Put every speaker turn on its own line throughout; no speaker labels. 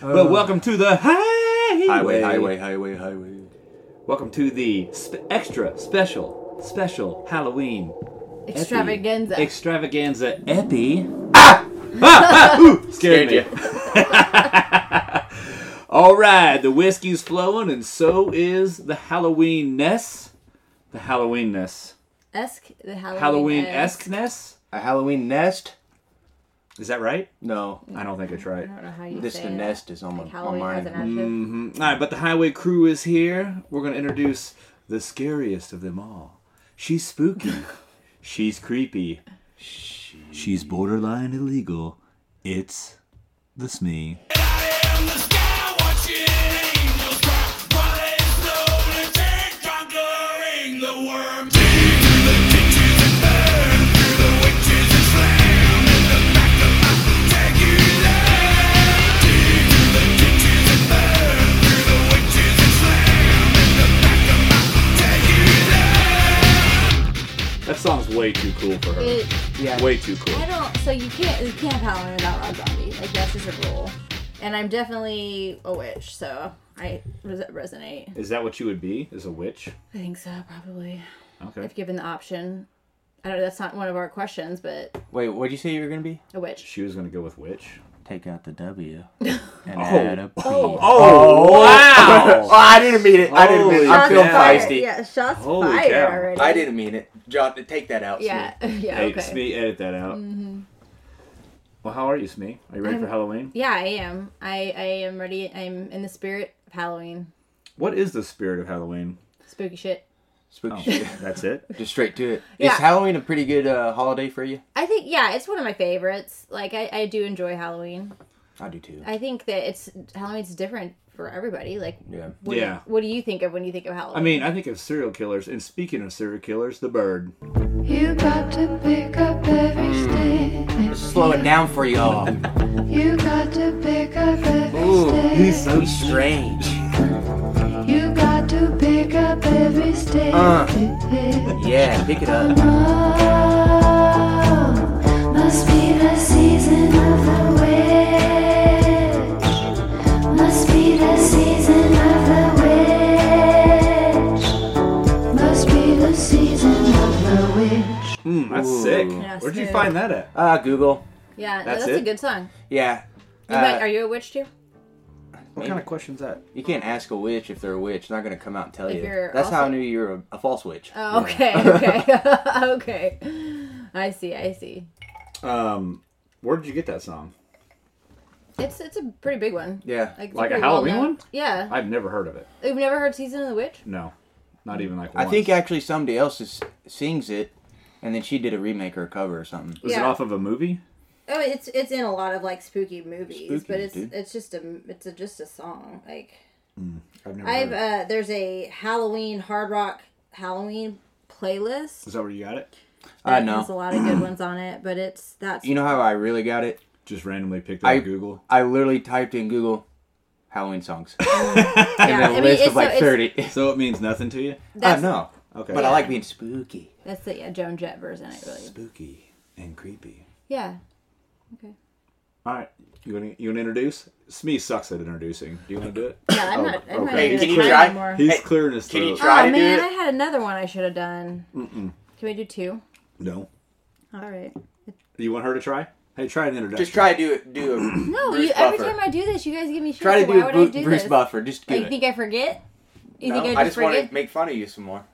But welcome to the Uh, highway.
Highway, highway, highway, highway.
Welcome to the sp- extra special, special Halloween epi-
Extravaganza.
extravaganza epi. Ah! Ah! Ooh, scared,
Scared
me. All right, the whiskey's flowing, and so is the Halloweenness. The Halloweenness.
esque the Halloween.
Halloween esqueness?
A Halloween nest?
Is that right?
No,
I don't think it's
I
right.
don't know how you
this
say
the
it.
nest is on my,
Like
my
Halloween has
mind. Mm.
an adjective.
hmm All right, but the highway crew is here. We're going to introduce the scariest of them all. She's spooky. She's creepy. She's borderline illegal. It's the E. Smee. That song's way too cool for her.
It,
Yeah.
Way too cool.
I don't. So you can't. You can't have Halloween without Rob Zombie. Like that's just a rule. And I'm definitely a witch, so I res- resonate.
Is that what you would be? Is a witch?
I think so, probably.
Okay.
If given the option, I don't. That's not one of our questions, but
Wait, what'd you say you were gonna be?
a witch.
She was going to go with witch.
Take out the W. And add a P.
Oh.
Oh,
Oh, I didn't mean it. I didn't mean it.
Holy
I'm feeling
cow. Shots
feisty.
Yeah, shots
Holy
fired
cow.
already.
I didn't mean it. John, take that out.
Yeah. Yeah.
Hey,
okay. Mm-hmm.
Smee, edit that out. Well, how are you, Smee? Are you ready for
I'm-
Halloween?
Yeah, I am. I I am ready. I'm in the spirit of Halloween.
What is the spirit of Halloween?
Spooky shit.
Spooky
Oh,
shit.
that's it.
Just straight to it.
Yeah.
Is Halloween a pretty good uh, holiday for you?
I think yeah, it's one of my favorites. Like I, I do enjoy Halloween.
I do too.
I think that it's Halloween's different for everybody. Like
Yeah.
what
Yeah.
do you, what do you think of when you think of Halloween?
I mean, I think of serial killers, and speaking of serial killers, the bird.
You got to pick up every stick.
Let's slow it down for y'all.
You got to pick up every stick.
so strange.
You got to pick up every stick.
Uh. Yeah, pick it up.
Oh, must be the season of the witch. Must be the season of the witch. Must be the season of the witch.
Mm, that's sick.
Yeah,
Where'd you
scary.
find that at?
Ah, Google.
yeah, no,
That's
that's,
it?
a good song.
Yeah.
You
Uh,
might, are you a witch too?
What
Maybe.
kind of question's that?
You can't ask a witch if they're a witch. They're not going to come out and tell
If
you.
you're
That's how I
also-
knew you were a, a false witch.
Oh, okay, okay, okay. I see, I see.
Um, where did you get that song?
It's it's a pretty big one.
Yeah.
it's
Like a
pretty
Halloween
well-known-
one?
Yeah,
I've never heard of it.
you've never heard "Season of the Witch"?
No, not even like
I
once.
think actually somebody else is, sings it, and then she did a remake or a cover or something.
was it
Yeah.
off of a movie?
Oh, it's it's in a lot of like spooky movies,
Spooky,
but it's
dude.
it's just a it's a, just a song. Like
I've never.
I've
heard of it.
Mm-hmm.
uh, there's a Halloween hard rock Halloween playlist.
Is that where you got it?
I
that Has a
know.
lot of good ones on it, but it's that's
You know how I really got it?
Just randomly picked up
I-
Google.
I literally typed in Google Halloween songs.
yeah,
and a list
it's
of like
so- it's-
30.
So it means nothing to you?
I
That's,
know.
Okay.
But I like being spooky.
that's the yeah, Joan Jett version. I really
spooky and creepy.
yeah.
All right, you want to you want to introduce? Smee sucks at introducing. Do you want to do it? Oh,
Yeah, I'm not.
okay.
I'm not
Oh, Can
even
you
gonna
try?
anymore.
He's
Hey,
clearing his
can you
throat.
try?
Oh
to do
man,
it?
I had another one I should have done. Mm-mm. Can we do two?
No.
All right.
You want her to try? Hey, try an introduction.
Just try to do it. Do a
No,
Bruce
you, every
Buffer.
time I do this, you guys give me shit.
Try to
so
do
why
a
would
Bru-
I do
Bruce
this?
Buffer. Just do
Like, you
it.
think I forget? You
No,
think I just,
I just want
forget?
to make fun of you some more.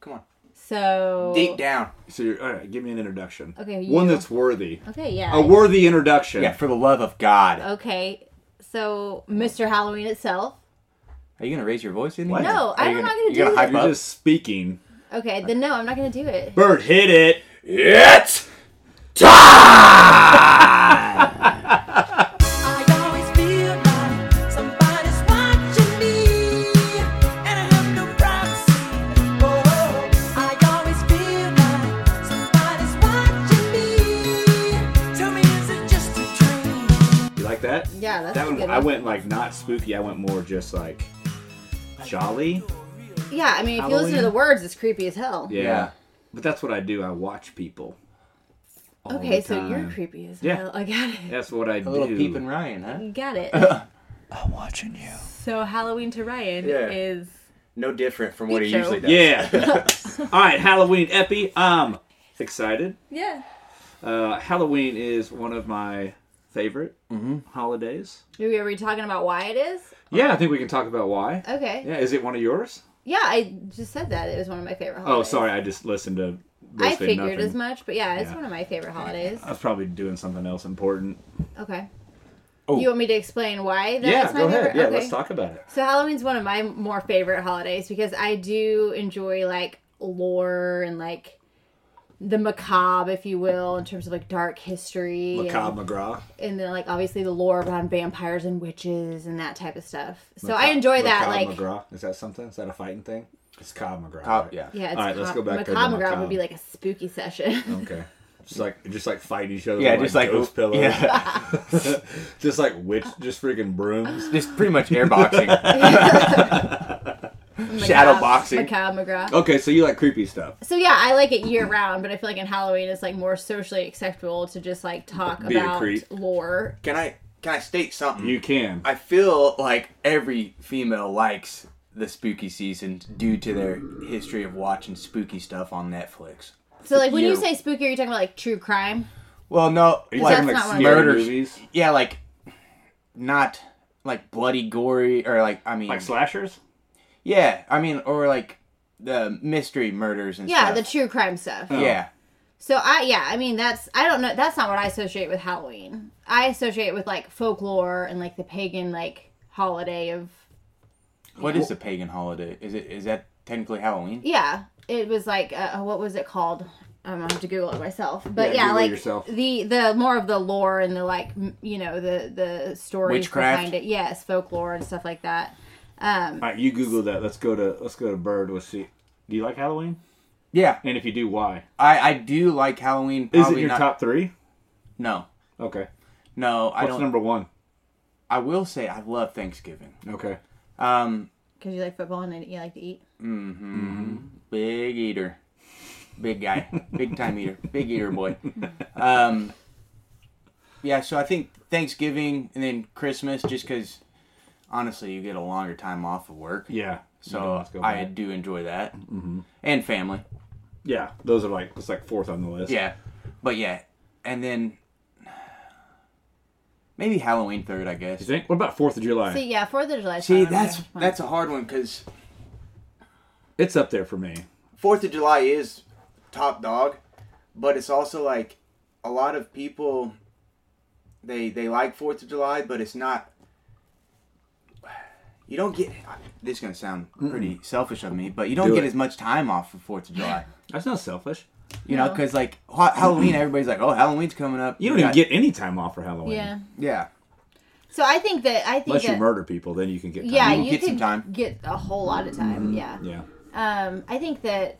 Come on.
So
Deep down.
So you're, all right, give me an introduction.
Okay,
One
you.
that's worthy.
Okay, yeah.
A worthy introduction.
Yeah, for the love of God.
Okay, so Mr. Halloween itself.
Are you gonna raise your voice in
What?
here?
No,
Are
I'm
you
not gonna
you
do
hype
that.
You're
up?
just speaking.
Okay, then no, I'm not gonna do it.
Bird, hit it.
It's time.
I always feel like somebody's watching me, and I have no privacy. Oh, I always feel like somebody's watching me. Tell me, is it just a dream?
You like that?
Yeah, that's
that
a
one.
good
I
one.
went like not spooky. I went more just like jolly.
Yeah, I mean, if you listen
Halloween?
to the words, it's creepy as hell.
Yeah.
Yeah.
But that's what I do. I watch people. all
okay,
the
so you're
time.
creepy as
Yeah.
hell. I got it.
That's what I
A little
do.
peeping Ryan, huh?
Got it.
I'm watching you.
So Halloween to Ryan
Yeah.
is
No different from what he
Peep show.
usually does.
Yeah. All right, Halloween Epi. I'm excited.
yeah.
Uh, Halloween is one of my favorite holidays.
Are we, are we talking about why it is?
Mm-hmm. Yeah, I think we can talk about why.
Okay. Yeah.
Yeah, is it one of yours?
I just said that it was one of my favorite
Oh,
holidays.
sorry, I just listened to.
I
basically
figured
nothing.
as much, but yeah, it's
Yeah. Uh,
one of my favorite holidays.
I was probably doing something else important.
Okay.
Oh.
You want me to explain why that's
yeah,
my
go
favorite?
ahead. Yeah,
okay.
let's talk about it.
So Halloween's one of my more favorite holidays because I do enjoy like lore and like the macabre, if you will, in terms of like dark history. and-
Macabre McGraw.
and then like obviously the lore around vampires and witches and that type of stuff. So I
Macabre-
enjoy that.
macabre
Like
McGraw. Is that something? Is that a fighting thing? It's Cobb McGraw.
Cop-
right?
yeah.
yeah, it's
All right, let's go
co-
back there to
macabre,
macabre. Oh,
would be like a spooky session.
Okay. Just like just like fighting each other.
Yeah,
with,
just like
ghost pillows.
Yeah,
just like witch, just freaking brooms.
just pretty much airboxing.
Macabre-
Shadow boxing.
macabre McGraw.
Okay, so you like creepy stuff.
So yeah, I like it year round, but I feel like in Halloween it's like more socially acceptable to just like talk
Be a
about
creep.
lore.
can I can I state something?
You can.
I feel like every female likes the spooky season due to their history of watching spooky stuff on Netflix.
So like when you
Year-
say spooky, are you talking about like true crime?
Well, no,
Are you
like,
talking like
That's not what I'm
scary
doing.
movies,
yeah, like not like bloody gory or like I mean,
like slashers?
yeah, I mean, or like the mystery murders and
Yeah, the
stuff.
true crime stuff.
yeah,
So I yeah, I mean that's I don't know that's not what I associate with Halloween. I associate it with like folklore and like the pagan like holiday of
What is the pagan holiday? Is it is that technically Halloween?
yeah. It was like uh, what was it called? I'm gonna have to Google it myself.
Yeah,
But yeah,
Google
like
yourself.
the the more of the lore and the like m- you know the the stories
Witchcraft?
behind it. Yes, folklore and stuff like that. Um,
All right, you Google that. Let's go to let's go to Bird. Let's see. Do you like Halloween?
Yeah,
And if you do, why?
I I do like Halloween.
Is it
probably
your
not-
top three?
No,
Okay.
no, I
What's
don't.
number one?
I will say I love Thanksgiving.
Okay.
Um,
because you like football and you like to eat.
big eater, big guy, big time eater, big eater boy. Um, yeah, so I think Thanksgiving and then Christmas, just because honestly, you get a longer time off of work.
Yeah. You
So
must go
I
back. Mm-hmm.
do enjoy that, and family.
yeah, those are like it's like fourth on the list.
Yeah, but yeah, and then maybe Halloween third, I guess.
You think? What about Fourth of July?
So yeah, Fourth of July.
See, that's that's a hard one because
it's up there for me.
Fourth of July is top dog, but it's also like a lot of people they they like Fourth of July, but it's not. You don't get this. Is gonna sound pretty selfish of me, but you don't
Do
get
it.
as much time off for Fourth of July.
That's not selfish.
You know, 'cause know,
No.
because like ha- Halloween, everybody's like, "Oh, Halloween's coming up."
You don't
We
even
got-
get any time off for Halloween.
yeah.
yeah.
So I think that I think
Unless you
that-
murder people, then you can get. Time
Yeah,
off.
You
you
get some
could
time. Mm-hmm.
get a whole lot of time. Yeah.
Yeah.
Um, I think that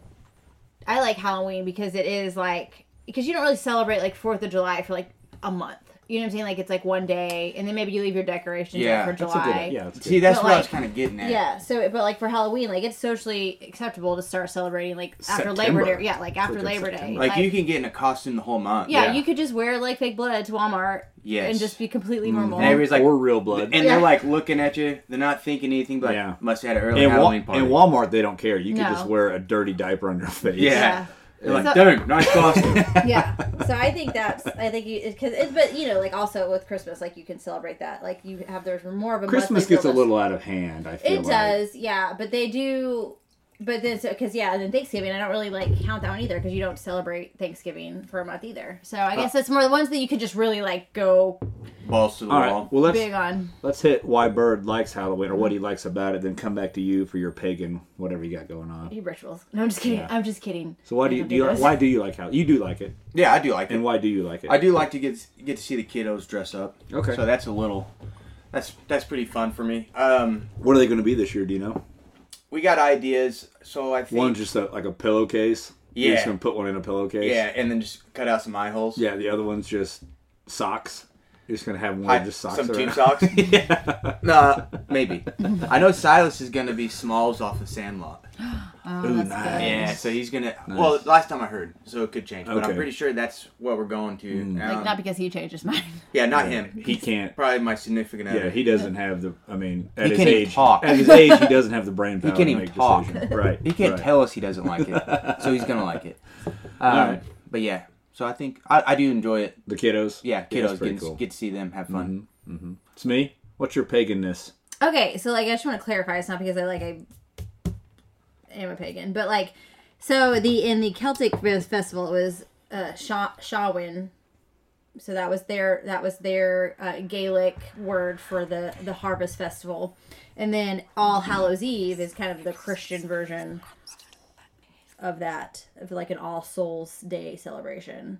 I like Halloween because it is like because you don't really celebrate like Fourth of July for like a month. You know what I'm saying? Like it's like one day, and then maybe you leave your decorations
Yeah,
up for
That's a
July.
good. Yeah. That's good.
See, that's
But,
what I was
like-
kind of getting at.
Yeah, so but like for Halloween, like it's socially acceptable to start celebrating like after
September.
Labor Day. Yeah, like after
Freaking
Labor Day.
September.
Like, you can get in a costume the whole month.
yeah, you could just wear like fake blood to Walmart
Yes.
and just be completely
Mm-hmm.
normal.
And everybody's like,
or real blood.
and
Yeah.
they're like looking at you. They're not thinking anything. But like,
Yeah.
must have had an early
In, Wa-
Halloween party.
in Walmart, they don't care. You can
No.
just wear a dirty diaper on your face.
yeah.
Yeah.
They're like,
So-
dude, nice costume.
yeah so i think that's i think you because it, but you know like also with christmas like you can celebrate that like you have there's more of a
Christmas
monthly
gets a
syllabus.
little out of hand. I feel
it
like.
does yeah but they do but then so because yeah and then thanksgiving i don't really like count that one either because you don't celebrate thanksgiving for a month either so i
Uh,
guess it's more the ones that you could just really like go
Balls to the
All
wall.
right. Well, let's
big on
let's hit why Bird likes Halloween or what he likes about it. Then come back to you for your pagan whatever you got going on.
your rituals no i'm just kidding
Yeah.
i'm just kidding
So why do
I
you
don't
do you,
those.
why do you like Halloween? You do like it,
yeah, I do like
and
it.
why do you like it?
I do like to get get to see the kiddos dress up.
Okay.
So that's a little. That's that's pretty fun for me. Um,
What are they going to be this year? Do you know?
we got ideas. So I think.
One just a, like a pillowcase. You're just
Yeah.
going to put one in a pillowcase.
yeah, and then just cut out some eye holes.
Yeah. The other one's just socks. You're just going to have one
I,
just socks.
some tube
around.
socks. yeah. Uh, maybe. I know Silas is going to be Smalls off of Sandlot.
Oh,
Ooh,
that's
nice.
good.
Yeah, so he's gonna. Well, last time I heard, so it could change, but
Okay. Mm.
I'm pretty sure that's what we're going to. Um,
Like not because he changed his mind.
yeah, not him.
He can't.
Probably my significant other.
Yeah, he doesn't have the. I mean, at
He
his
can't even
age,
talk.
at his age, he doesn't have the brain power.
can't
to
even
make
talk.
decisions. Right.
He can't
right.
tell us he doesn't like it, so he's gonna like it. Um,
All right.
But yeah, so I think I, I do enjoy it.
the kiddos.
Yeah,
that's
kiddos
pretty
get,
cool. Mm-hmm.
get to see them have fun.
It's me. What's your paganness?
Okay, so like I just want to clarify. It's not because I like I am a pagan, but like so the in the Celtic Fest- festival it was uh, Sha- Shawin. So that was their that was their uh, Gaelic word for the the harvest festival, and then All Hallows Eve is kind of the Christian version of that of like an All Souls Day celebration.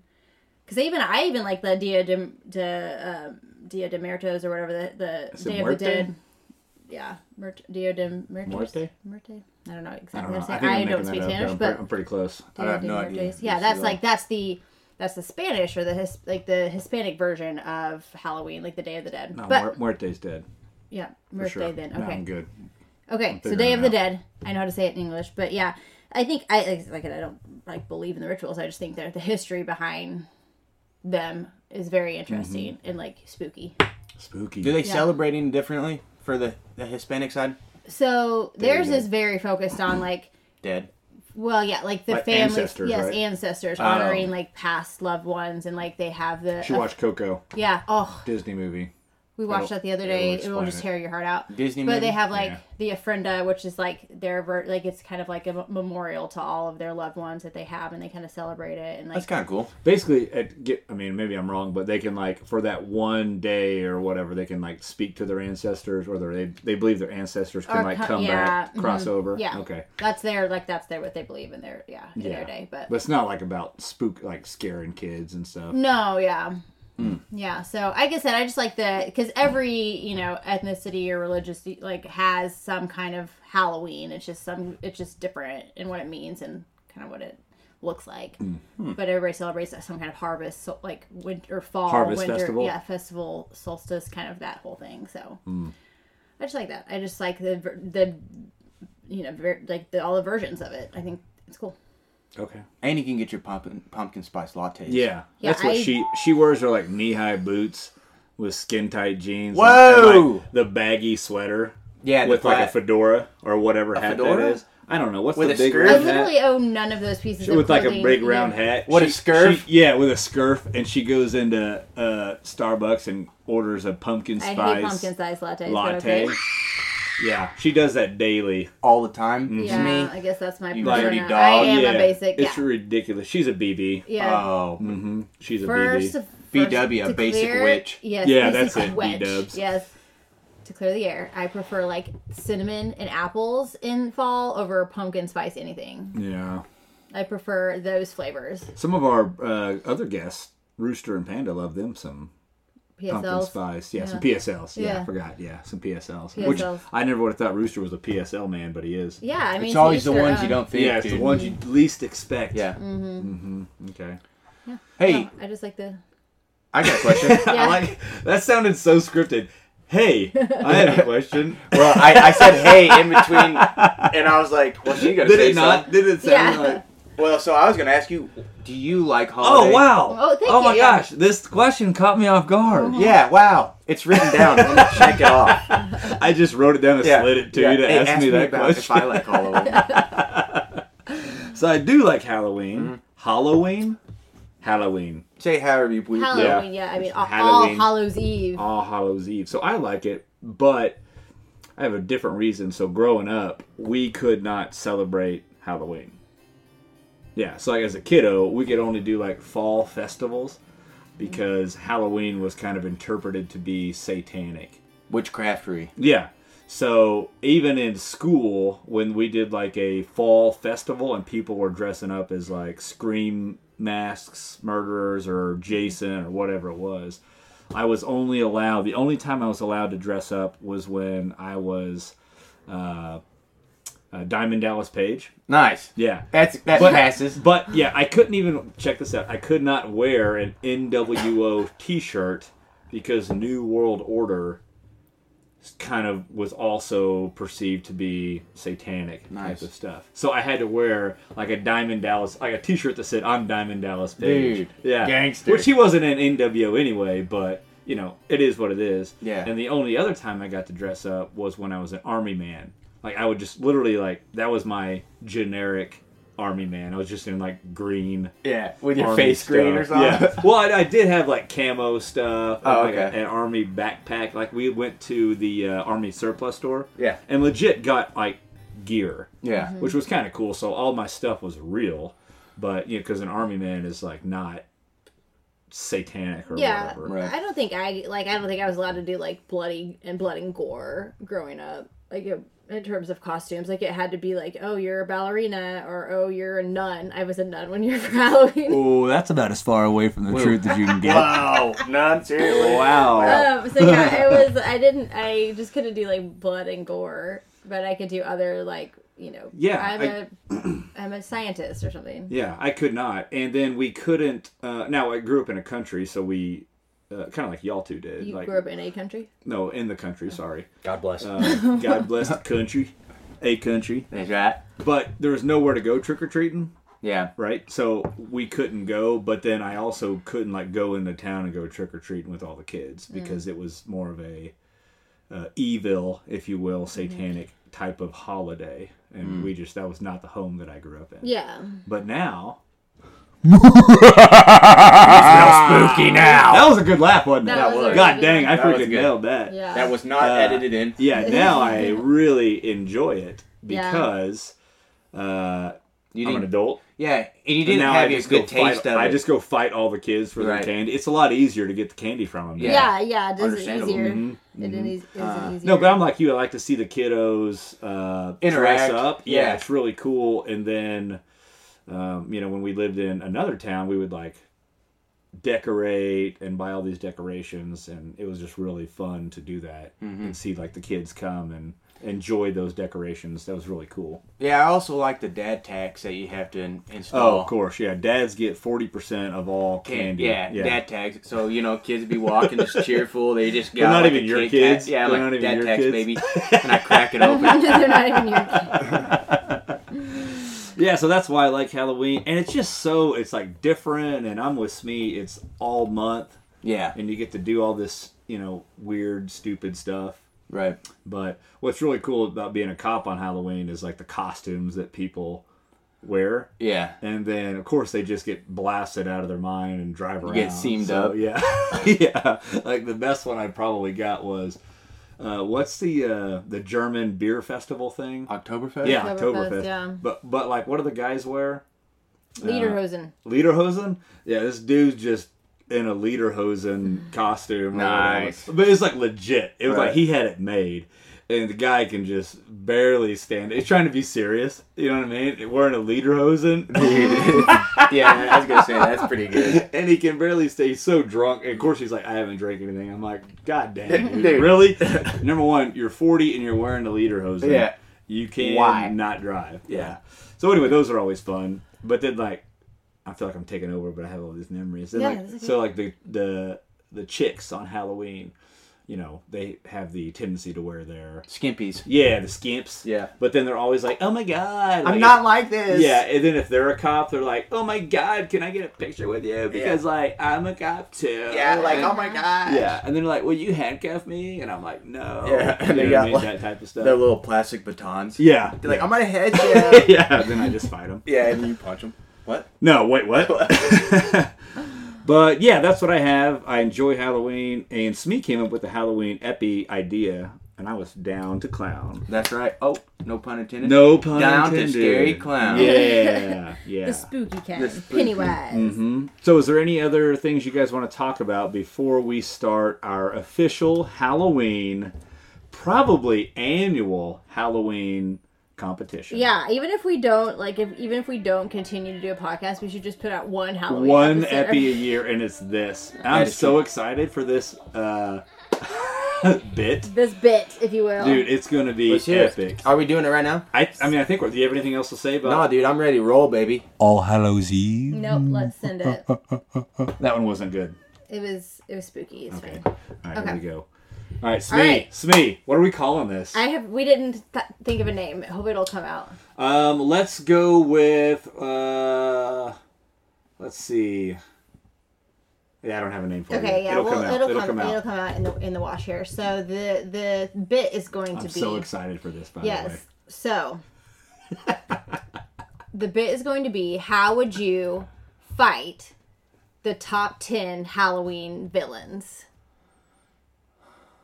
Because even I even like the Dia de, de um, Dia de Muertos or whatever the the
it
Day of the
Muerte?
Dead. Yeah, Murt- Dia de Muertos.
Muerte?
Muerte? I don't know exactly.
I don't know. I
how to say
think
it. I,
I'm making
don't speak
that up,
Spanish,
I'm pre-
but
I'm pretty close.
I have no idea.
days. Yeah,
This
that's
is
like
all-
that's the that's the Spanish or the his, like the Hispanic version of Halloween, like the Day of the Dead.
No,
but
Muer- Muerte's dead.
yeah,
For
birthday
sure.
then.
No,
Okay,
I'm good.
okay. So
figuring
Day
it
of the
out.
Dead. I know how to say it in English, but yeah, I think I like- like I don't like believe in the rituals. I just think that the history behind them is
Mm-hmm.
very interesting and like spooky.
Spooky.
Do they
Yeah.
celebrate any differently for the, the Hispanic side?
So theirs
go.
is very focused on like
Dead.
Well, yeah, like the
Like
families,
ancestors,
yes,
right? Um,
ancestors honoring like past loved ones, and like they have the
Should watch Coco
yeah. Oh,
Disney movie.
we watched that the other
it'll
day. It will
explain
just
it.
tear your heart out.
Disney
but
movie?
they have like
Yeah.
the ofrenda, which is like their ver- like it's kind of like a memorial to all of their loved ones that they have, and they kind of celebrate it and
That's
like
kind of cool.
Basically, at get. I mean, maybe I'm wrong, but they can like for that one day or whatever, they can like speak to their ancestors, or their- they they believe their ancestors can
Or
like
Uh, co-
come
yeah,
back, cross
mhm,
over.
yeah.
Okay.
that's their like that's their what they believe in their yeah in
Yeah.
their day. But Mm.
But it's not like about spook, like scaring kids and stuff.
No, yeah.
Hmm.
Yeah, so like I said, I just like the because every you know ethnicity or religious like has some kind of Halloween. It's just some, it's just different in what it means and kind of what it looks like.
Hmm.
But everybody celebrates some kind of harvest, so like winter, fall,
Harvest
winter,
festival?
yeah, festival solstice, kind of that whole thing. So
Hmm.
I just like that. I just like the ver- the you know ver- like the all the versions of it. I think it's cool.
Okay.
And you can get your pumpkin, pumpkin spice lattes.
Yeah,
Yeah,
that's what
I-
she she wears her like knee high boots with skin tight jeans. and-
Whoa!
and, like, the baggy sweater.
Yeah, the
with like a
flat-
fedora or whatever hat
fedora?
that is. I don't know what's
With
the
a
big
skirt?
I
round
literally
hat.
own none of those pieces. of
With like a
clothing.
big round
Yeah.
hat.
What, a
She-
scarf?
she- yeah, with a scarf, and she goes into uh, Starbucks and orders a pumpkin
I
spice
hate pumpkin spice lattes. but
latte.
okay.
Yeah, she does that daily.
All the time.
Mm-hmm.
It's
Yeah,
me.
I guess that's my
You
persona.
dirty dog.
I am
yeah,
a basic.
It's
Yeah.
ridiculous. She's a BB.
yeah.
Oh.
Mm-hmm. She's a
first,
BB.
first
BW,
to
a basic
clear-
witch.
Yes.
Yeah,
basic
that's it,
Witch.
B-dubs.
Yes. To clear the air, I prefer like cinnamon and apples in fall over pumpkin spice anything.
Yeah.
I prefer those flavors.
Some of our uh, other guests, Rooster and Panda, love them some pumpkin
PSLs.
spice. Yeah, some PSLs. Yeah, I
Yeah.
forgot. Yeah, some PSLs.
PSLs.
Which I never would have thought Rooster was a PSL man, but he is.
Yeah, I mean
It's always the
to each their
ones you
own.
don't think.
Yeah, it's
dude.
the ones you least expect.
Yeah.
Mm.
Okay.
Hey,
I just like the
I got a question.
I like that sounded so scripted. Hey, I had a question.
well, I, I said hey in between, and I was like, well, she got to
Did
say
it not?
something.
Did it sound
Yeah.
like?
Well, so I was going to ask you, do you like
Oh
holiday?
wow!
Oh, thank
my
you, Oh. yeah.
gosh! This question caught me off guard.
Yeah, wow. It's written down. Let me check it off.
I just wrote it down and slid it to
yeah.
you to
They
ask
asked
me that
about
question.
if I like all of them.
So I do like Halloween.
Mm-hmm.
Halloween, Halloween,
Say however you please.
Halloween. Yeah, I mean all, all
Halloween.
Hallows Eve.
All Hallows Eve. So I like it, but I have a different reason. So growing up, we could not celebrate Halloween. Yeah, so like as a kiddo, we could only do like fall festivals because Halloween was kind of interpreted to be satanic.
Witchcraftery.
Yeah. So even in school, when we did like a fall festival and people were dressing up as like scream masks, murderers, or Jason, or whatever it was, I was only allowed. The only time I was allowed to dress up was when I was uh, uh, Diamond Dallas Page.
Nice.
Yeah.
That's that
But-
passes.
But yeah, I couldn't even check this out. I could not wear an NWO T-shirt because New World Order kind of was also perceived to be satanic
Nice.
type of stuff. So I had to wear like a Diamond Dallas, like a T-shirt that said "I'm Diamond Dallas Page."
Dude,
yeah,
gangster.
Which he wasn't in NWO anyway, but you know it is what it is.
Yeah.
And the only other time I got to dress up was when I was an army man. Like I would just literally like that was my generic army man. I was just in like green
Yeah, with your
army
face green or
stuff.
something.
Yeah. Well, I, I did have like camo stuff. and,
Oh,
like,
okay.
a- an army backpack. Like we went to the uh, army surplus store.
Yeah.
And legit got like gear,
Yeah.
which was kind of cool. So all my stuff was real, but you know, because an army man is like not satanic or
Yeah,
whatever.
Right.
I don't think I like. I don't think I was allowed to do like bloody and blood and gore growing up. Like it, in terms of costumes, like it had to be like, oh, you're a ballerina, or oh, you're a nun. I was a nun when you're for Halloween.
Oh, that's about as far away from the truth as you can get.
Wow, none seriously.
Wow.
Um, so yeah, it was. I didn't. I just couldn't do like blood and gore, but I could do other like you know.
Yeah,
I'm
I-
a I'm a scientist or something.
Yeah, I could not. And then we couldn't. Uh, now I grew up in a country, so we. Uh, kind of like y'all two did.
You
like,
grew up in a country.
no, in the country. Sorry.
God bless.
Uh, God bless the country, a country.
There's that.
But there was nowhere to go trick or treating,
Yeah.
right? So we couldn't go. But then I also couldn't like go into town and go trick or treating with all the kids
Mm.
because it was more of a uh, evil, if you will,
Mm-hmm.
satanic type of holiday, and we just that was not the home that I grew up in.
Mm. Yeah.
But now
spooky now.
that was a good laugh, wasn't it?
That was a really
God
good
dang, I
laugh. That was
freaking
good.
nailed that.
Yeah.
That was not
Uh,
edited in.
Yeah, now I really enjoy it
Yeah.
because uh,
You
I'm an
didn't.
adult.
yeah, and you
And
didn't
now
have
I
a
just
good
go fight,
taste of it.
I just go fight all the kids for their
Right.
candy. It's a lot easier to get the candy from them.
Yeah.
Yeah. Yeah. It is
Understandable.
easier.
Mhm,
It is, it is easier.
Uh, No, but I'm like you. I like to see the kiddos uh, dress
Interact.
up. Yeah,
Yeah.
it's really cool. And then, um, you know, when we lived in another town, we would like decorate and buy all these decorations, and it was just really fun to do that and see like the kids come and enjoy those decorations. That was really cool.
yeah, I also like the dad tax that you have to in-
Oh,
install.
of course, yeah. Dads get forty percent of all
Can-
candy.
yeah, dad tags. So you know, kids be walking just cheerful. They just
They're
got
not
like
even
a
your
Kit Kat.
kids.
Yeah,
They're
like
not even
dad
your
tax,
kids.
baby. And I crack it open.
They're not even your
Yeah, so that's why I like Halloween, and it's just so it's like different. And I'm with Smee; it's all month,
yeah,
and you get to do all this, you know, weird, stupid stuff.
right.
But what's really cool about being a cop on Halloween is like the costumes that people wear,
Yeah,
and then of course they just get blasted out of their mind and drive around.
get seamed up.
yeah, yeah. Like the best one I probably got was uh, what's the uh, the German beer festival thing?
Oktoberfest.
Yeah,
Oktoberfest,
Oktoberfest.
yeah.
But but like, what do the guys wear?
Lederhosen.
Lederhosen? Yeah, this dude's just in a Lederhosen costume. or
Nice.
whatever. But it's like legit. It was
Right.
like he had it made. And the guy can just barely stand it. He's trying to be serious. You know what I mean? Wearing a Lederhosen.
yeah. I was gonna say that's pretty good.
and he can barely stay. He's so drunk. And of course, he's like, I haven't drank anything. I'm like, God damn, dude.
Dude.
Really? Number one, you're 40 and you're wearing a Lederhosen.
Yeah.
You can
Why?
not drive. Yeah. So anyway, those are always fun. But then like I feel like I'm taking over, but I have all these memories. Then,
Yeah,
like,
that's okay.
So like the the the chicks on Halloween, you know, they have the tendency to wear their
Skimpies.
yeah the skimps.
Yeah.
But then they're always like, oh my god,
I'm
like,
not like this.
yeah, and then if they're a cop, they're like, "Oh my god, can I get a picture with you?" Because like I'm a cop too.
Yeah, like oh my god.
yeah. And then they're like, "Will you handcuff me?" And I'm like, "No."
Yeah.
You know
They
what I
got,
mean?
like,
that type of stuff.
Their little plastic batons.
yeah,
They're like, "Oh." I'm gonna head you.
yeah. Then I just fight them.
yeah, and you punch them. What?
No, wait, what? but yeah, that's what I have. I enjoy Halloween, and Smee came up with the Halloween epi idea, and I was down to clown.
That's right. Oh, no pun intended.
No pun
Down to
intended.
scary clown.
Yeah, yeah.
The spooky cat.
The spooky-
Pennywise.
Mhm. So, is there any other things you guys want to talk about before we start our official Halloween, probably annual Halloween competition?
Yeah, even if we don't like, if even if we don't continue to do a podcast, we should just put out one Halloween.
one
episode.
epi a year, and it's this. I'm
is
so
true.
excited for this uh, bit.
This bit, if you will.
Dude, it's gonna be
Let's hear it.
epic.
Are we doing it right now?
I, I mean, I think. we're- Do you have anything else to say about?
No, dude, I'm ready to roll, baby.
All Hallows Eve.
Nope. Let's send it.
that one wasn't good.
It was it was spooky. It's
Okay.
fine.
All right,
Okay.
here we go. All right, Smee,
All right.
Smee, what are we calling this?
I have. We didn't th- think of a name. Hope it'll come out.
Um, let's go with uh, let's see. Yeah, I don't have a name for it.
Okay, yeah,
it'll
well,
come out.
it'll,
it'll
come,
come out.
It'll come out in the in the wash here. So the the bit is going
I'm
to be
so excited for this. By the way,
yes. So the bit is going to be how would you fight the top ten Halloween villains?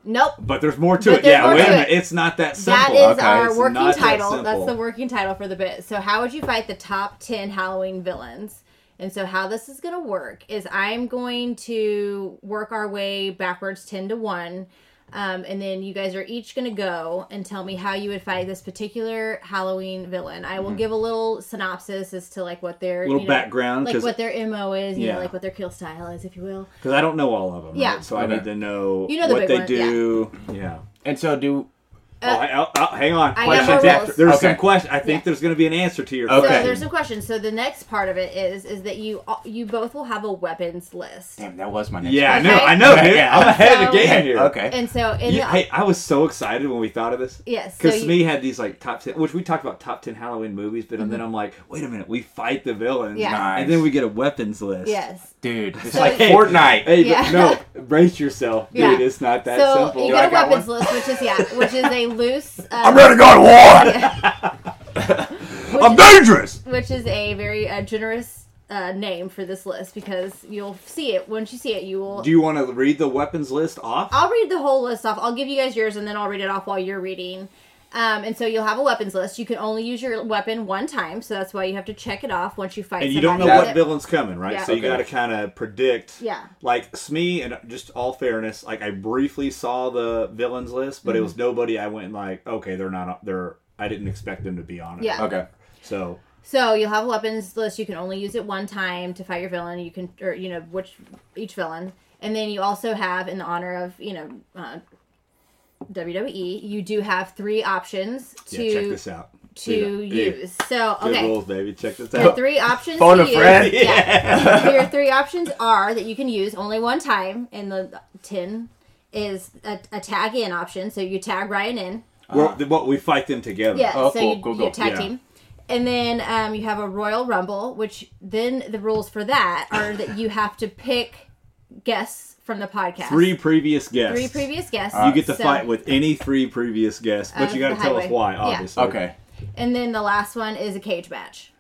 Nope.
but there's more to
But
it.
there's
Yeah,
more
wait a
to
minute.
it.
It's not that simple.
That is
okay?
our
It's
working
not that
title. That's
simple.
the working title for the bit. So, how would you fight the top 10 Halloween villains? And so, how this is going to work is I'm going to work our way backwards 10 to 1. Um, and then you guys are each going to go and tell me how you would fight this particular Halloween villain. I will give a little synopsis as to like what their
Mm-hmm. Little
you know,
background,
like
'cause-
what their mo is, you
Yeah.
know, like what their kill style is, if you will.
Because I don't know all of them.
Yeah.
right? So I
Okay. Uh,
need to know,
You know the
what
big
they
one,
do. Yeah.
And so do
oh, I, oh, oh, hang on.
I got
Questions
more
after.
rules.
There's
Okay.
some questions. I think
Yeah.
there's going to be an answer to your
Okay.
So
question.
there's some questions. So the next part of it is is that you uh, you both will have a weapons list.
damn that was my next.
yeah, I
one.
know.
Okay.
I know, dude.
Yeah.
I'm ahead of the
So-
game here.
Okay.
And so in
You-
the,
hey, I was so excited when we thought of this.
Yes, so
Because
you- Mm-hmm.
Smee had these like top ten, which we talked about top ten Halloween movies, but and then I'm like, wait a minute, we fight the villains,
Yeah.
Nice.
and then we get a weapons list.
yes.
Dude, it's
So-
like Fortnite.
Hey, but
Yeah.
no, brace yourself, dude.
Yeah.
It's not that
so
simple.
you
Do I
get a
got
weapons
one?
list, which is yeah, which is a loose. Uh,
I'm ready to go to war.
Which,
I'm dangerous.
which is a very uh, generous uh, name for this list because you'll see it once you see it. You will.
do you want to read the weapons list off?
I'll read the whole list off. I'll give you guys yours, and then I'll read it off while you're reading. Um, and so you'll have a weapons list. You can only use your weapon one time, so that's why you have to check it off once you fight.
and you don't know
somebody with
what
it.
villain's coming, right?
Yeah.
So you
Okay.
got to kind of predict.
Yeah.
Like Smee, and just all fairness, like I briefly saw the villains list,
Mm-hmm.
but it was nobody. I went like, okay, they're not. They're. I didn't expect them to be on it.
Yeah.
Okay.
So
So you'll have a weapons list. You can only use it one time to fight your villain. You can, or you know, which each villain, and then you also have, in honor of you know, uh, WWE, you do have three options to
yeah, check this out.
to
Yeah.
use. So
Good
okay,
rules, baby. Check this
your
out.
three options.
Phone
to
a
use-
friend.
Yeah. So your three options are that you can use only one time, and the ten is a, a tag in option. So you tag Ryan in.
We're, th- what we fight them together.
Yeah,
Oh,
so
cool,
you,
cool,
you
cool.
tag
Yeah.
team. And then um, you have a Royal Rumble, which then the rules for that are that you have to pick guests from the podcast.
Three previous guests.
Three previous guests.
You get to
So-
fight with any three previous guests, but
Of
you got to
the
tell us
highway.
why,
Yeah.
obviously.
Okay.
And then the last one is a cage match.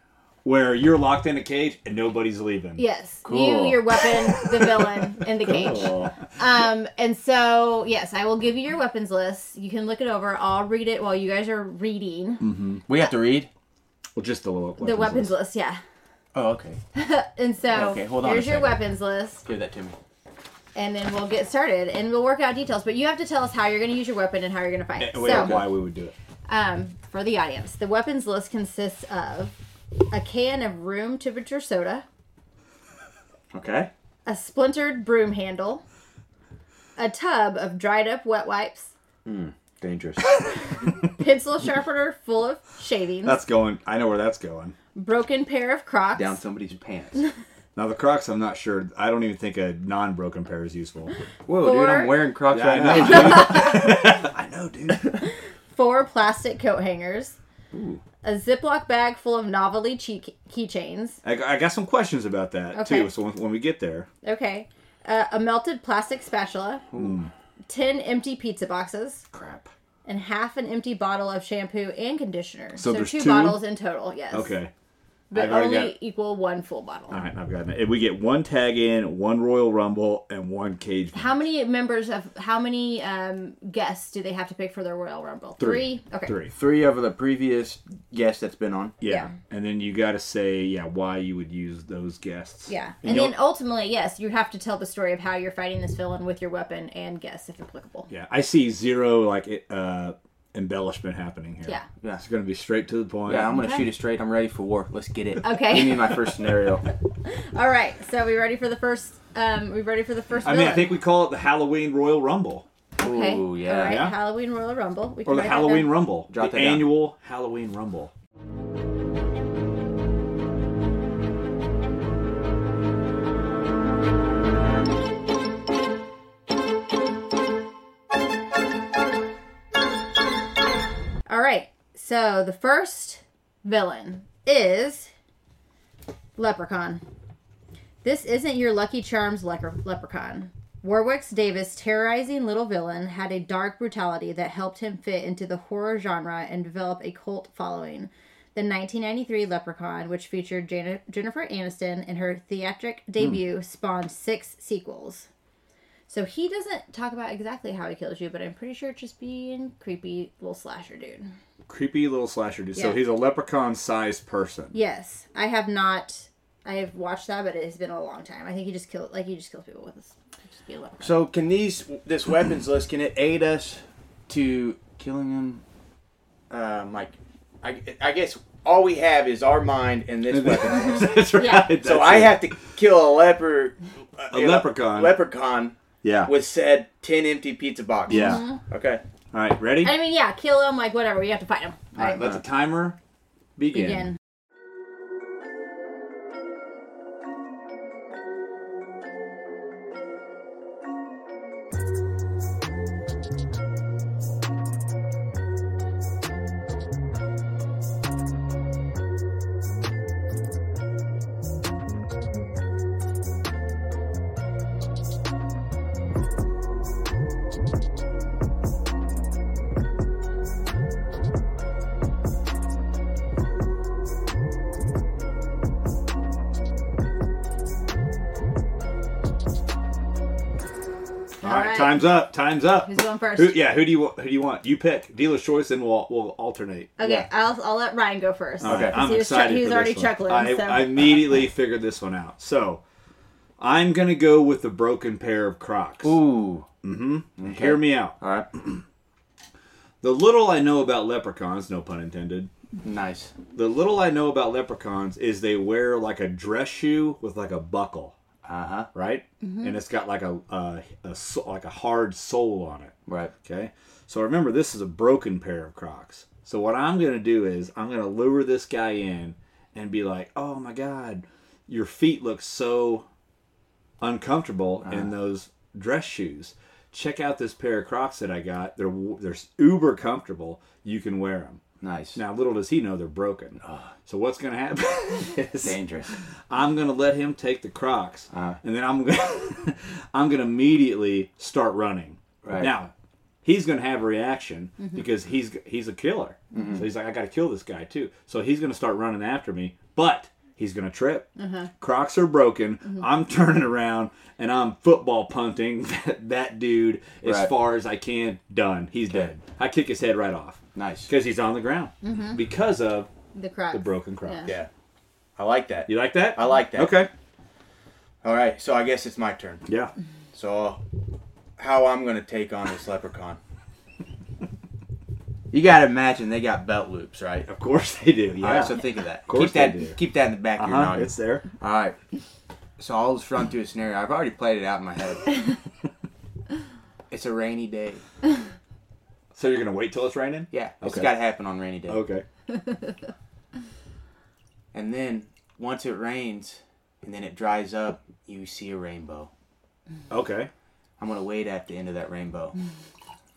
Where you're locked in a cage and nobody's leaving.
Yes.
Cool.
You, your weapon, the villain, and the cage. Um, and so, yes, I will give you your weapons list. You can look it over. I'll read it while you guys are reading
Mm-hmm. We have to read.
Well, just the weapons.
the weapons
list.
list. Yeah.
Oh, okay.
And so,
Okay, hold on a
here's your
second.
weapons list.
Give that to me.
and then we'll get started and we'll work out details. But you have to tell us how you're going to use your weapon and how you're going to fight.
And we have
So,
why we would do it.
um, for the audience, the weapons list consists of a can of room temperature soda,
Okay.
a splintered broom handle, a tub of dried up wet wipes,
Dangerous.
pencil sharpener full of shavings,
That's going. I know where that's going.
broken pair of Crocs,
Down somebody's pants.
Now the Crocs, I'm not sure. I don't even think a non-broken pair is useful.
Whoa,
Four.
dude, I'm wearing Crocs
Yeah, I
right now.
know, dude. I know, dude.
four plastic coat hangers, a Ziploc bag full of novelty key- keychains.
I, I got some questions about that
Okay.
too. So when, when we get there,
Okay. Uh, a melted plastic spatula, 10 empty pizza boxes,
crap.
and half an empty bottle of shampoo and conditioner.
So there's
two,
two?
bottles in total, yes.
Okay.
But
I've already
only
got-
equal one full bottle.
All right, I've gotten it. We get one tag in, one Royal Rumble, and one cage. match.
How many members of how many um, guests do they have to pick for their Royal Rumble?
Three.
Okay.
Three.
Three of the previous guests that's been on.
Yeah.
Yeah.
And then you got to say, yeah, why you would use those guests.
Yeah.
And
And,
you'll-
then oh. ultimately, yes, you have to tell the story of how you're fighting this villain with your weapon and guests if applicable.
Yeah. I see zero, like, it, uh, embellishment happening here.
Yeah.
Yeah.
It's going to be straight to the point.
Yeah, I'm gonna
Okay.
shoot it straight. I'm ready for war. Let's get it.
Okay.
Give me my first scenario.
All right. So we ready for the first um we ready for the first
I mean, I
villain?
think we call it the Halloween Royal Rumble
Okay.
Ooh,
All
yeah.
right.
Yeah.
Halloween Royal Rumble. We
or the
write that down.
Halloween Rumble.
Jot
the
that down.
annual Halloween Rumble.
All right. So the first villain is Leprechaun. This isn't your Lucky Charms lepre- Leprechaun. Warwick's Davis terrorizing little villain had a dark brutality that helped him fit into the horror genre and develop a cult following. The 1993 Leprechaun, which featured Jan- Jennifer Aniston in her theatric debut, spawned six sequels. So he doesn't talk about exactly how he kills you, but I'm pretty sure it's just being creepy little slasher dude.
Creepy little slasher dude. So
Yeah.
he's a leprechaun sized person.
Yes, I have not. I have watched that, but it has been a long time. I think he just killed, like he just kills people with his. Just be a leprechaun.
So can these this weapons list can it aid us to killing them? Um, like, I, I guess all we have is our mind and this weapon. list.
That's right.
Yeah.
that's
so I
it.
have to kill a leper,
A leprechaun.
leprechaun
Yeah.
with said ten empty pizza boxes.
yeah.
Okay.
All right, ready?
I mean, yeah, kill him, like whatever. You have to fight him.
All right, let the timer begin.
Begin.
All right, time's up. Time's up.
Who's going first?
Who, yeah, who do you want? Who do you want? You pick. Dealer's choice, and we'll we'll alternate.
Okay,
Yeah.
I'll, I'll let Ryan go first.
All right,
'Cause
I'm
he was
excited.
chuck- he was
for
already
this one.
chuckling.
I,
so.
I immediately figured this one out. So I'm gonna go with the broken pair of Crocs.
Ooh.
Hear me out.
All right.
The little I know about leprechauns, no pun intended.
Nice.
The little I know about leprechauns is they wear like a dress shoe with like a buckle,
Uh huh.
right?
Mm-hmm.
And it's got like a, a, a so- like a hard sole on it.
Right.
Okay. So remember, this is a broken pair of Crocs. So what I'm going to do is I'm going to lure this guy in and be like, "Oh my God, your feet look so uncomfortable in those dress shoes. Check out this pair of Crocs that I got. They're they're uber comfortable. You can wear them."
Nice.
Now, little does he know they're broken. So what's going to happen is
Dangerous.
I'm gonna let him take the Crocs,
Uh-huh.
and then I'm gonna I'm gonna immediately start running.
Right.
Now, he's gonna have a reaction because he's he's a killer.
Mm-hmm.
So he's like, I gotta kill this guy too. So he's gonna start running after me, but he's gonna trip. Crocs are broken. I'm turning around and I'm football punting that, that dude as
Right.
far as I can. Done. He's dead. I kick his head right off
Nice.
because he's on the ground because of
the croc.
the broken Crocs.
Yeah.
Yeah. I like that.
You like that?
I like that.
Okay.
All right. So I guess it's my turn.
Yeah.
So, how I'm gonna take on this leprechaun? you gotta imagine they got belt loops, right?
Of course they do. Yeah.
All right, so think of that.
course
keep that.
they do.
Keep that in the back of your
Uh-huh,
noggin.
it's there.
All right. So I'll just run through a scenario. I've already played it out in my head. it's a rainy day.
So you're gonna wait till it's raining?
Yeah, it's
Okay.
got to happen on rainy day.
Okay.
And then once it rains, and then it dries up, you see a rainbow.
Okay.
I'm gonna wait at the end of that rainbow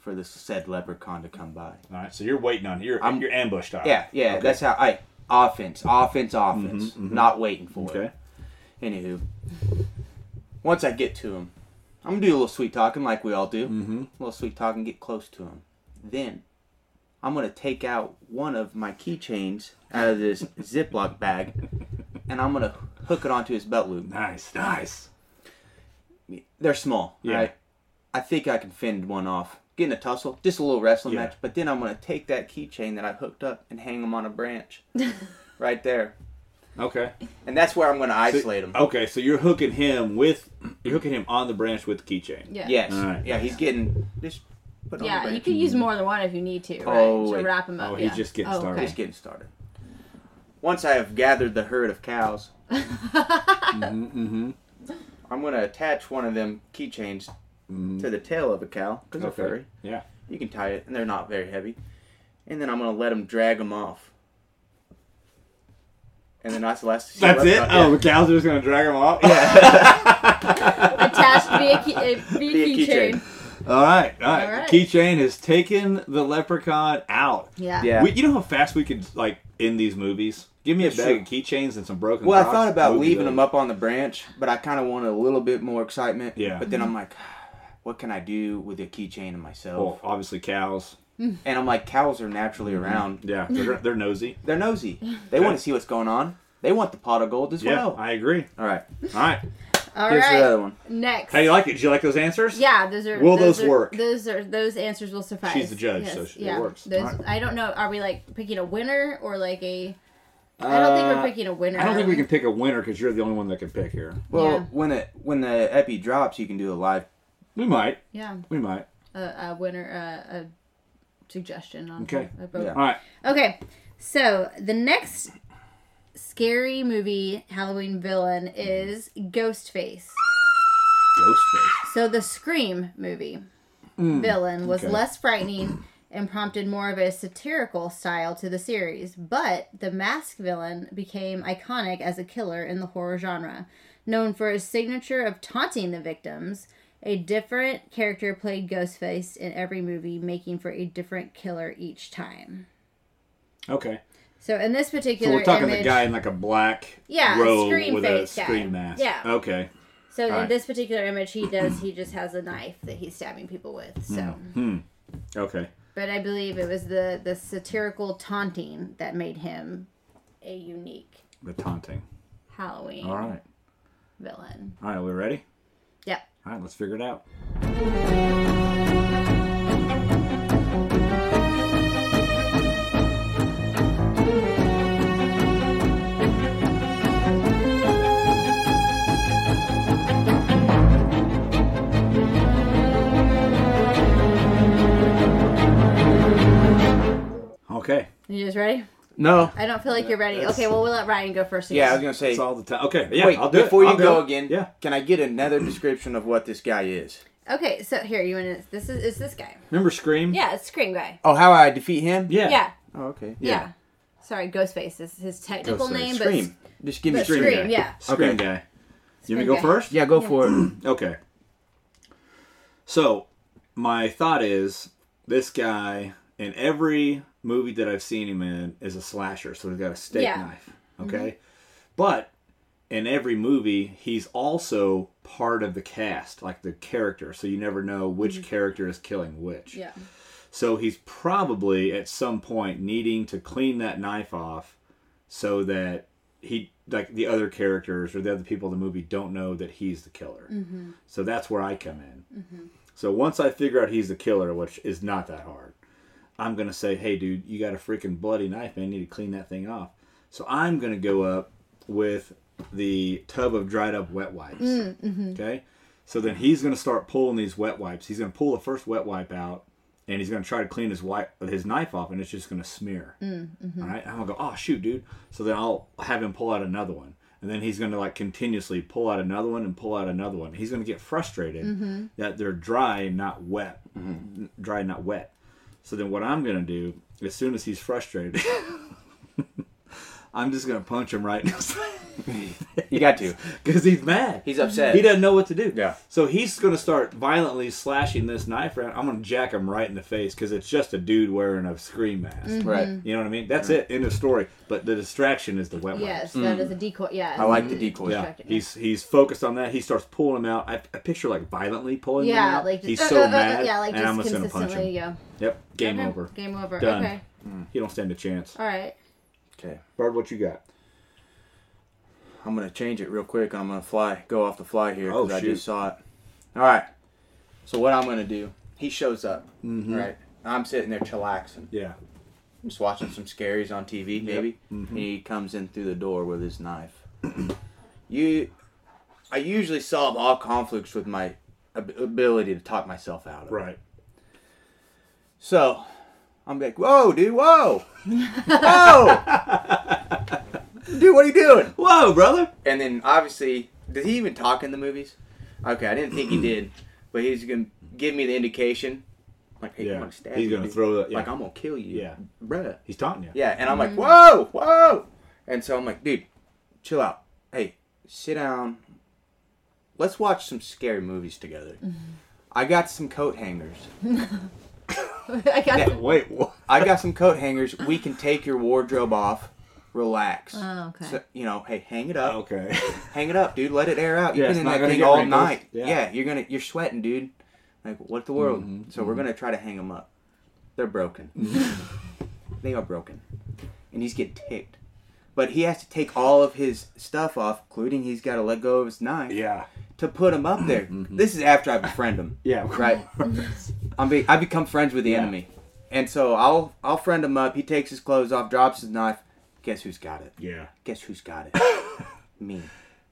for the said leprechaun to come by.
All right. So you're waiting on you're
I'm-
you're ambush style.
Yeah, yeah, that's how I offense, offense, offense. Not waiting for
Mm-hmm, Okay.
it. Anywho, once I get to him, I'm gonna do a little sweet talking like we all do. Mm-hmm. A little sweet talking, get close to him. Then I'm gonna take out one of my keychains out of this Ziploc bag, and I'm gonna hook it onto his belt loop.
Nice. Nice.
They're small,
Yeah.
right? I think I can fend one off. Get in a tussle, just a little wrestling
Yeah.
match. But then I'm gonna take that keychain that I hooked up and hang them on a branch, right there.
Okay.
And that's where I'm gonna isolate him.
Okay. So you're hooking him with you're hooking him on the branch with the keychain.
Yeah.
Yes.
All right.
Yeah, he's getting just put on
Yeah,
the
you
branch.
could use more than one if you need to, right?
Oh,
to
wait.
wrap him up.
Oh, he's
yeah.
just getting
Oh, okay.
started.
Just getting started. Once I have gathered the herd of cows,
Mm-hmm,
I'm gonna attach one of them keychains
Mm-hmm.
to the tail of a cow because they're furry.
Yeah.
You can tie it, and they're not very heavy. And then I'm gonna let him drag them off. And then that's the last.
That's it.
Yeah.
Oh, the cows are just gonna drag him off.
Yeah.
Attached via, key, uh, via
Be a
keychain.
keychain.
All right, all right.
All right.
Keychain has taken the leprechaun out.
Yeah.
Yeah.
We, you know how fast we could like end these movies? Give me a
For
bag
sure.
of keychains and some broken.
Well, I
clocks,
thought about
movie's
leaving them
over.
up on the branch, but I kind of wanted a little bit more excitement.
Yeah.
But then I'm like, what can I do with a keychain and
Well,
myself?
obviously cows.
And I'm like, cows are naturally around.
Mm-hmm. Yeah, they're, they're nosy.
They're nosy. They want to see what's going on. They want the pot of gold as
Yeah,
well.
I agree.
All right.
All right.
All
Here's the
right.
other one.
Next.
How do you like it? Did you like those answers?
Yeah, those are.
Will those
are-
work?
Those are those answers will suffice.
She's the judge, so she- it works.
Those,
Alright.
I don't know. Are we like picking a winner or like a? I don't think
Uh,
we're picking a winner.
I don't
are
think we can pick a winner because you're the only one that can pick here.
Well,
Yeah.
when it when the epi drops, you can do a live.
We might.
Yeah,
We might.
a, a winner, a, a suggestion on.
Okay.
a vote.
Yeah.
All right.
Okay, so the next scary movie Halloween villain is Ghostface.
Ghostface.
So the Scream movie villain was
Mm, okay.
less frightening and prompted more of a satirical style to the series, but the mask villain became iconic as a killer in the horror genre, known for his signature of taunting the victims. A different character played Ghostface in every movie, making for a different killer each time.
Okay.
So in this
So
particular
we're talking
image,
the guy in like a black
Yeah,
robe
scream
with
face
a
guy.
screen mask.
Yeah.
Okay.
so in
Alright.
this particular image, he does he just has a knife that he's stabbing people with. So.
Mm. Okay.
But I believe it was the, the satirical taunting that made him a unique
The taunting.
Halloween
All right.
villain.
All right. We ready?
Yep.
All right. Let's figure it out. Okay.
You guys ready?
No.
I don't feel like you're ready. Okay, well, we'll let Ryan go first.
Yeah, I
again.
was gonna say.
It's all the time. Okay. Yeah.
wait,
I'll do
before
it. I'll
you
do
go
it.
again,
Yeah.
can I get another description of what this guy is?
Okay, so here, you want to. This is it's this guy.
Remember Scream?
Yeah, it's Scream Guy.
Oh, how I defeat him?
Yeah.
Yeah. Yeah.
Oh, okay.
Sorry, Ghostface is his technical
Ghostface.
name,
Scream. Just give me
but
scream.
Scream,
guy.
yeah.
Scream
Okay.
guy. You
Scream
want me to go
guy.
first?
Yeah, go for it.
Okay. So, my thought is this guy in every movie that I've seen him in is a slasher, so he's got a steak
Yeah.
knife. Okay. But in every movie, he's also part of the cast, like the character, so you never know which character is killing which.
but yeah.
So he's probably at some point needing to clean that knife off so that he like the other characters or the other people in the movie don't know that he's the killer. So that's where I come in. So once I figure out he's the killer, which is not that hard, I'm gonna say, "Hey, dude, you got a freaking bloody knife, man. You need to clean that thing off." So I'm gonna go up with the tub of dried up wet wipes. Okay. So then he's gonna start pulling these wet wipes. He's gonna pull the first wet wipe out, and he's gonna try to clean his wipe his knife off, and it's just gonna smear. All right, I'm gonna go, oh shoot, dude. So then I'll have him pull out another one, and then he's gonna like continuously pull out another one and pull out another one. He's gonna get frustrated that they're dry, and not wet, N- dry, and not wet. So then what I'm gonna do, as soon as he's frustrated, I'm just gonna punch him right in his
You got to.
because he's mad.
He's upset.
He doesn't know what to do.
Yeah.
So he's going to start violently slashing this knife around. I'm going to jack him right in the face because it's just a dude wearing a scream mask.
Mm-hmm.
Right.
You know what I mean? That's it. End of story. But the distraction is the wet wipes.
Yes, that
Mm.
is a decoy. Yeah.
I like the decoy.
Mm-hmm. Yeah,
distracted.
he's he's focused on that. He starts pulling him out. I, I picture like violently pulling him
Yeah,
out.
like just,
he's
uh,
so
uh, uh,
mad.
yeah, like
and
just
I'm just gonna punch him.
consistently. Yeah.
Yep, game
Okay,
over.
Game over.
Done.
Okay.
He don't stand a chance.
All right.
Okay.
Bird, what you got?
I'm gonna change it real quick, and I'm gonna fly, go off the fly here
Oh,
because I
shoot.
just saw it. All right. So what I'm gonna do? He shows up. Right. I'm sitting there chillaxing,
Mm-hmm. Yeah.
just watching some scaries on TV, maybe.
Mm-hmm.
He comes in through the door with his knife. you, I usually solve all conflicts with my ab- ability to talk myself out. Of it.
Right.
So I'm like, whoa, dude, whoa, whoa, dude, what are you doing?
Whoa, brother.
And then obviously, did he even talk in the movies? Okay, I didn't think he did, but he's gonna give me the indication, like, hey,
Yeah,
I'm gonna stab
he's
you,
gonna
dude.
throw that- yeah.
like I'm gonna kill you,
Yeah.
bruh.
He's taunting you.
Yeah, and I'm
Mm-hmm.
like, whoa, whoa, and so I'm like, dude, chill out.
Mm-hmm.
Hey, sit down. Let's watch some scary movies together. I got some coat hangers.
I got
Yeah.
Wait, what?
I got some coat hangers. We can take your wardrobe off, relax.
Oh, okay.
So, you know, hey, hang it up.
Okay.
Hang it up, dude. Let it air out. You've
Yeah,
been
it's
in
not
that
gonna
thing
get
all
wrinkles.
night.
Yeah.
Yeah. you're gonna you're sweating, dude. Like what the world?
Mm-hmm,
so we're gonna try to hang them up. They're broken.
Mm-hmm.
they are broken, and he's getting ticked. But he has to take all of his stuff off, including he's got to let go of his knife
yeah. Mm-hmm.
to put him up there. This is after I befriend him.
Yeah. of
Right.
course.
I'm be- I become friends with the
Yeah.
enemy, and so I'll I'll friend him up. He takes his clothes off, drops his knife. Guess who's got it?
yeah.
Guess who's got it? Me.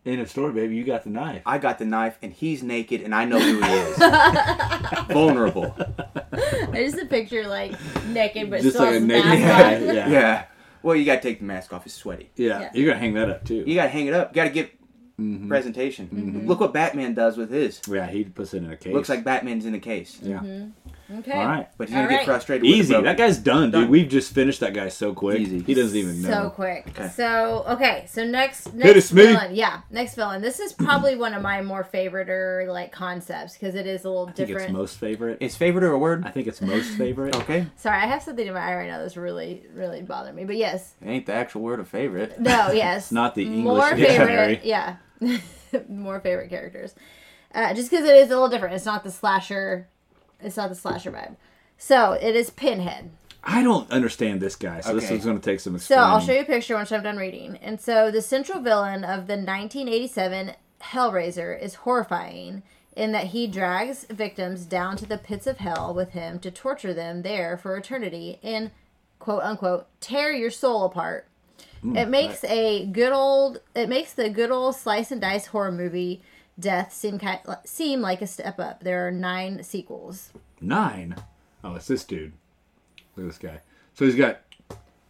End of story, baby. You got the knife.
I got the knife, and he's naked, and I know who he is. Vulnerable.
I just a picture like naked but
Just
still
like a
has a
naked guy.
mask on.
Yeah. Yeah.
Yeah. Well, you gotta take the mask off. It's sweaty.
Yeah.
You're gonna hang that up too.
You gotta hang it up. You gotta give Mm-hmm. presentation.
Mm-hmm.
Look what Batman does with his.
Yeah. He puts it in a case.
Looks like Mm-hmm. Batman's in a case,
Yeah.
Okay.
All right.
but he's gonna
All
get
right.
frustrated. with
Easy.
it, bro.
That guy's done, dude.
Done.
We've just finished that guy so quick.
Easy.
He doesn't even know.
So quick.
Okay.
So okay. So next, next
Hit us, me.
villain. Yeah, next villain. This is probably one of my more favorite or like concepts because it is a little
I think it's
different.
most favorite.
Is favorite or a word?
I think it's most favorite.
Okay,
Sorry, I have something in my eye right now that's really, really bothering me. But yes,
it ain't the actual word of favorite.
no, yes,
Not the English
more
dictionary.
favorite. Yeah, more favorite characters. Uh, just because it is a little different. It's not the slasher. It's not the slasher vibe. So it is Pinhead.
I don't understand this guy, so this
Okay.
is going to take some
So
explaining.
I'll show you a picture once I'm done reading. And so the central villain of the 1987 Hellraiser is horrifying in that he drags victims down to the pits of hell with him to torture them there for eternity and quote unquote tear your soul apart. it makes a good old it makes the good old slice and dice horror movie death seem kind, seem like a step up. There are 9 sequels.
Nine. Oh, it's this dude. Look at this guy. So he's got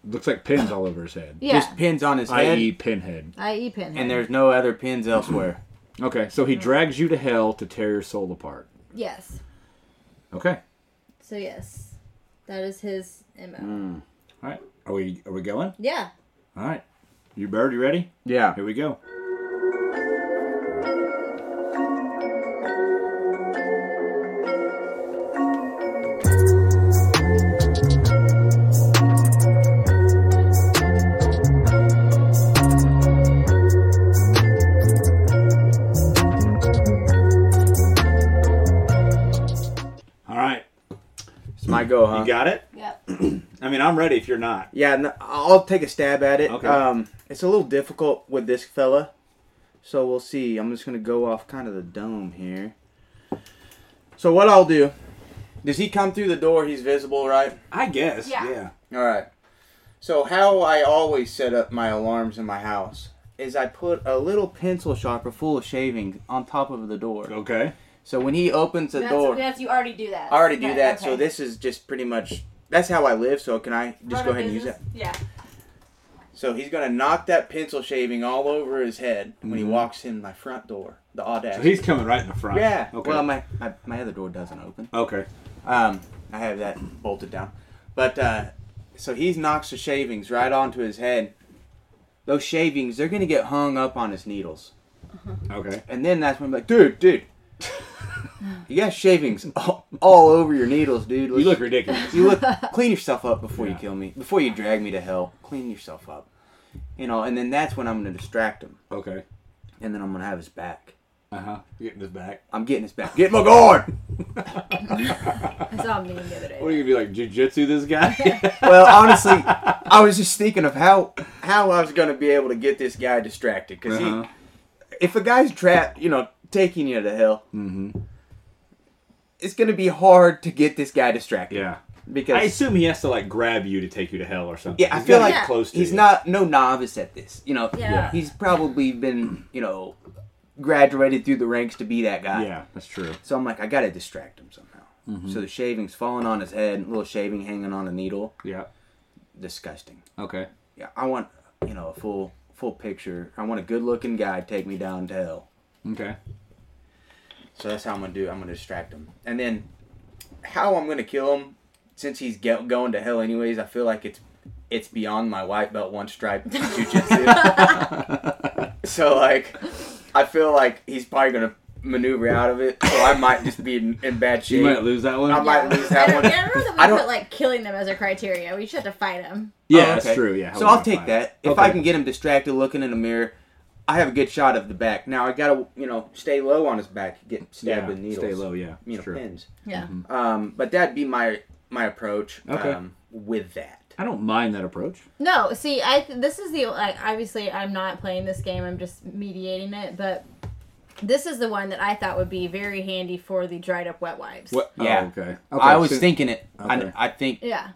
looks like pins all over his head.
Yeah.
Just pins on his head,
I.e. pinhead.
I.E. Pinhead.
and there's no other pins elsewhere.
Okay, so
Mm-hmm.
he drags you to hell to tear your soul apart.
yes.
Okay.
So yes. That is his MO.
All right. Are we are we going?
Yeah.
All right. You bird, you ready?
Yeah.
Here we go. All right,
It's my go, huh?
you got it.
Yep.
I mean, I'm ready. If you're not,
Yeah, no, I'll take a stab at it.
Okay.
Um, it's a little difficult with this fella, so we'll see. I'm just gonna go off kind of the dome here. So what I'll do? Does he come through the door? He's visible, right?
I guess.
Yeah.
All right. So how I always set up my alarms in my house is I put a little pencil sharper full of shavings on top of the door.
Okay.
So when he opens the door,
you already do that.
I already do that. So this is just pretty much that's how I live. So can I just go ahead and use that?
Yeah.
So he's gonna knock that pencil shaving all over his head when he walks in my front door. The
Mm-hmm. So
audacity.
he's coming right in the front.
yeah.
Okay.
Well, my, my my other door doesn't open.
okay.
Um, I have that bolted down. But uh, so he knocks the shavings right onto his head. Those shavings, they're gonna get hung up on his needles,
Okay.
and then that's when I'm like, dude, dude, you got shavings all, all over your needles, dude.
You
Let's-
look ridiculous.
you look clean yourself up before you
Yeah.
kill me before you drag me to hell clean yourself up you know and then that's when i'm gonna distract him
okay.
and then i'm gonna have his back
Uh huh. Getting his back.
i'm getting his back get my guard
I saw a meme the other day.
What are you gonna be like? Jujitsu this guy?
well honestly i was just thinking of how how i was gonna be able to get this guy distracted because
Uh-huh.
he if a guy's trapped you know taking you to hell
Mm-hmm.
it's gonna be hard to get this guy distracted
yeah. I
because
assume he has to like grab you to take you to hell or something.
Yeah, I
He's
feel
gotta
like
get close to
he's
you.
not no novice at this. You know,
Yeah.
he's probably been you know graduated through the ranks to be that guy.
Yeah, Mm-hmm. that's true.
So I'm like, I gotta distract him somehow. So the shaving's falling on his head, little shaving hanging on a needle.
Yeah.
Disgusting.
Okay.
Yeah, I want you know a full full picture. I want a good looking guy to take me down to hell.
Okay.
So that's how I'm gonna do. it. I'm gonna distract him, and then how I'm gonna kill him. Since he's go- going to hell anyways, I feel like it's it's beyond my white belt one stripe jujitsu. so like, I feel like he's probably gonna maneuver out of it, so I might just be in, in bad shape.
You might lose that one.
I might
Yeah.
lose that
I don't,
one.
I remember that we
I don't-
put like killing them as a criteria. We should have to fight them.
Oh,
yeah,
okay.
that's true. Yeah.
So
how
I'll
we
take
fight.
that. If
Okay.
I can get him distracted looking in the mirror, I have a good shot of the back. Now I gotta, you know, stay low on his back, get stabbed
yeah,
with needles,
Stay low. Yeah.
you know,
true.
pins.
Yeah.
Um, but that'd be my my approach.
Okay.
Um, with that.
I don't mind that approach.
No, see, I th- this is the like obviously I'm not playing this game. I'm just mediating it, but this is the one that I thought would be very handy for the dried up wet wipes.
What?
Yeah.
Oh, okay. okay.
I was
so-
thinking it.
Okay.
I, I think.
Yeah.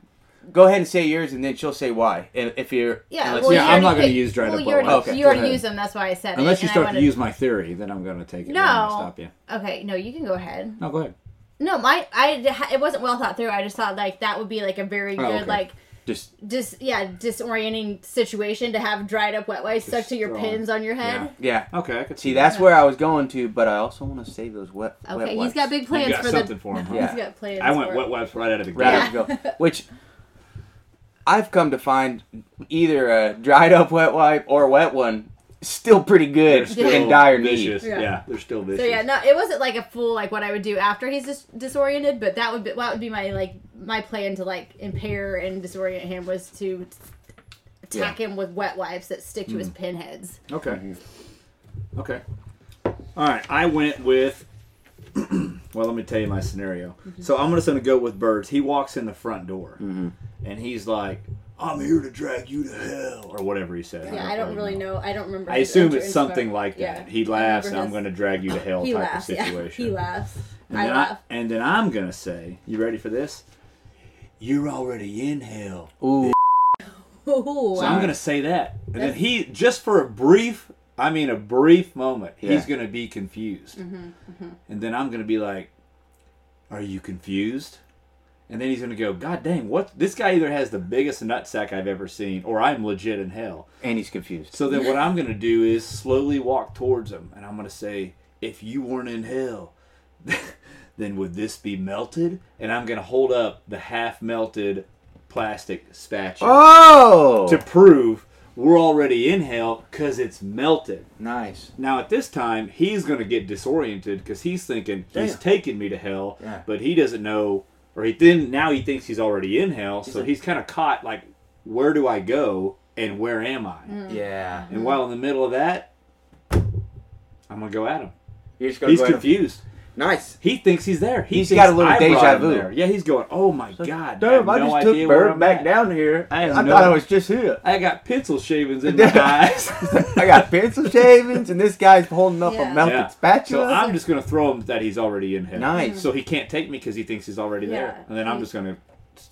Go ahead and say yours, and then she'll say why. If, if you're.
Yeah.
unless
well,
you-
Yeah,
you
I'm
already
not gonna
picked-
use dried
well,
up
you
wet
already,
wipes. Okay,
You
go
already
ahead.
use them. That's why I said.
Unless
it,
you
and I
start
wanted-
to use my theory, then I'm gonna take it.
No.
I'm gonna Stop you.
Okay. No, you can go ahead.
No, go ahead.
No, my I it wasn't well thought through. I just thought like that would be like a very
Oh,
good
okay.
like
Just
dis yeah disorienting situation to have dried up wet wipes stuck to your
throw 'em.
pins on your head.
yeah.
Okay, I could
See, that's where I was going to, but I also want to save those wet. wet
Okay,
wipes.
he's got big plans
got
for
something
the.
for him, huh?
Yeah.
He's got plans.
I went
for
wet
it.
wipes right out of the
Right
gate.
out of the go. Which I've come to find either a dried up wet wipe or a wet one still pretty good
They're
in
still
dire need.
vicious.
Yeah.
Yeah. they're still vicious.
So yeah, no, it wasn't like a full like what I would do after he's dis- disoriented, but that would be that would be my like my plan to like impair and disorient him was to attack him with wet wipes that stick to his
Hmm.
pinheads.
Okay.
Mm-hmm.
Okay. All right. I went with. well, let me tell you my scenario.
Mm-hmm.
So I'm just going to go with birds. He walks in the front door,
Mm-hmm.
and he's like, "I'm here to drag you to hell," or whatever he said.
Yeah, I don't really know. I don't remember.
I
his
assume it's
entrance,
something
but-
like that.
yeah.
He
I
laughs,
remember
"I'm
his-
going to drag you to hell"
He
type
laughs.
of
Yeah,
situation.
he laughs.
And
I
then
laugh.
and then I'm going to say, "You ready for this?" You're already in hell.
Ooh.
Ooh,
So
wow.
I'm going to say that. And then he, just for a brief, I mean a brief moment, he's
Yeah.
going to be confused. And then I'm going to be like, Are you confused? And then he's going to go, God dang, what? This guy either has the biggest nutsack I've ever seen or I'm legit in hell.
And he's confused.
So then what I'm going to do is slowly walk towards him and I'm going to say, If you weren't in hell, then would this be melted? And I'm going to hold up the half melted plastic spatula
Oh!
to prove we're already in hell because it's melted.
nice.
Now at this time, he's going to get disoriented because he's thinking he's
Damn.
taking me to hell,
Yeah.
but he doesn't know, or he then now he thinks he's already in hell, so
like-
he's kind of caught like, where do I go and where am I?
Mm.
Yeah.
And while in the middle of that, I'm gonna go at him.
You're just gonna
He's
go ahead and-
confused.
Nice.
He thinks he's there. He
He's
thinks
got a little
I brought
deja
him
vu.
there. Yeah, he's going. Oh my god!
Damn, I,
have no
just took
idea where
Bird
I'm
back
at.
down here.
I have
I
no-
thought I was just here.
I got pencil shavings in my eyes.
I got pencil shavings, and this guy's holding up
Yeah.
a melted
Yeah. So
spatula.
I'm just gonna throw him that he's already in hell.
Nice.
So he can't take me because he thinks he's already
Yeah.
there, and then I'm just gonna,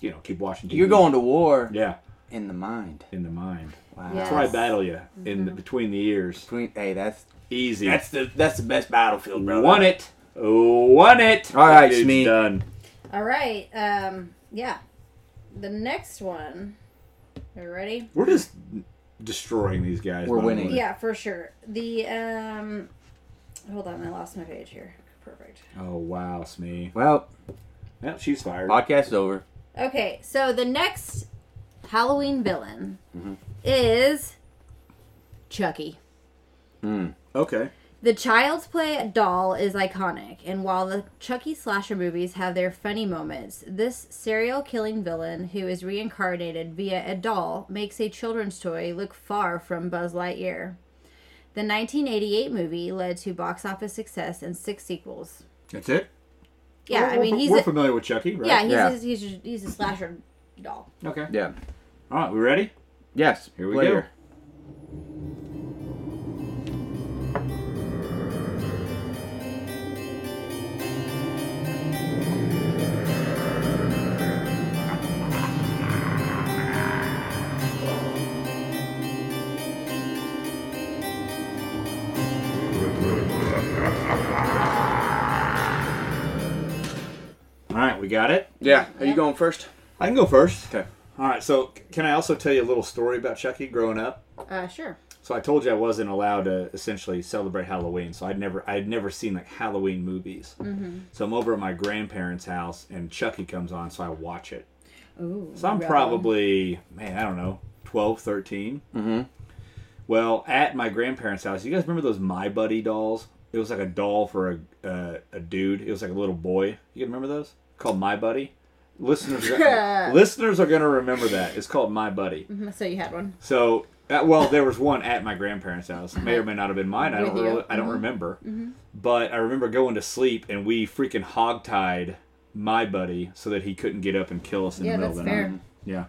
you know, keep watching. TV.
You're going to war
Yeah,
in the mind.
in the mind.
Wow.
Yeah.
That's where I battle you in the, between the ears.
Between- Hey, that's
Easy.
that's the that's the best battlefield, bro.
won it. Won it.
All
That
right,
dude's
Smee.
Done.
All right. Um. Yeah. The next one. Are you ready?
We're just destroying these guys.
We're
by the
winning.
way.
Yeah, for sure. The um. Hold on, I lost my page here. Perfect.
Oh wow, Smee.
Well,
Yep, she's fired.
podcast is over.
Okay, so the next Halloween villain
Mm-hmm.
is Chucky.
Okay.
The Child's Play doll is iconic, and while the Chucky slasher movies have their funny moments, this serial killing villain who is reincarnated via a doll makes a children's toy look far from Buzz Lightyear. The 1988 movie led to box office success and six sequels.
That's it.
Yeah,
We're-
I mean
we're-
he's
we're
a,
familiar with Chucky, right?
yeah he's
Yeah.
A, he's a, he's a slasher doll.
Okay.
Yeah.
All right, we ready?
Yes.
Here we
player.
All right, we got it.
Yeah. Are you going first?
I can go first.
Okay.
All right. So, c- can I also tell you a little story about Chucky growing up?
Uh, sure.
So I told you I wasn't allowed to essentially celebrate Halloween, so I'd never I'd never seen like Halloween movies. So I'm over at my grandparents' house and Chucky comes on, so I watch it.
Ooh,
So I'm
rebel.
probably man, I don't know, 12, 13. Mm-hmm. Well, at my grandparents' house, you guys remember those My Buddy dolls? It was like a doll for a uh, a dude. It was like a little boy. You remember those? Called My Buddy. Listeners, are, listeners are gonna remember that. It's called My Buddy.
Mm-hmm. So you had one.
So, uh, well, there was one at my grandparents' house. May or may not have been mine. I don't.
With you. Mm-hmm.
Really, I don't remember. But I remember going to sleep and we freaking hogtied my buddy so that he couldn't get up and kill us in
Yeah,
the middle
that's
of the
fair.
night. Yeah.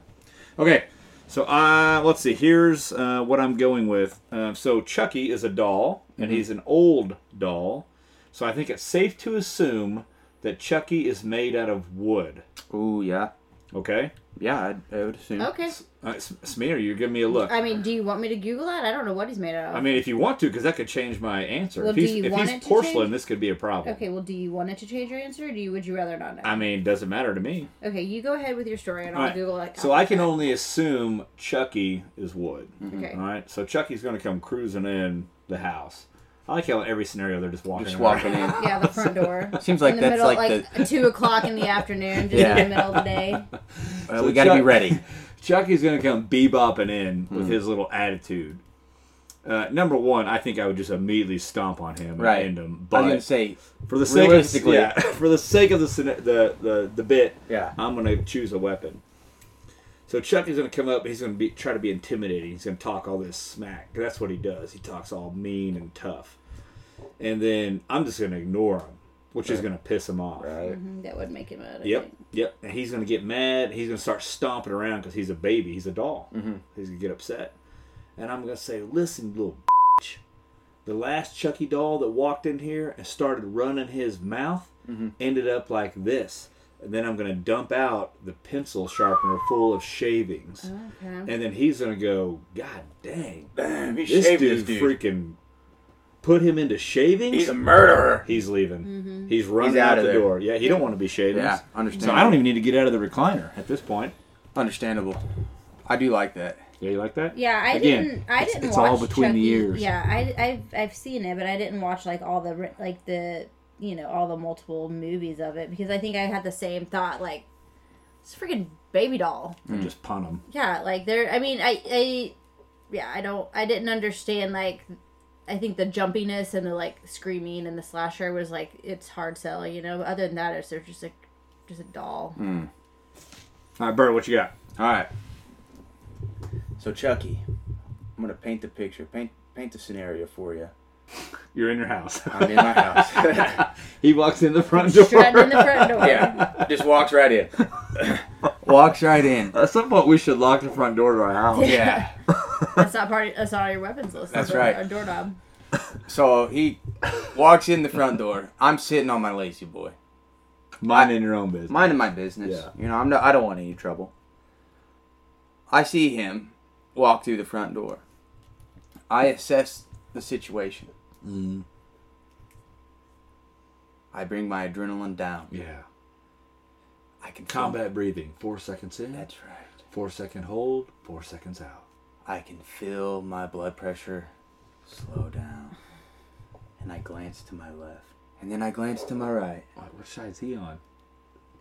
Okay. So uh, let's see. Here's uh, what I'm going with. Um, so Chucky is a doll, and
Mm-hmm.
he's an old doll. So I think it's safe to assume that Chucky is made out of wood.
Ooh, yeah.
Okay.
Yeah, I'd, I would assume.
Okay.
Uh, S- Smear, you're giving me a look.
I mean, do you want me to Google that? I don't know what he's made out of.
I mean, if you want to, because that could change my answer.
Well,
if
do
he's,
you
if
want
he's
it to
porcelain,
change?
this could be a problem.
okay, well, do you want it to change your answer, or do you would you rather not know?
I mean, doesn't matter to me.
okay, you go ahead with your story, and I'll
All right.
Google it.
so I can only assume Chucky is wood.
Okay.
All right. So Chucky's going to come cruising in the house. I like how in every scenario they're just walking.
Just
around.
walking in.
Yeah, the front door.
Seems like
in the
that's
middle,
like
two o'clock in the afternoon, just
Yeah.
in the middle of the day.
Uh,
So
we got to be
Chuck-
ready.
Chucky's going to come bebopping in
Hmm.
with his little attitude. Uh, number one, I think I would just immediately stomp on him and
Right.
end him.
I
But
was gonna say,
for the sake of,
realistically-
yeah, for the sake of the scena- the the, the bit,
yeah.
I'm gonna choose a weapon. So Chuck is gonna come up. He's gonna be try to be intimidating. He's gonna talk all this smack. That's what he does. He talks all mean and tough. And then I'm just gonna ignore him, which is gonna piss him off.
Mm, That would make him mad. I
Yep,
think.
yep. And he's gonna get mad. He's gonna start stomping around because he's a baby. He's a doll. He's gonna get upset. And I'm gonna say, "Listen, you little bitch. The last Chucky doll that walked in here and started running his mouth ended up like this." And then I'm gonna dump out the pencil sharpener full of shavings.
Okay.
And then he's gonna go, "God dang,
He
this dude,
shaved this dude.
freaking put him into shavings."
He's a murderer.
He's leaving. He's running
He's
out,
outta
the
there.
door. Yeah, he don't want to be shaved.
Yeah, understand.
So I don't even need to get out of the recliner at this point.
Understandable. I do like that.
Yeah, you like that?
Yeah, I
Again,
didn't. I
it's-
didn't.
it's
watch
all between the
Chucky.
ears.
Yeah, I, I've I've seen it, but I didn't watch like all the ri- like the you know all the multiple movies of it because I think I had the same thought like it's a freaking baby doll.
And Mm. just punt him.
Yeah, like there. I mean, I I yeah, I don't. I didn't understand like. I think the jumpiness and the like screaming and the slasher was like it's hard sell, you know. Other than that, it's they're just like just a doll.
Hmm.
All right, Bert, what you got?
All right. So Chucky, I'm gonna paint the picture, paint paint the scenario for you.
You're in your house.
I'm in my house.
he walks in the front door.
Strutting in the front door.
yeah, just walks right in. walks right in.
At some point, we should lock the front door to our house.
Yeah.
That's not part. Of, that's not on your weapons list.
That's
on
right.
A doorknob.
So he walks in the front door. I'm sitting on my lazy boy,
Minding your own business.
minding my business.
Yeah.
You know, I'm no, I don't want any trouble. I see him walk through the front door. I assess the situation.
Mm-hmm.
I bring my adrenaline down.
yeah.
I can feel-
Combat breathing. Four seconds in.
That's right.
Four second hold. Four seconds out.
I can feel my blood pressure slow down. And I glance to my left. And then I glance to my right.
What, what side's he on?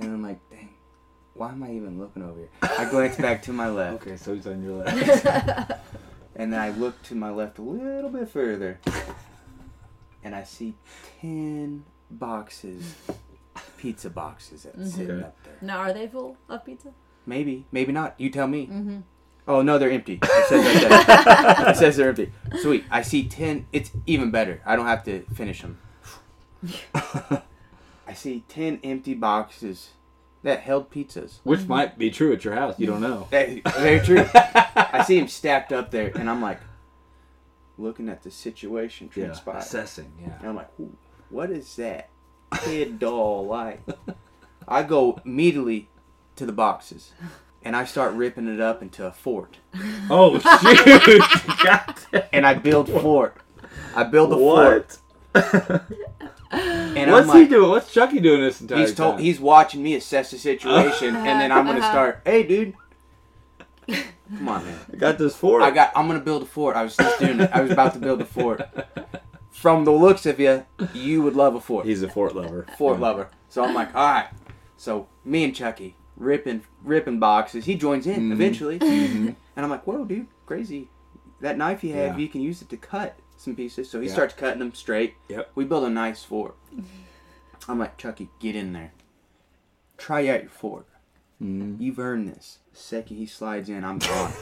And I'm like, dang, why am I even looking over here? I glance back to my left.
Okay, so he's on your left.
And then I look to my left a little bit further. And I see 10 boxes, pizza boxes that's sitting
Okay.
up there.
Now, are they full of pizza?
Maybe, maybe not. You tell me. Oh no, they're empty. It says, right there. it says they're empty. Sweet. I see ten. It's even better. I don't have to finish them. I see ten empty boxes that held pizzas.
Which might be true at your house. You don't know.
That- very true. I see them stacked up there, and I'm like, looking at the situation
Yeah.
transpire.
Assessing.
And
Yeah.
I'm like, "Ooh, what is that kid doll like? I go immediately to the boxes and I start ripping it up into a fort.
Oh shoot! God damn.
And I build fort. I build the fort.
What?
And
What's
I'm like,
he doing? What's Chucky doing this entire
he's told
time?
he's watching me assess the situation and then I'm gonna start, hey dude. Come on man.
got this fork.
I got I'm gonna build a fort. I was just doing it. I was about to build a fort. From the looks of you, you would love a fort.
He's a fort lover.
Fort Lover. So I'm like, all right. So me and Chucky ripping ripping boxes. He joins
Mm-hmm.
in eventually, and I'm like, whoa, dude, crazy. That knife you have,
Yeah.
you can use it to cut bits and pieces. So he
Yeah.
starts cutting them straight.
Yep.
We build a nice fork. I'm like, Chucky, get in there. Try out your fork.
Mm-hmm.
You've earned this. The second he slides in, I'm gone.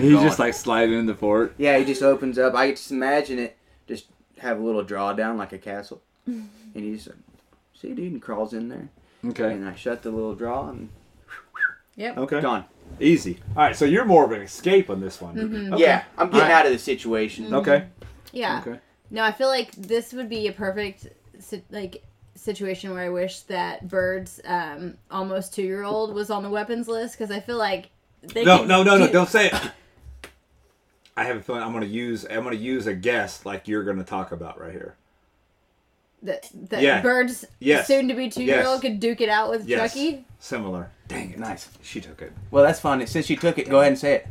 He's
gone.
just like sliding in the fort.
Yeah, he just opens up. I just imagine it just have a little drawdown like a castle. And he just, see, dude, and crawls in there.
Okay.
And I shut the little draw and
Yep.
Okay.
gone.
Easy. All right. So you're more of an escape on this one.
Mm-hmm.
Okay. Mm.
Yeah, I'm getting
Alright.
out of the situation.
Okay.
Yeah.
Okay.
No, I feel like this would be a perfect si- like situation where I wish that Bird's um, almost two year old was on the weapons list because I feel like they
No,
could
no, no, no.
do-
Don't say it. I have a feeling I'm gonna use. I'm gonna use a guess like you're gonna talk about right here.
that, that
Yeah.
Bird's
Yes.
soon to be two year old
Yes.
could duke it out with
Yes.
Chucky.
Similar. Dang it.
Nice.
She took it.
Well, that's fun. Since you took it, go ahead and say it.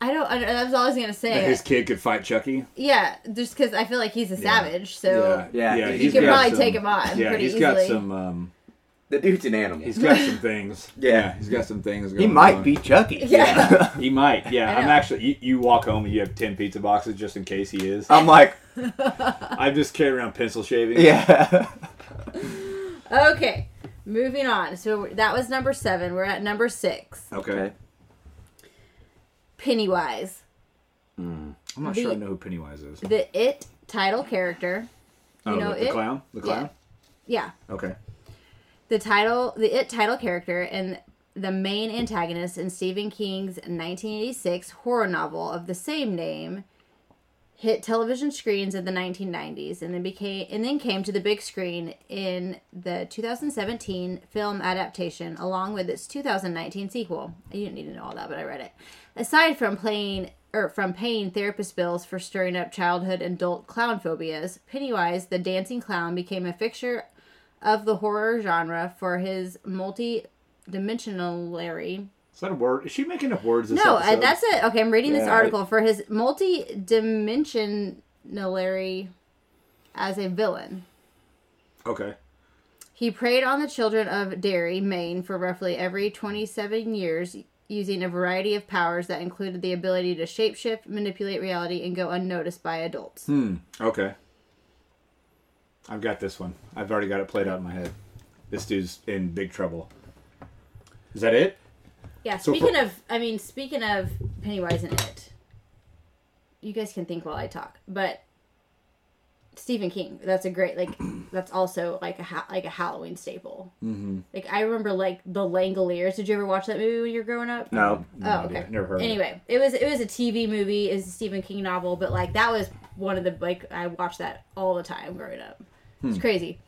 I don't. I, that was all I was gonna
That
say.
his kid could fight Chucky.
yeah, just because I feel like he's a savage, so
Yeah,
Yeah.
you
you
he's
could
got
probably
some-
take him on
Yeah.
pretty
He's
easily.
got some. Um,
The dude's an animal.
he's got some things.
Yeah.
He's got some things. Going
he might
on.
be Chucky.
Yeah.
He might. Yeah.
I
I'm
know.
actually. You, you walk home and you have ten pizza boxes just in case he
Uh,
is.
I'm like,
I just carry around pencil shavings.
yeah.
Okay, moving on. So that was number seven. We're at number six.
Okay.
Okay.
Pennywise,
I'm not
The-
sure I know who Pennywise is.
the It title character.
Oh,
know
the, the
it?
clown. The clown.
Yeah,
Okay.
the title, the It title character, and the main antagonist in Stephen King's 1986 horror novel of the same name hit television screens in the 1990s and then became and then came to the big screen in the 2017 film adaptation along with its 2019 sequel. You didn't need to know all that, but I read it. Aside from playing or from paying therapist bills for stirring up childhood and adult clown phobias, Pennywise the dancing clown became a fixture of the horror genre for his multi-dimensionality
Is that a word? Is she making up words? This
no, uh,
episode?
that's it. Okay, I'm reading this
Yeah, I-
article for his multi-dimensionalary as a villain.
okay.
He preyed on the children of Derry, Maine, for roughly every 27 years, using a variety of powers that included the ability to shapeshift, manipulate reality, and go unnoticed by adults.
Okay. I've got this one. I've already got it played out in my head. This dude's in big trouble. Is that it?
Yeah.
So
Speaking
for-
of, I mean, speaking of Pennywise and it, you guys can think while I talk, but Stephen King. That's a great like. That's also like a ha- like a Halloween staple. Mm-hmm. Like I remember like the Langoliers. Did you ever watch that movie when you were growing up?
No.
No
Oh,
idea.
okay.
Never heard of it.
Anyway, it was it was a TV movie. It's a Stephen King novel, but like that was one of the like I watched that all the time growing up. It's
Hmm.
crazy.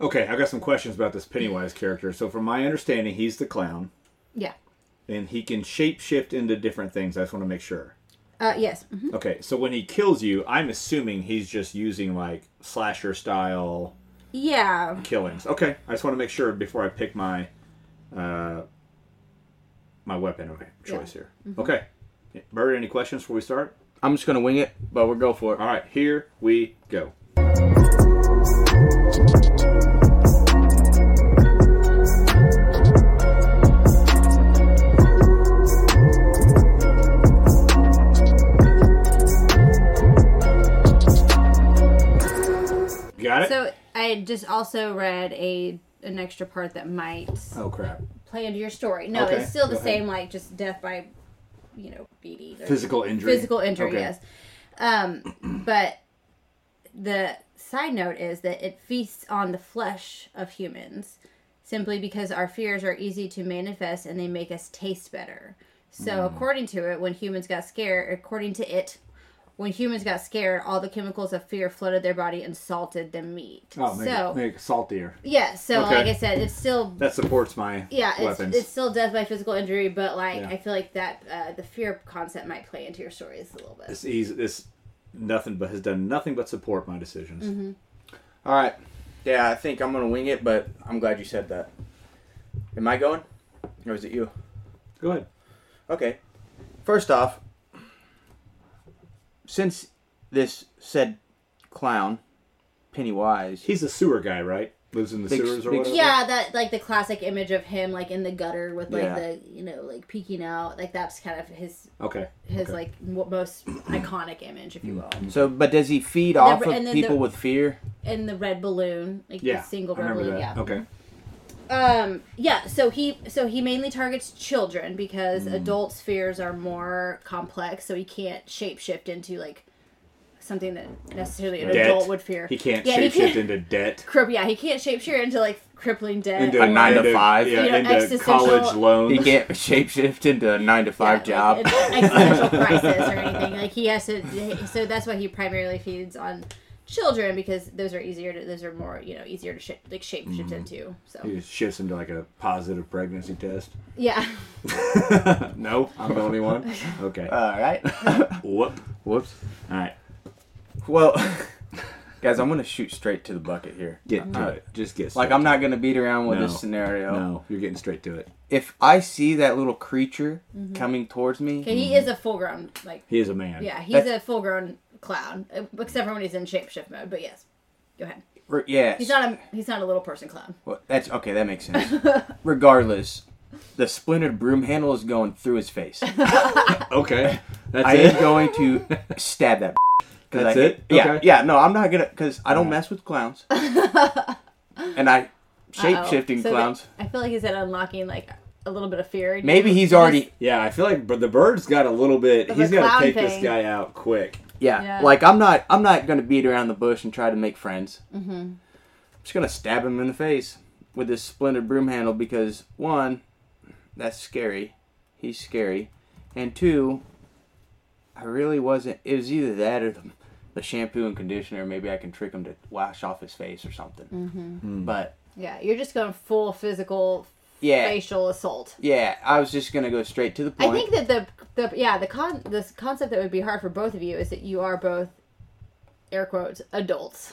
Okay, I've got some questions about this Pennywise character. So, from my understanding, he's the clown,
Yeah.
and he can shapeshift into different things. I just want to make sure.
Uh, yes. mhm.
Okay, so when he kills you, I'm assuming he's just using like slasher style
Yeah.
killings. Okay, I just want to make sure before I pick my uh, my weapon of choice here. Okay, Bird, any questions before we start?
I'm just going to wing it, but we'll go for it.
All right, here we go. Got it.
So I just also read a an extra part that might
oh crap!
play into your story. No,
Okay,
it's still the
go ahead.
same, like just death by, you know, beating. or-
Physical injury.
Physical injury,
Okay.
yes. Um, but the side note is that it feasts on the flesh of humans simply because our fears are easy to manifest and they make us taste better. So,
Mm.
according to it, when humans got scared, according to it, when humans got scared, all the chemicals of fear flooded their body and salted the meat.
Oh, make,
so,
it, make it saltier.
yeah, so
Okay.
like I said, it's still
That supports my
yeah, it's,
weapons.
it's still death by physical injury, but like
Yeah.
I feel like that uh, the fear concept might play into your stories a little bit.
This he's this nothing but has done nothing but support my decisions.
Mm-hmm.
All right. Yeah, I think I'm going to wing it, but I'm glad you said that. Am I going? Or is it you?
Go ahead.
Okay. First off, since this said clown, Pennywise,
He's a sewer guy, right? lives in the
Big-
sewers or
big-
whatever.
Yeah, that like the classic image of him like in the gutter with like
Yeah.
the you know like peeking out like that's kind of his
Okay.
his
okay. Mm.
like mo- most iconic image if you will.
So, but does he feed
And
off
the- and
of
then
people
the-
with fear?
And the red balloon, like
yeah,
the single
I
red
remember
balloon,
that.
yeah.
Okay.
Um yeah, so he so he mainly targets children
Mm.
because adults' fears are more complex, so he can't shapeshift into like something that necessarily an
Debt.
adult would fear.
He can't
Yeah, he
shapeshift
can't-
into debt.
Crip, yeah, he can't shapeshift into like crippling debt.
Into
A nine to five.
Yeah,
You know,
into
existential-
college loans.
He can't shapeshift into a nine to five
Yeah, like
job.
an existential crisis or anything. Like he has to. So that's why he primarily feeds on children because those are easier. to Those are more you know easier to shape, like shape shift
Mm-hmm.
into. So
He shifts him to like a positive pregnancy test.
yeah,
no, I'm the only one. Okay.
All right.
Whoop.
Whoops.
All right.
Well, guys, I'm gonna shoot straight to the bucket here.
Get to
Uh,
it. Just get.
Like
straight
I'm
to
not gonna beat around with
No.
this scenario.
It. No, you're getting straight to it.
If I see that little creature coming towards me,
okay, Mm-hmm. he is a full grown like
He is a man.
yeah, he's
That's-
a full grown clown uh, except for when he's in shapeshift mode. But yes, go ahead.
re- yes,
He's not a he's not a little person clown.
Well, that's okay. That makes sense. Regardless, the splintered broom handle is going through his face.
Okay. That's
I
it.
am going to stab that. Cause
That's
I,
it?
Yeah,
Okay.
yeah. No, I'm not gonna because I don't mess with clowns, and I shape shifting
Uh-oh. So
clowns.
that- I feel like he's at unlocking like a little bit of fear.
Maybe he's already
Yeah, I feel like but the bird's got a little bit.
Of
He's
a
got
clown
to take this
thing.
guy out quick.
yeah,
Yeah.
Like I'm not I'm not gonna beat around the bush and try to make friends. Mm-hmm. I'm just gonna stab him in the face with this splintered broom handle because one, that's scary. He's scary, and two, I really wasn't. It was either that or the, the shampoo and conditioner. Maybe I can trick him to wash off his face or something.
Hmm.
Mm-hmm. But
Yeah, you're just going full physical
yeah,
facial assault.
yeah. I was just gonna go straight to the
I
point.
think that the the yeah the con this concept that would be hard for both of you is that you are both air quotes adults.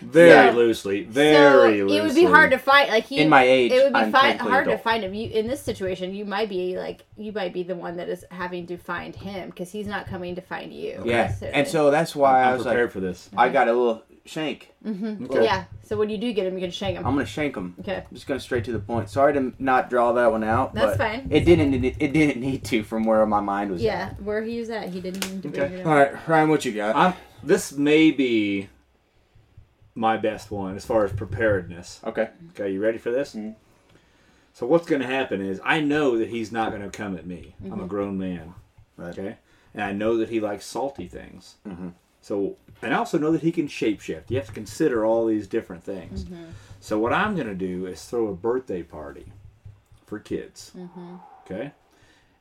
Very
Yeah.
loosely. Very
so
loosely.
it would be hard to find like he,
In my age,
It would be
I'm
fi-
technically
hard
adult.
to find him. You in this situation, you might be like you might be the one that is having to find him because he's not coming to find you.
yeah,
necessarily.
and so that's why i
I'm
was
prepared
like,
for this.
I got a little shank.
Okay.
yeah. So when you do get him, you can shake him.
I'm gonna shank him.
okay.
I'm just going straight to the point. Sorry to not draw that one out.
That's
but
fine.
It didn't. It, it didn't need to from where my mind was.
Yeah, where he was at, he didn't need to
Okay.
bring it
At.
up.
All right, Ryan, what you got?
I'm, this may be my best one as far as preparedness.
okay.
Okay, you ready for this? So what's going to happen is I know that he's not going to come at me. I'm a grown man.
Right. Mm-hmm.
Okay, and I know that he likes salty things. So, and I also know that he can shapeshift. You have to consider all these different things.
Mm-hmm.
So what I'm going to do is throw a birthday party for kids.
Mm-hmm.
Okay,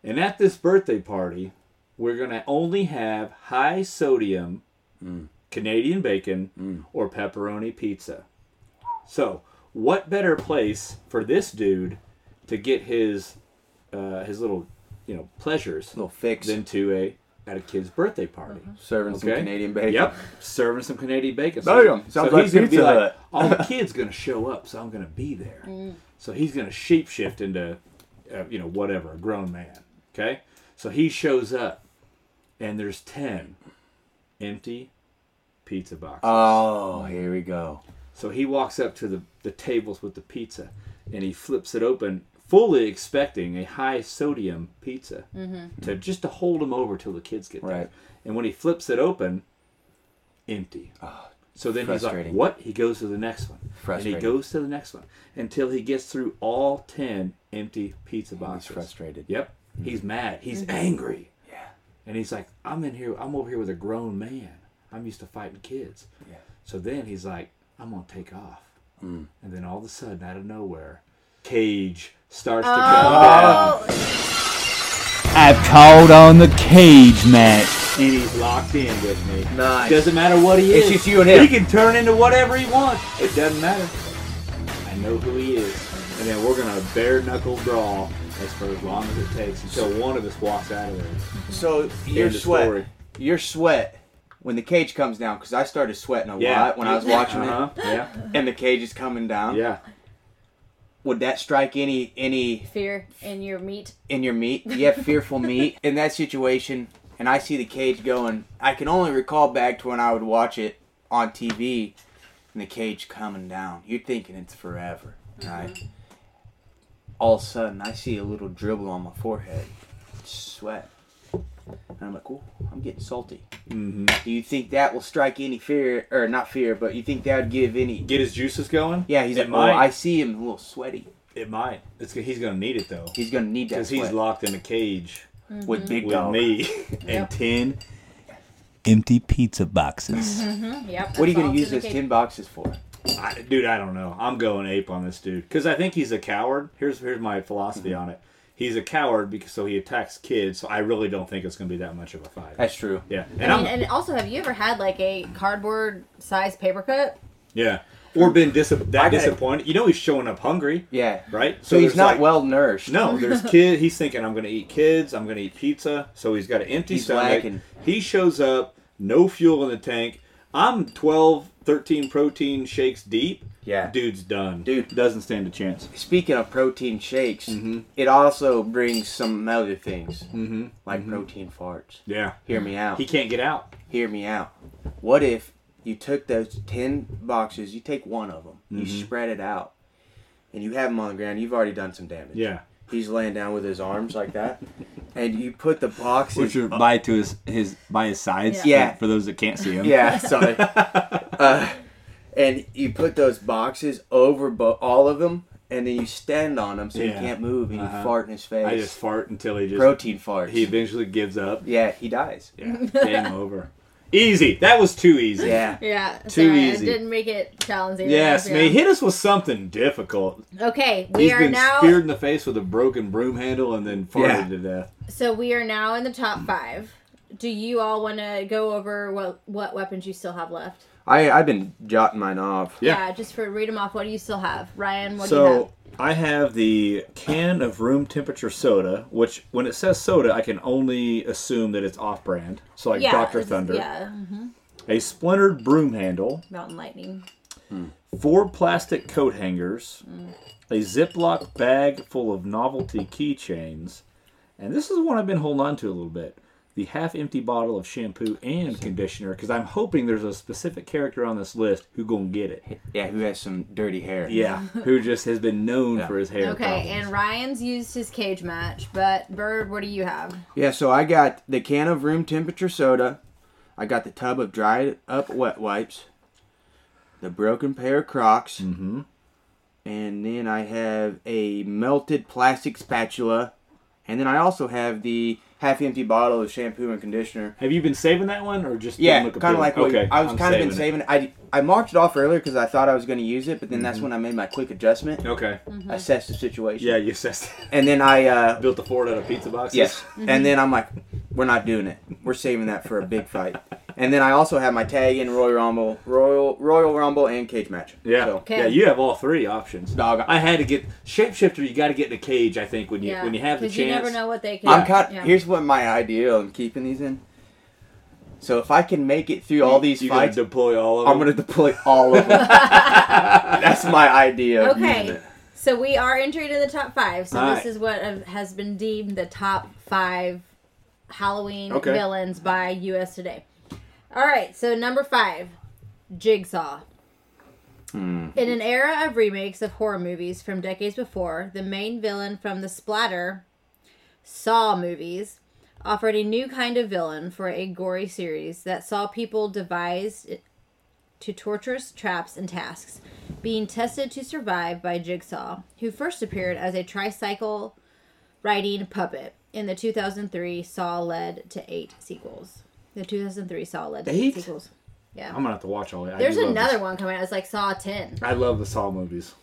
and at this birthday party, we're going to only have high sodium
Mm.
Canadian bacon or pepperoni pizza. So, what better place for this dude to get his uh, his little you know pleasures
Little fix.
than to a at a kid's birthday party?
serving some
Okay.
Canadian bacon.
Yep, serving some Canadian bacon.
Damn, sounds like Pizza Hut.
all the kids gonna show up, so I'm gonna be there. So he's gonna shapeshift into, uh, you know, whatever, a grown man. Okay, so he shows up, and there's ten empty pizza boxes.
Oh, here we go.
So he walks up to the, the tables with the pizza and he flips it open, fully expecting a high sodium pizza to just to hold him over till the kids get there.
Right.
And when he flips it open, empty. so then he's like,
Ah, frustrating.
"What?" He goes to the next one, and he
Frustrating.
goes to the next one until he gets through all ten empty pizza boxes.
frustrated. Mm-hmm.
Yep. He's mad. He's angry. Yeah. And he's like, "I'm in here. I'm over here with a grown man. I'm used to fighting kids."
Yeah.
So then he's like, I'm gonna take off. And then all of a sudden, out of nowhere, Mm. Cage starts
Oh.
to come down. I've called on the cage match. And he's locked in with me.
Nice.
Doesn't matter what he
It's
is.
just you and him.
He can turn into whatever he wants. It doesn't matter. I know who he is. And then we're gonna bare knuckle draw as for as long as it takes until one of us walks out of there.
So your
End of
sweat,
story.
your sweat, when the cage comes down, because I started sweating a
Yeah.
lot when I was watching
Uh-huh.
it,
Yeah.
and the cage is coming down.
Yeah.
Would that strike any any
Fear in your meat.
in your meat. You have fearful meat in that situation. And I see the cage going. I can only recall back to when I would watch it on TV, and the cage coming down. You're thinking it's forever, right? All of a sudden, I see a little dribble on my forehead, It's sweat, and I'm like, "Ooh, I'm getting salty."
Mm-hmm.
Do you think that will strike any fear, or not fear, but you think that would give any?
Get his juices going.
Yeah, he's
it
like,
might.
"Oh, I see him a little sweaty.
It might. It's go- he's gonna need it though,
He's gonna need that
because he's
sweat
locked in a cage
with big
with
dog."
me and
Yep.
ten empty pizza boxes.
Yep.
What are you
that's
gonna
all
use
the
those
cage.
tin boxes for?
I, dude, I don't know. I'm going ape on this dude because I think he's a coward. Here's here's my philosophy
Mm-hmm.
on it. He's a coward because so he attacks kids. So I really don't think it's gonna be that much of a fight.
That's true.
yeah, and
I
I'm
mean, and also, have you ever had like a cardboard sized paper cup?
yeah, or been dis- that
gotta-
disappointed. You know he's showing up hungry,
Yeah.
right?
So, he's
there's
not
like-
well nourished.
No, there's kid. He's thinking I'm gonna eat kids. I'm gonna eat pizza. So he's got an empty
He's
stomach.
lacking.
He shows up, no fuel in the tank. I'm 12, 13 protein shakes deep.
Yeah.
dude's done.
Dude.
doesn't stand a chance.
Speaking of protein shakes, it also brings some other things mm-hmm. like protein farts.
Yeah,
Hear me out.
he can't get out.
Hear me out. What if you took those 10 boxes, you take one of them, you spread it out, and you have him on the ground? You've already done some damage.
Yeah.
He's laying down with his arms like that, and you put the boxes.
Which are by to his his by his sides.
Yeah.
For, for those that can't see him.
Yeah, sorry. uh, and you put those boxes over bo- all of them, and then you stand on them so
Yeah.
he can't move, and
Uh-huh.
you fart in his face.
I just fart until he just
Protein farts.
he eventually gives up.
yeah, he dies.
Yeah, game over. Easy. That was too easy.
Yeah.
Yeah.
Too
sorry,
easy.
I didn't make it challenging.
Yes,
enough,
man.
yeah.
Hit us with something difficult.
Okay, we
He's
are
been
now.
speared in the face with a broken broom handle and then farted
Yeah.
to death.
So we are now in the top five. Do you all want to go over what what weapons you still have left?
I, I've been jotting mine off.
Yeah.
just for read them off. What do you still have, Ryan? What do you have?
So I have the can of room temperature soda, which when it says soda, I can only assume that it's off-brand. So like Doctor
it's-
Thunder,
Yeah,
a splintered broom handle,
Mountain Lightning.
four plastic coat hangers,
Mm.
a Ziploc bag full of novelty keychains, and this is one I've been holding on to a little bit. The half empty bottle of shampoo and conditioner, because I'm hoping there's a specific character on this list who gonna get it.
Yeah, who has some dirty hair.
Yeah, who just has been known
Yeah.
for his hair.
okay,
problems.
and Ryan's used his cage match, but Bird, what do you have?
Yeah, so I got the can of room temperature soda. I got the tub of dried up wet wipes. The broken pair of Crocs. Mm-hmm. And then I have a melted plastic spatula. And then I also have the half empty bottle of shampoo and conditioner.
Have you been saving that one or just
Yeah,
didn't look
kind of
appealing?
like what you- I was
I'm
kind of been
it.
saving it. I, I marked it off earlier because I thought I was going to use it, but then that's when I made my quick adjustment.
Okay.
Mm-hmm.
I assessed the situation.
Yeah, you assessed
And then I uh,
built the Ford out of pizza boxes.
Yes.
Mm-hmm.
And then I'm like, we're not doing it. We're saving that for a big fight. And then I also have my tag in Royal Rumble, Royal Royal Rumble, and cage match.
Yeah.
So,
Okay.
Yeah, you have all three options.
Dog,
I had to get shapeshifter. You got to get in a cage. I think when you
yeah,
when you have the
'cause
chance.
you never know what they can.
I'm kind.
yeah.
Here's what my idea on keeping these in. So if I can make it through all these
you gotta
fights,
deploy all of
I'm
them.
gonna deploy all of them. That's my idea. of using
Okay,
it.
so we are entering in the top five. So
All right.
this is what have- has been deemed the top five Halloween
Okay.
villains by U.S. Today. All right, so number five, Jigsaw.
Hmm.
In an era of remakes of horror movies from decades before, the main villain from the splatter Saw movies offered a new kind of villain for a gory series that saw people devised to torturous traps and tasks, being tested to survive by Jigsaw, who first appeared as a tricycle riding puppet in the 2003 Saw led to eight sequels. The 2003 Saw led to
Eight?
eight, sequels. Yeah.
I'm gonna have to watch all that. I
There's
do love
another
this.
one coming out. It's like Saw 10.
I love the Saw movies.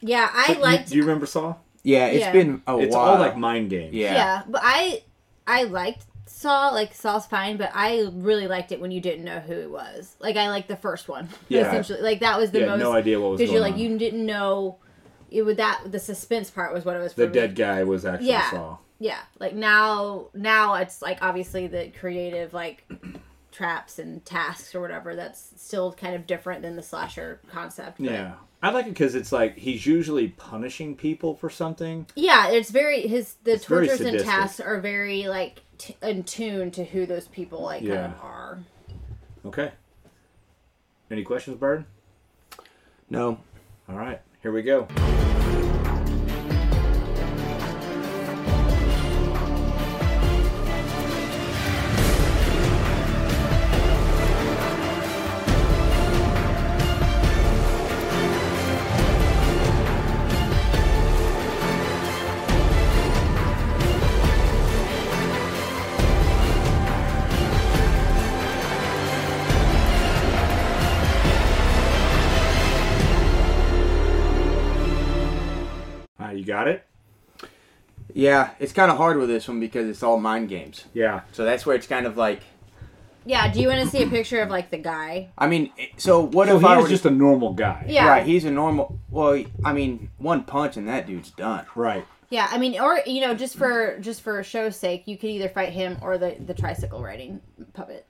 Yeah, I
You-
liked.
Do you remember Saw?
Yeah, it's
Yeah.
been a
It's
while.
all like mind games.
yeah.
yeah. but I I liked Saw. Like Saw's fine, but I really liked it when you didn't know who it was. Like I liked the first one.
Yeah.
Essentially, like that was the
Yeah,
most.
no idea what was
Because you're
going
like you didn't know. It would that the suspense part was what it was. For
The
me.
dead guy was actually
Yeah.
Saw.
Yeah. Like now, now it's like obviously the creative like traps and tasks or whatever that's still kind of different than the slasher concept. but-
Yeah. I like it because it's like he's usually punishing people for something.
Yeah, it's very his the
very
tortures and
sadistic.
tasks are very like t- in tune to who those people like kind
Yeah.
of are.
Okay. Any questions, Bird?
No.
All right, here we go. All right, Uh, you got it?
Yeah, it's kind of hard with this one because it's all mind games.
Yeah.
So that's where it's kind of like.
Yeah. Do you want to see a picture of like the guy?
I mean, it- so what
So
if I
he
were
was just a normal guy.
Yeah.
Right, he's a normal. Well, I mean, one punch and that dude's done.
Right.
Yeah. I mean, or you know, just for just for show's sake, you could either fight him or the the tricycle riding puppet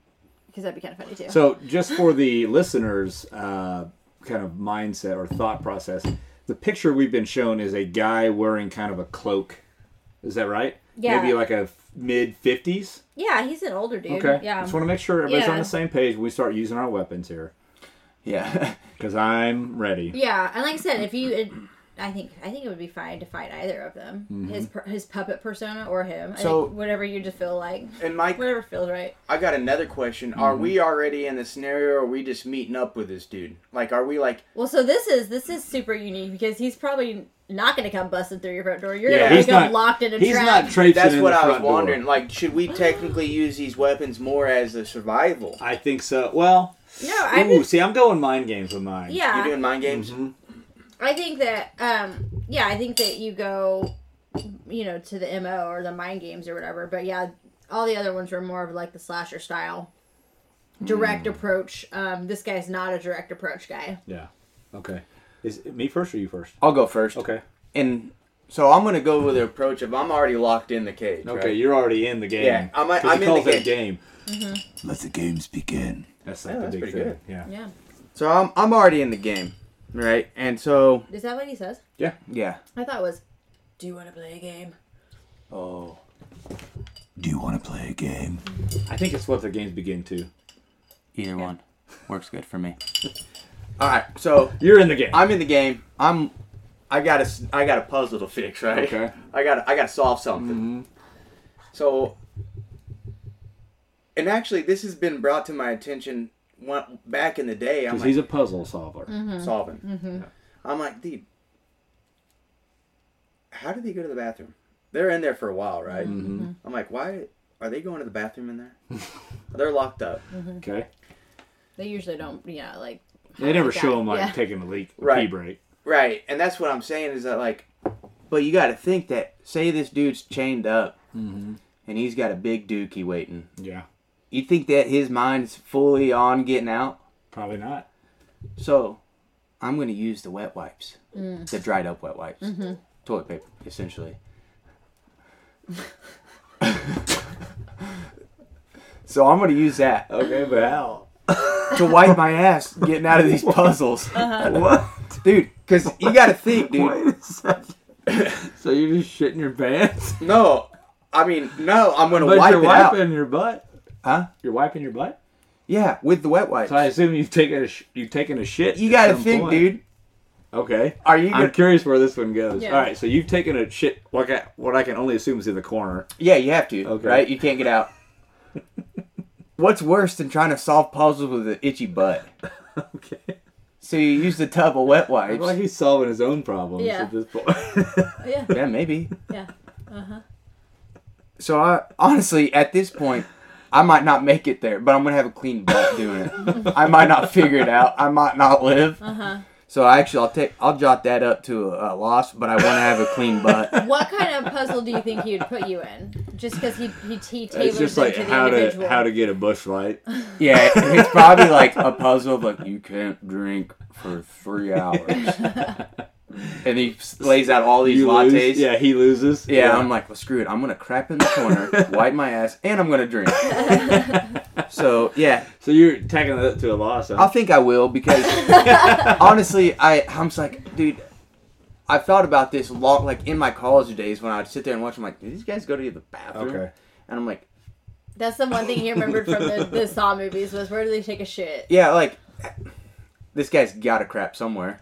because that'd be kind of funny too.
So, just for the listeners' uh, kind of mindset or thought process, the picture we've been shown is a guy wearing kind of a cloak. Is that right?
Yeah.
Maybe like a mid 50s?
yeah, he's an older dude.
Okay.
Yeah.
Just want to make sure everybody's
Yeah.
on the same page. when We start using our weapons here
Yeah.
because I'm ready.
Yeah, and like I said, if you, it, I think I think it would be fine to fight either of them,
Mm-hmm.
his per, his puppet persona or him. I
So-
think whatever you just feel like,
and Mike,
whatever feels right.
I got another question. Are we already in the scenario? Or are we just meeting up with this dude? Like, are we like?
Well, so this is this is super unique because he's probably not going to come busting through your front door. You're
Yeah,
going
he's
to go
not-
locked in a
He's
trap.
not traipsing
That's
in
what
the
I was
front door.
wondering. Like, should we technically use these weapons more as a survival?
I think so. Well,
no, I'm
ooh,
just,
see, I'm going mind games with mine.
You
yeah.
doing mind games?
I think that um yeah, I think that you go, you know, to the mo or the mind games or whatever. But yeah, all the other ones were more of like the slasher style. Direct approach. Um, this guy's not a direct approach guy.
Yeah. Okay. Is it me first or you first?
I'll go first.
Okay.
And so I'm gonna go with the approach of I'm already locked in the cage.
Okay,
right?
you're already in the game.
Yeah, I'm-
'Cause
I'm
he
in the
calls that
game.
Let the games begin.
That's like
Oh,
the
that's
big
pretty
thing.
good.
Yeah.
Yeah.
So I'm I'm already in the game, right? And so
Is that what he says?
yeah.
I thought it was, do you want to play a game?
Oh.
Do you want to play a game?
I think it's what the games begin to.
Either one works good for me. All right, so
You're in the game.
I'm in the game. I'm I got a s- I got a puzzle to fix, right?
Okay. Mm-hmm.
I got I got to solve something. So and actually this has been brought to my attention one, back in the day. I'm
Because
like,
he's a puzzle solver.
Mm-hmm.
solving. I'm like, dude, how did they go to the bathroom? They're in there for a while, right?
Mm-hmm.
I'm like, why are they going to the bathroom in there? They're locked up,
Okay.
They usually don't, yeah, like.
They never
Yeah.
show him like
Yeah.
taking a leak, a pee
Right.
break.
right? And that's what I'm saying is that like, but you got to think that say this dude's chained up, and he's got a big dookie waiting.
Yeah.
You think that his mind's fully on getting out?
Probably not.
So, I'm gonna use the wet wipes, the dried up wet wipes, toilet paper, essentially. so I'm gonna use that
Okay, but how?
to wipe my ass getting out of these puzzles,
What?
dude. Because you gotta think, dude.
a second. so you're just shitting your pants?
No, I mean, no. I'm gonna
But
wipe it
you're
out.
wiping your butt.
Huh?
You're wiping your butt?
Yeah, with the wet wipes.
So I assume you've taken a sh- you've taken a shit.
you
at
gotta
some
think,
point.
dude.
Okay.
Are you
I'm
gonna?
curious where this one goes.
Yeah.
All right, so you've taken a shit. Like I, what I can only assume is in the corner.
Yeah, you have to.
Okay.
Right? You can't get out. What's worse than trying to solve puzzles with an itchy butt?
Okay.
So you use the tub of wet
I feel like
wipes.
he's solving his own problems
Yeah.
at this point.
Yeah,
Yeah, maybe.
yeah.
So I honestly, at this point, I might not make it there, but I'm gonna have a clean butt doing it. I might not figure it out. I might not live. So actually, I'll take, I'll jot that up to a, a loss, but I want to have a clean butt.
What kind of puzzle do you think he'd put you in? Just because he, he, he tailors
it's just
them
like
to the
how
individual.
to how to get a bush light.
Yeah, it's probably like a puzzle, like you can't drink for three hours, and he s- lays out all these
You
lattes.
lose- Yeah, he loses.
Yeah, I'm like, well, screw it. I'm gonna crap in the corner, wipe my ass, and I'm gonna drink. so yeah,
so you're taking that to a loss. huh?
I think I will because honestly, I I'm just like, dude, I thought about this a lot, like in my college days when I'd sit there and watch. I'm like, do these guys go to the bathroom?
Okay.
And I'm like,
That's the one thing he remembered from the, the Saw movies was where do they take a shit?
yeah, like, this guy's got a crap somewhere.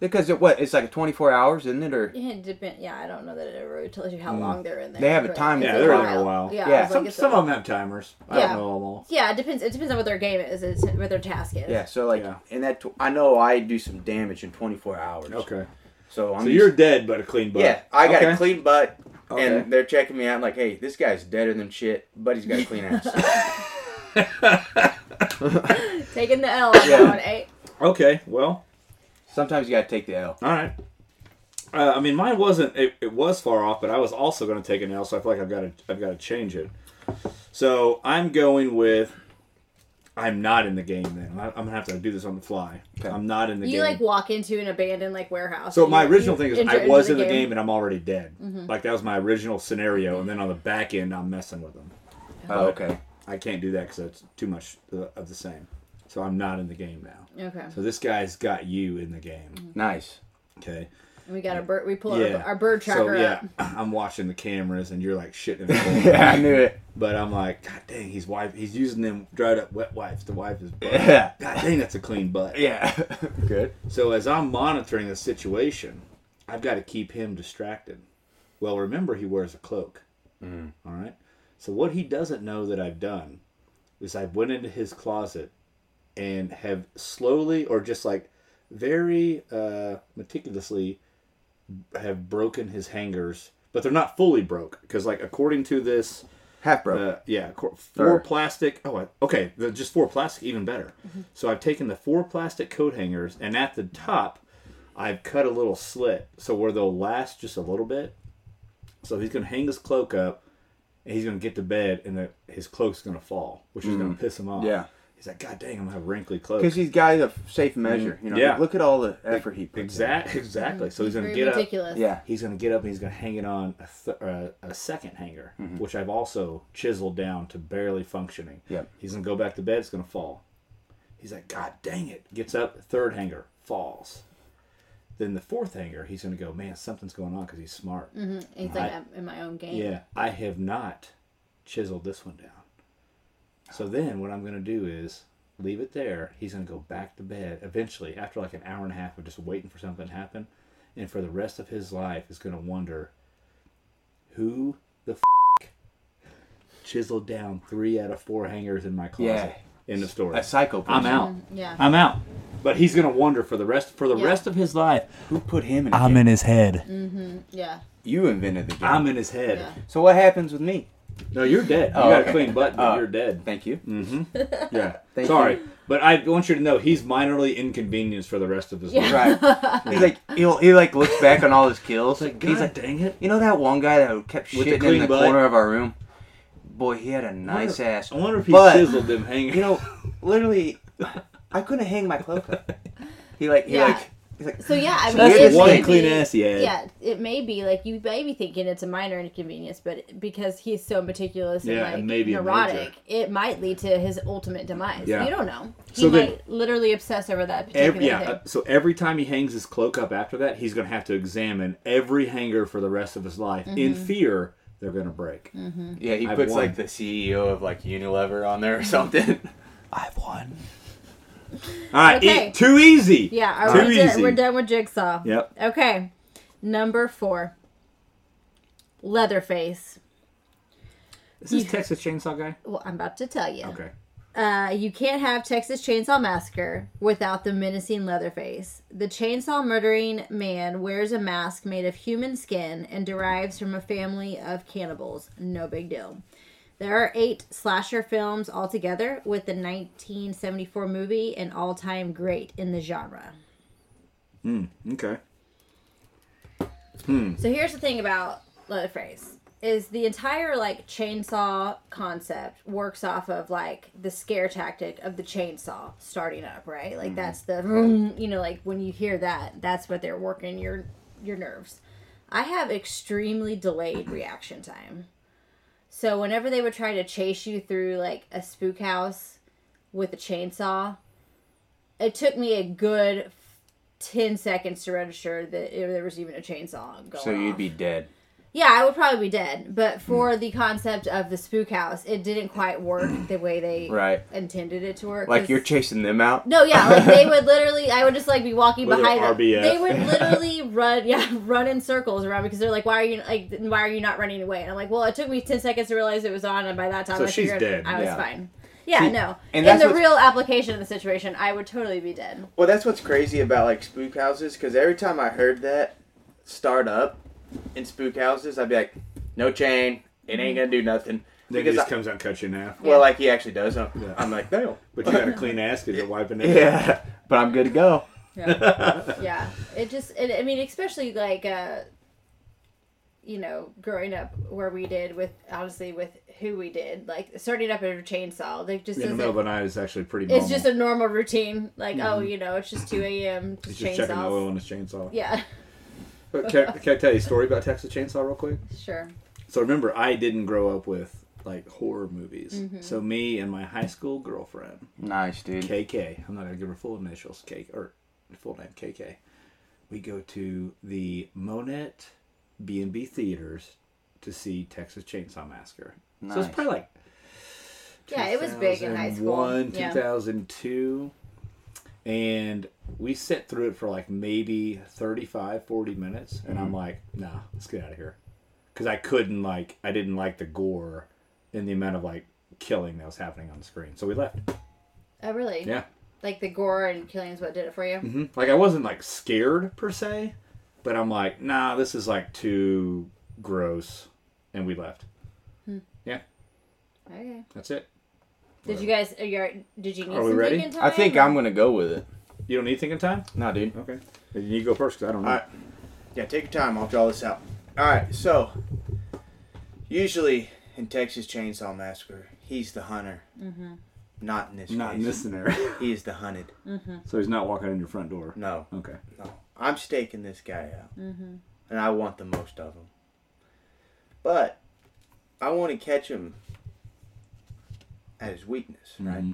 Because it what? It's like 24 hours, isn't it? Or
It depend. Yeah, I don't know that it really tells you how long they're in there.
They have a
but
time
it's
Yeah, they're in
there Mm. a while.
Yeah,
Yeah.
it's like
Some,
it's
some
a-
of them have timers. I
Yeah.
don't know them all.
Yeah, it depends. It depends on what their game is. It's what their task is.
yeah, so like
Yeah.
in that tw- I know I do some damage in 24 hours.
Okay.
So I'm
So
just-
you're dead, but a clean butt.
yeah, I got
Okay.
a clean butt,
Okay.
and they're checking me out. like, hey, this guy's deader than shit, but he's got a clean ass.
Taking the L. on that
Yeah.
one, eh?
Okay. Well,
Sometimes you gotta take the L.
All right. Uh, I mean, mine wasn't. It, it was far off, but I was also going to take an L, so I feel like I've got to. I've got to change it. So I'm going with. I'm not in the game then. I, I'm gonna have to do this on the fly.
Okay.
I'm not in the
You
game.
like walk into an abandoned like warehouse.
so
and
my
you-
original
you
thing is
enter
I
into
was in the game and I'm already dead. Like that was my original scenario, and then on the back end I'm messing with them.
Oh, okay.
I can't do that because that's too much uh, of the same. So I'm not in the game now.
Okay,
So this guy's got you in the game.
Nice.
Okay.
we got our bird. We pull
Yeah.
our, our bird tracker
so yeah,
up.
I'm watching the cameras, and you're like shitting in the corner.
Yeah, I knew it.
But I'm like, God dang, he's wipe. He's using them dried up wet wipes to wipe his butt.
Yeah.
God dang, that's a clean butt.
Yeah. Good.
So as I'm monitoring the situation, I've got to keep him distracted. Well, remember he wears a cloak. All right. So what he doesn't know that I've done is I've went into his closet and have slowly or just like very uh, meticulously have broken his hangers, but they're not fully broke because like according to this
Half broke.
uh, yeah, cor-
Sure.
four plastic. Oh, I- okay, the, just four plastic, even better.
Mm-hmm.
So I've taken the four plastic coat hangers, and at the top, I've cut a little slit so where they'll last just a little bit. So he's gonna hang his cloak up, and he's gonna get to bed, and the, his cloak's gonna fall, which is gonna piss him off.
Mm. Yeah.
he's like, God dang, I'm gonna have a wrinkly cloak.
Because he's got a safe measure. You know,
Yeah.
look at all the effort he puts. in.
Exact, exactly. So he's gonna
Very
get up.
ridiculous.
Yeah.
He's gonna get up and he's gonna hang it on a, th- uh, a second hanger, which I've also chiseled down to barely functioning.
Yep.
He's gonna go back to bed. It's gonna fall. He's like, God dang it! Gets up, third hanger falls. Then the fourth hanger, he's gonna go, man, something's going on because he's smart.
He's like I'm in my own game.
Yeah, I have not chiseled this one down. So then what I'm going to do is leave it there. He's going to go back to bed eventually after like an hour and a half of just waiting for something to happen. And for the rest of his life is going to wonder who the f- chiseled down three out of four hangers in my closet in the store.
A psycho
I'm
person.
out.
Yeah.
I'm out. But he's going to wonder for the rest for the
Yeah.
rest of his life.
Who put him in?
I'm
in.
in his head.
Yeah.
You invented the game.
I'm in his head.
Yeah.
so what happens with me?
No, you're dead. You
Oh,
got
okay.
a clean butt, but
Oh.
you're dead.
Thank you.
Mm. Yeah.
Thank
Sorry. But I want you to know he's minorly inconvenienced for the rest of his
Yeah.
life.
Right. he's like he'll, he like looks back on all his kills.
Like, God
he's like,
dang it.
you know that one guy that kept
With the
shitting in
clean
the
butt?
corner of our room. Boy, he had a nice
wonder-
ass.
I wonder if he
But-
chiseled them hanging.
You know, literally, I couldn't hang my cloak up. He like he
Yeah.
like he's like
So yeah, I mean,
That's
it
the one
may
clean
be-
ass he had.
Yeah, it may be like you may be thinking it's a minor inconvenience, but because he's so meticulous and
Yeah,
like
and maybe a
neurotic,
major.
it might lead to his ultimate demise.
Yeah.
You don't know. He
So then-
might literally obsess over that particular
Every, yeah.
thing.
uh, So every time he hangs his cloak up after that, he's going to have to examine every hanger for the rest of his life in
Mm-hmm.
fear they're going to break.
Mm. yeah he
I've
puts
won.
like the CEO of like Unilever on there or something.
I've won. All right. e-
Okay.
too easy.
Yeah, all
Too
right, we're, done-
easy.
we're done with Jigsaw.
Yep.
Okay, number four. Leatherface.
Is this Texas Chainsaw Guy?
Well, I'm about to tell you.
Okay.
Uh, you can't have Texas Chainsaw Massacre without the menacing Leatherface. The chainsaw murdering man wears a mask made of human skin and derives from a family of cannibals. No big deal. There are eight slasher films altogether, with the 1974 movie an all time great in the genre.
Okay.
So here's the thing about Leatherface is the entire like chainsaw concept works off of like the scare tactic of the chainsaw starting up, right? Like that's the vroom, you know like when you hear that, that's what they're working your your nerves. I have extremely delayed reaction time. So whenever they would try to chase you through like a spook house with a chainsaw, it took me a good 10 seconds to register that it, there was even a chainsaw going
So you'd
off.
be Hmm. dead.
yeah, I would probably be dead. But for the concept of the spook house, it didn't quite work the way they
Right.
intended it to work.
Like
'cause-
you're chasing them out.
No, yeah, like they would literally. I would just like be walking
With their
behind them.
RBF.
They would literally run, yeah, run in circles around because they're like, "Why are you like? Why are you not running away?" And I'm like, "Well, it took me ten seconds to realize it was on, and by that time,
So
I
she's
figured
dead.
I was
Yeah.
fine." Yeah,
See,
no.
and
In
that's
the
what's-
real application of the situation, I would totally be dead.
Well, that's what's crazy about like spook houses because every time I heard that start up in spook houses, I'd be like, no chain, it ain't gonna do nothing.
Then he
Because
just
I-
comes out and cuts you in half.
Well, like he actually does. I'm,
Yeah.
I'm like, no.
But you got a clean ass because you're wiping it.
Yeah, but I'm good to go.
Yeah, yeah. It just, it, I mean, especially like, uh, you know, growing up where we did with honestly with who we did, like starting up at a chainsaw, like just
In the
isn't-
middle of the night is actually pretty normal.
it's just a normal routine. Like, oh, you know, it's just two a.m.
He's
Just
just checking the oil
chainsaws.
on his chainsaw.
Yeah,
But can, can I tell you a story about Texas Chainsaw real quick?
sure.
So remember, I didn't grow up with like horror movies. So me and my high school girlfriend,
Nice, dude.
KK, I'm not gonna give her full initials, K or full name KK. We go to the Monet B and B theaters to see Texas Chainsaw Massacre. So
Nice.
it's probably like
Yeah, it was big in high school.
2001,
Yeah.
2002. And we sat through it for like maybe 35, 40 minutes. And
Mm-hmm.
I'm like, nah, let's get out of here. Because I couldn't, like, I didn't like the gore and the amount of, like, killing that was happening on the screen. So we left.
Oh, really?
Yeah.
Like the gore and killing is what did it for you.
hmm Like, I wasn't, like, scared per se, but I'm like, nah, this is, like, too gross. And we left. Yeah,
Okay.
that's it.
Did you guys? Are you, did you need
Are we
some
ready?
thinking time?
I think I'm gonna go with it.
You don't need thinking time?
No, dude.
Okay. You go first because I don't know.
All right. Yeah, take your time. I'll draw this out. All right. So, usually in Texas Chainsaw Massacre, he's the hunter. Mm-hmm. Not in this.
Not in
case.
this scenario.
He is the hunted.
So he's not walking in your front door.
No,
Okay.
no. I'm staking this guy out, mm-hmm. and I want the most of him. But I want to catch him at his weakness, right?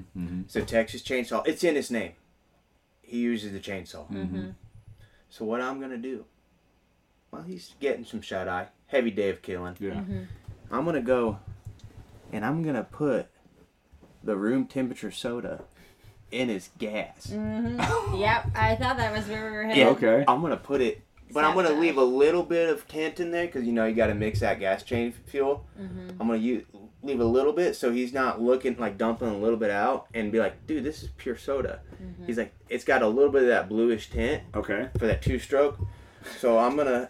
So Texas Chainsaw. It's in his name. He uses the chainsaw. So what I'm gonna do? Well, he's getting some shut eye. Heavy day of killing.
Yeah.
Mm-hmm.
I'm gonna go, and I'm gonna put the room temperature soda in his gas.
Yep. I thought that was where we were headed.
Yeah.
Okay.
I'm gonna put it, but I'm gonna
Sabotage.
leave a little bit of tint in there because you know you got to mix that gas chain f- fuel. I'm gonna u- leave a little bit so he's not looking like dumping a little bit out and be like, dude, this is pure soda. He's like, it's got a little bit of that bluish tint
Okay.
for that two stroke. So I'm gonna,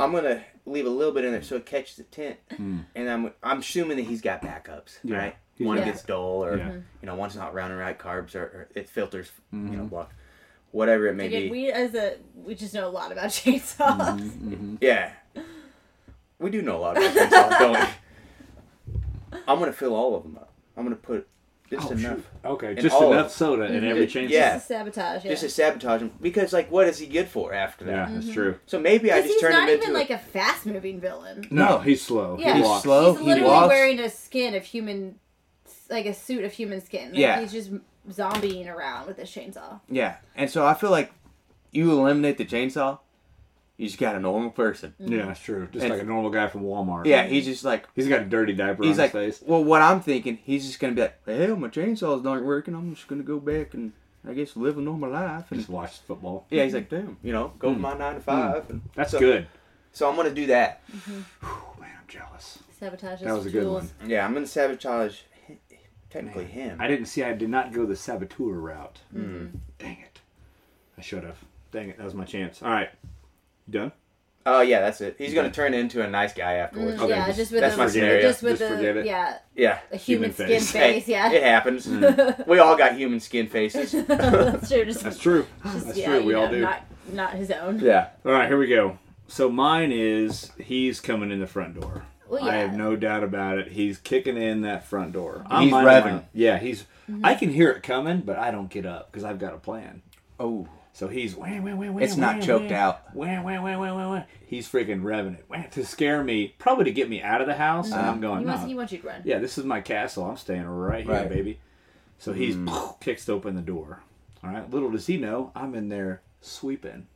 I'm gonna leave a little bit in there so it catches the tint. And I'm I'm assuming that he's got backups,
Hmm. Yeah.
right?
He's
One
got-
gets dull, or
Yeah.
you know, one's not rounding right carbs, or, or it filters, you
Mm-hmm.
know, block, whatever it may be.
Again, we as a we just know a lot about chainsaws.
Mm-hmm.
Yeah. We do know a lot about chainsaws, don't we? I'm gonna fill all of them up. I'm gonna put just enough,
Okay.
And
just
all
enough
of-
soda in every
Mhm.
chainsaw.
Yeah.
Just to sabotage. Yeah.
just to sabotage him, because like, what does he get for after that?
Yeah, that's
Mm-hmm.
true.
So maybe I
Because
just
he's
turn him
not
into
even
a-
like a fast moving villain.
No, he's slow.
Yeah.
He
He's
walks.
slow.
He's
he
literally
walks.
wearing a skin of human, like a suit of human skin. Like,
Yeah.
He's just zombieing around with his chainsaw.
Yeah, and so I feel like you eliminate the chainsaw, you just got a normal person.
Mm-hmm.
Yeah, that's true. Just
And-
like a normal guy from Walmart.
Yeah, he's just like
He's got a dirty diaper
he's
on
like.
his face.
Well, what I'm thinking, he's just gonna be like, "Hell, my chainsaw's not working. I'm just gonna go back and I guess live a normal life." And
Just watched football.
yeah, he's like, "Damn, you know, go to my nine to five. And
Hmm. That's
so-
good.
So I'm gonna do that.
Oh man, I'm jealous.
Sabotages.
That was a good one.
Yeah, I'm gonna sabotage hi- technically him.
I didn't see. I did not go the saboteur route.
Hmm.
Dang it. I should have. Dang it. That was my chance. All right. You done?
Oh yeah, that's it. He's gonna turn into a nice guy afterwards.
Okay,
yeah,
just-
just, with
that's
the,
my scenario.
just with
Just forget
the
it.
yeah,
Yeah.
a human,
Human
skin
face.
face.
Hey,
yeah,
It happens. we all got human skin faces.
that's true. Just,
That's true. That's
yeah,
true.
you
We all
know,
do.
Not, not his own.
yeah.
All right, here we go. So mine is he's coming in the front door.
Well,
I
Oh, yeah.
have no doubt about it. He's kicking in that front door. I'm
He's
minding my-
revving.
Yeah, he's.
Mm-hmm.
I can hear it coming, but I don't get up because I've got a plan.
Oh.
So he's wham, wham, wham, wham,
It's not
wham,
choked
wham,
out.
Wham, wham, wham, wham, wham, wham. He's freaking revving it wham, to scare me, probably to get me out of the house. And I'm going,
He wants,
"No,
he wants Uh-huh. you to run.
yeah, this is my castle. I'm staying right Mm. here,
Right.
baby. So he's kicks open the door. All right. Little does he know, I'm in there sweeping,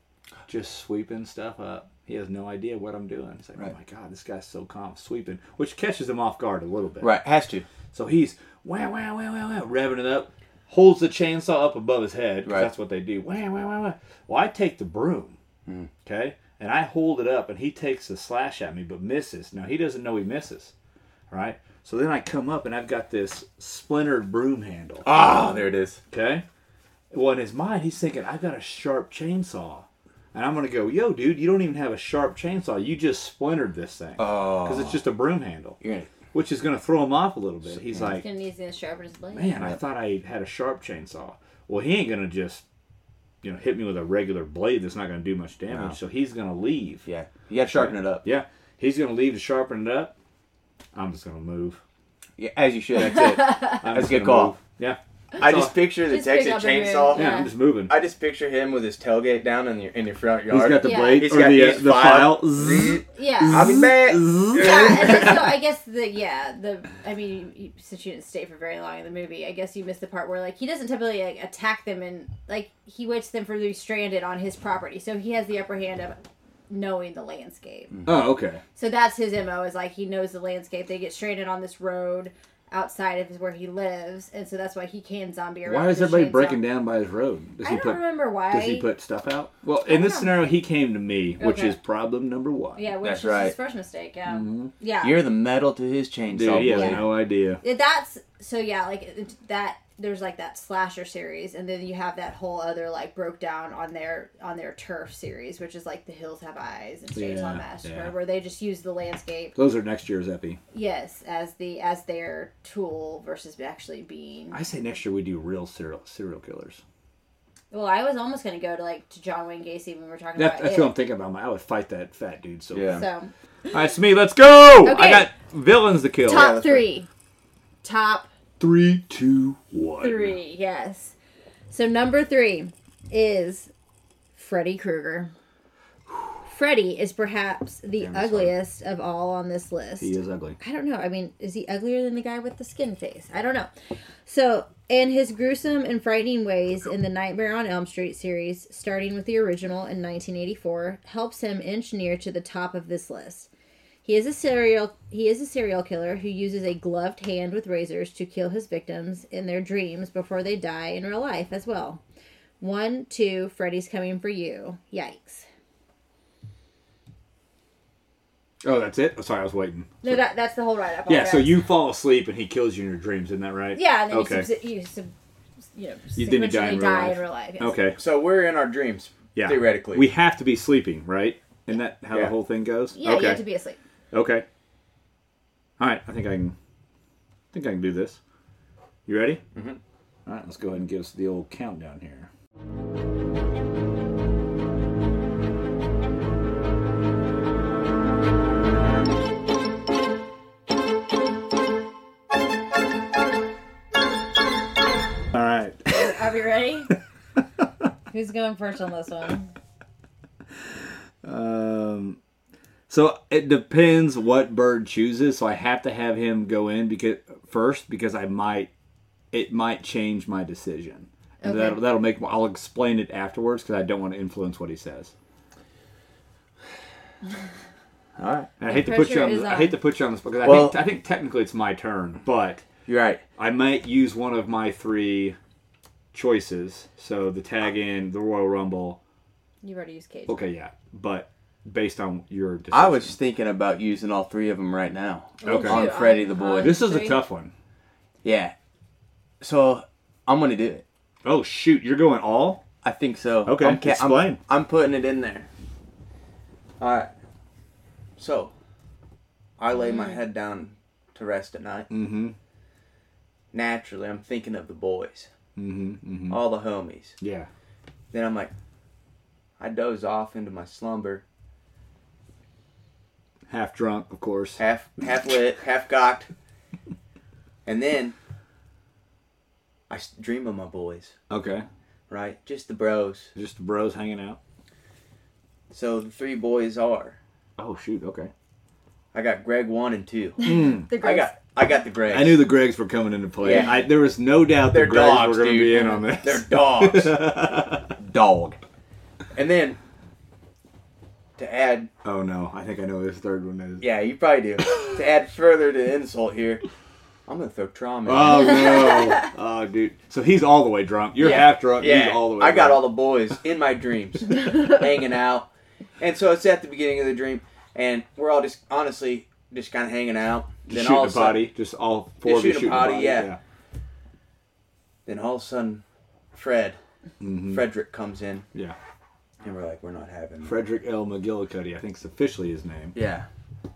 just sweeping stuff up. He has no idea what I'm doing. It's like,
Right.
oh my god, this guy's so calm, sweeping, which catches him off guard a little bit.
Right, has to.
So he's wow, wow, wow, wow, wow, revving it up, holds the chainsaw up above his head. 'cause
Right.
That's what they do. Wow, wow, wow, wow. Well, I take the broom,
Mm.
okay, and I hold it up, and he takes a slash at me, but misses. Now he doesn't know he misses, right? So then I come up, and I've got this splintered broom handle.
Ah, there it is.
Okay. Well, in his mind, he's thinking, I've got a sharp chainsaw. And I'm going to go, yo, dude, you don't even have a sharp chainsaw. You just splintered this thing.
Oh.
Because it's just a broom handle,
You're gonna-
which is going to throw him off a little bit. He's like,
He's gonna need to sharpen his blade.
man, I thought I had a sharp chainsaw. Well, he ain't going to just, you know, hit me with a regular blade that's not going to do much damage.
No.
So he's going to leave.
yeah, you gotta sharpen it up.
Yeah. He's going to leave to sharpen it up. I'm just going to move.
Yeah, as you should. That's it.
I'm
That's
just
a good
gonna
call.
move. Yeah.
I just picture the
Just pick
Texas
up and move.
chainsaw.
Yeah,
Yeah.
I'm just moving.
I just picture him with his tailgate down in your in your front yard.
He's got the
Yeah.
blade
He's
or
got
the, uh,
these
the
files.
file. Zzz.
Yeah.
I'll be back.
Yeah, and then, so I guess the yeah the I mean you, since you didn't stay for very long in the movie, I guess you missed the part where like he doesn't typically like, attack them and like he waits them for to be stranded on his property, so he has the upper hand of knowing the landscape.
Oh, okay.
So that's his mo is like he knows the landscape. They get stranded on this road outside of where he lives, and so that's why he can zombie around.
Why is
with his
everybody
chainsaw.
breaking down by his road? Does
I don't remember why.
Does he put stuff out? Well, in this
know.
scenario, he came to me, which
Okay.
is problem number one.
yeah, which
That's
is his
right.
first mistake. Yeah,
Mm-hmm.
yeah.
You're the metal to his
Dude,
chainsaw
he has
blade.
no idea.
Yeah, that's so yeah like it- that there's like that slasher series and then you have that whole other like broke down on their on their turf series which is like the hills have eyes and chainsaw
Yeah,
massacre
yeah.
where they just use the landscape
Those are next year's epi.
yes as the as their tool versus actually being
I say next year we do real serial serial killers.
well i was almost gonna go to like to john wayne gacy when we were talking
That,
about
that's
it
what I'm thinking about. man. I would fight that fat dude. So
Yeah.
so
All right, Smee, let's go. I
Okay.
got villains to kill.
top
that's
three top
Three, two, one.
three yes so number three is freddy krueger freddy is perhaps the ugliest of all on this list
He is ugly.
i don't know i mean is he uglier than the guy with the skin face i don't know so in his gruesome and frightening ways in the nightmare on elm street series starting with the original in 1984 helps him inch near to the top of this list he is a serial he is a serial killer who uses a gloved hand with razors to kill his victims in their dreams before they die in real life as well. One, two, Freddy's coming for you. Yikes.
Oh, that's it. Oh, sorry, I was waiting.
No, that, that's the whole write up.
Yeah. So you fall asleep and he kills you in your dreams, isn't that right?
Oh, yeah, and then
Okay.
you, sub- you, sub- you know,
You- then you die in
sequentially
real
die
life.
in real life. yes.
okay.
So we're in our dreams,
Yeah.
theoretically.
We have to be sleeping, right? Isn't that how the
Yeah.
whole thing goes?
Yeah,
okay.
you have to be asleep.
Okay. All right, I think I can I think I can do this. You ready? Mm-hmm. All right, let's go ahead and give us the old countdown here. All right.
Are we ready? Who's going first on this one?
Um, so it depends what bird chooses. So I have to have him go in because first because I might it might change my decision. And
Okay.
that'll, that'll make I'll explain it afterwards because I don't want to influence what he says.
All right.
And I hate to
pressure
put you on.
is
the- I
on.
hate to put you on the spot because I,
Well-
think, I think technically it's my turn, but
You're right.
I might use one of my three choices. So the tag in the Royal Rumble.
You've already used Cage.
Okay, yeah, but based on your decision,
I was thinking about using all three of them right now.
Oh,
Okay.
shoot,
On
Freddy the Boy.
This is a
three.
tough one.
Yeah. So I'm gonna do it.
Oh shoot, you're going all.
I think so.
Okay,
I'm, ca- I'm-
explain.
I'm putting it in there. All right. So I lay my head down to rest at night.
Mm-hmm.
Naturally, I'm thinking of the boys,
Mm-hmm. mm-hmm.
all the homies.
Yeah.
Then I'm like, I doze off into my slumber,
Half drunk, of course.
half half lit, half cocked, and then I s- dream of my boys,
Okay.
right? Just the bros.
Just the bros hanging out.
So the three boys are.
Oh shoot. Okay.
I got Greg one and two.
The
I
Gregs.
got I got the Gregs.
I knew the Gregs were coming into play.
Yeah.
I, there was no doubt
They're
the Gregs
dogs,
were going to be
dude.
in on this.
They're dogs. Dog. And then to add
Oh no, I think I know what this third one is.
Yeah, you probably do. to add further to the insult here, I'm gonna throw trauma. in.
Oh no, oh dude. So he's all the way drunk. You're half drunk. He's all the way.
I got
drunk.
all the boys in my dreams, hanging out, and so it's at the beginning of the dream, and we're all just honestly just kind of hanging out.
Just shooting
all of
a
a sudden-
body. Just all four of you
shooting a
shooting
potty,
a body.
yeah. then all of a sudden, Fred, Frederick comes in,
Mm-hmm. yeah, yeah.
and we're like, we're not having. Fred-
Frederick L. McGillicuddy, I think, is officially his name.
yeah,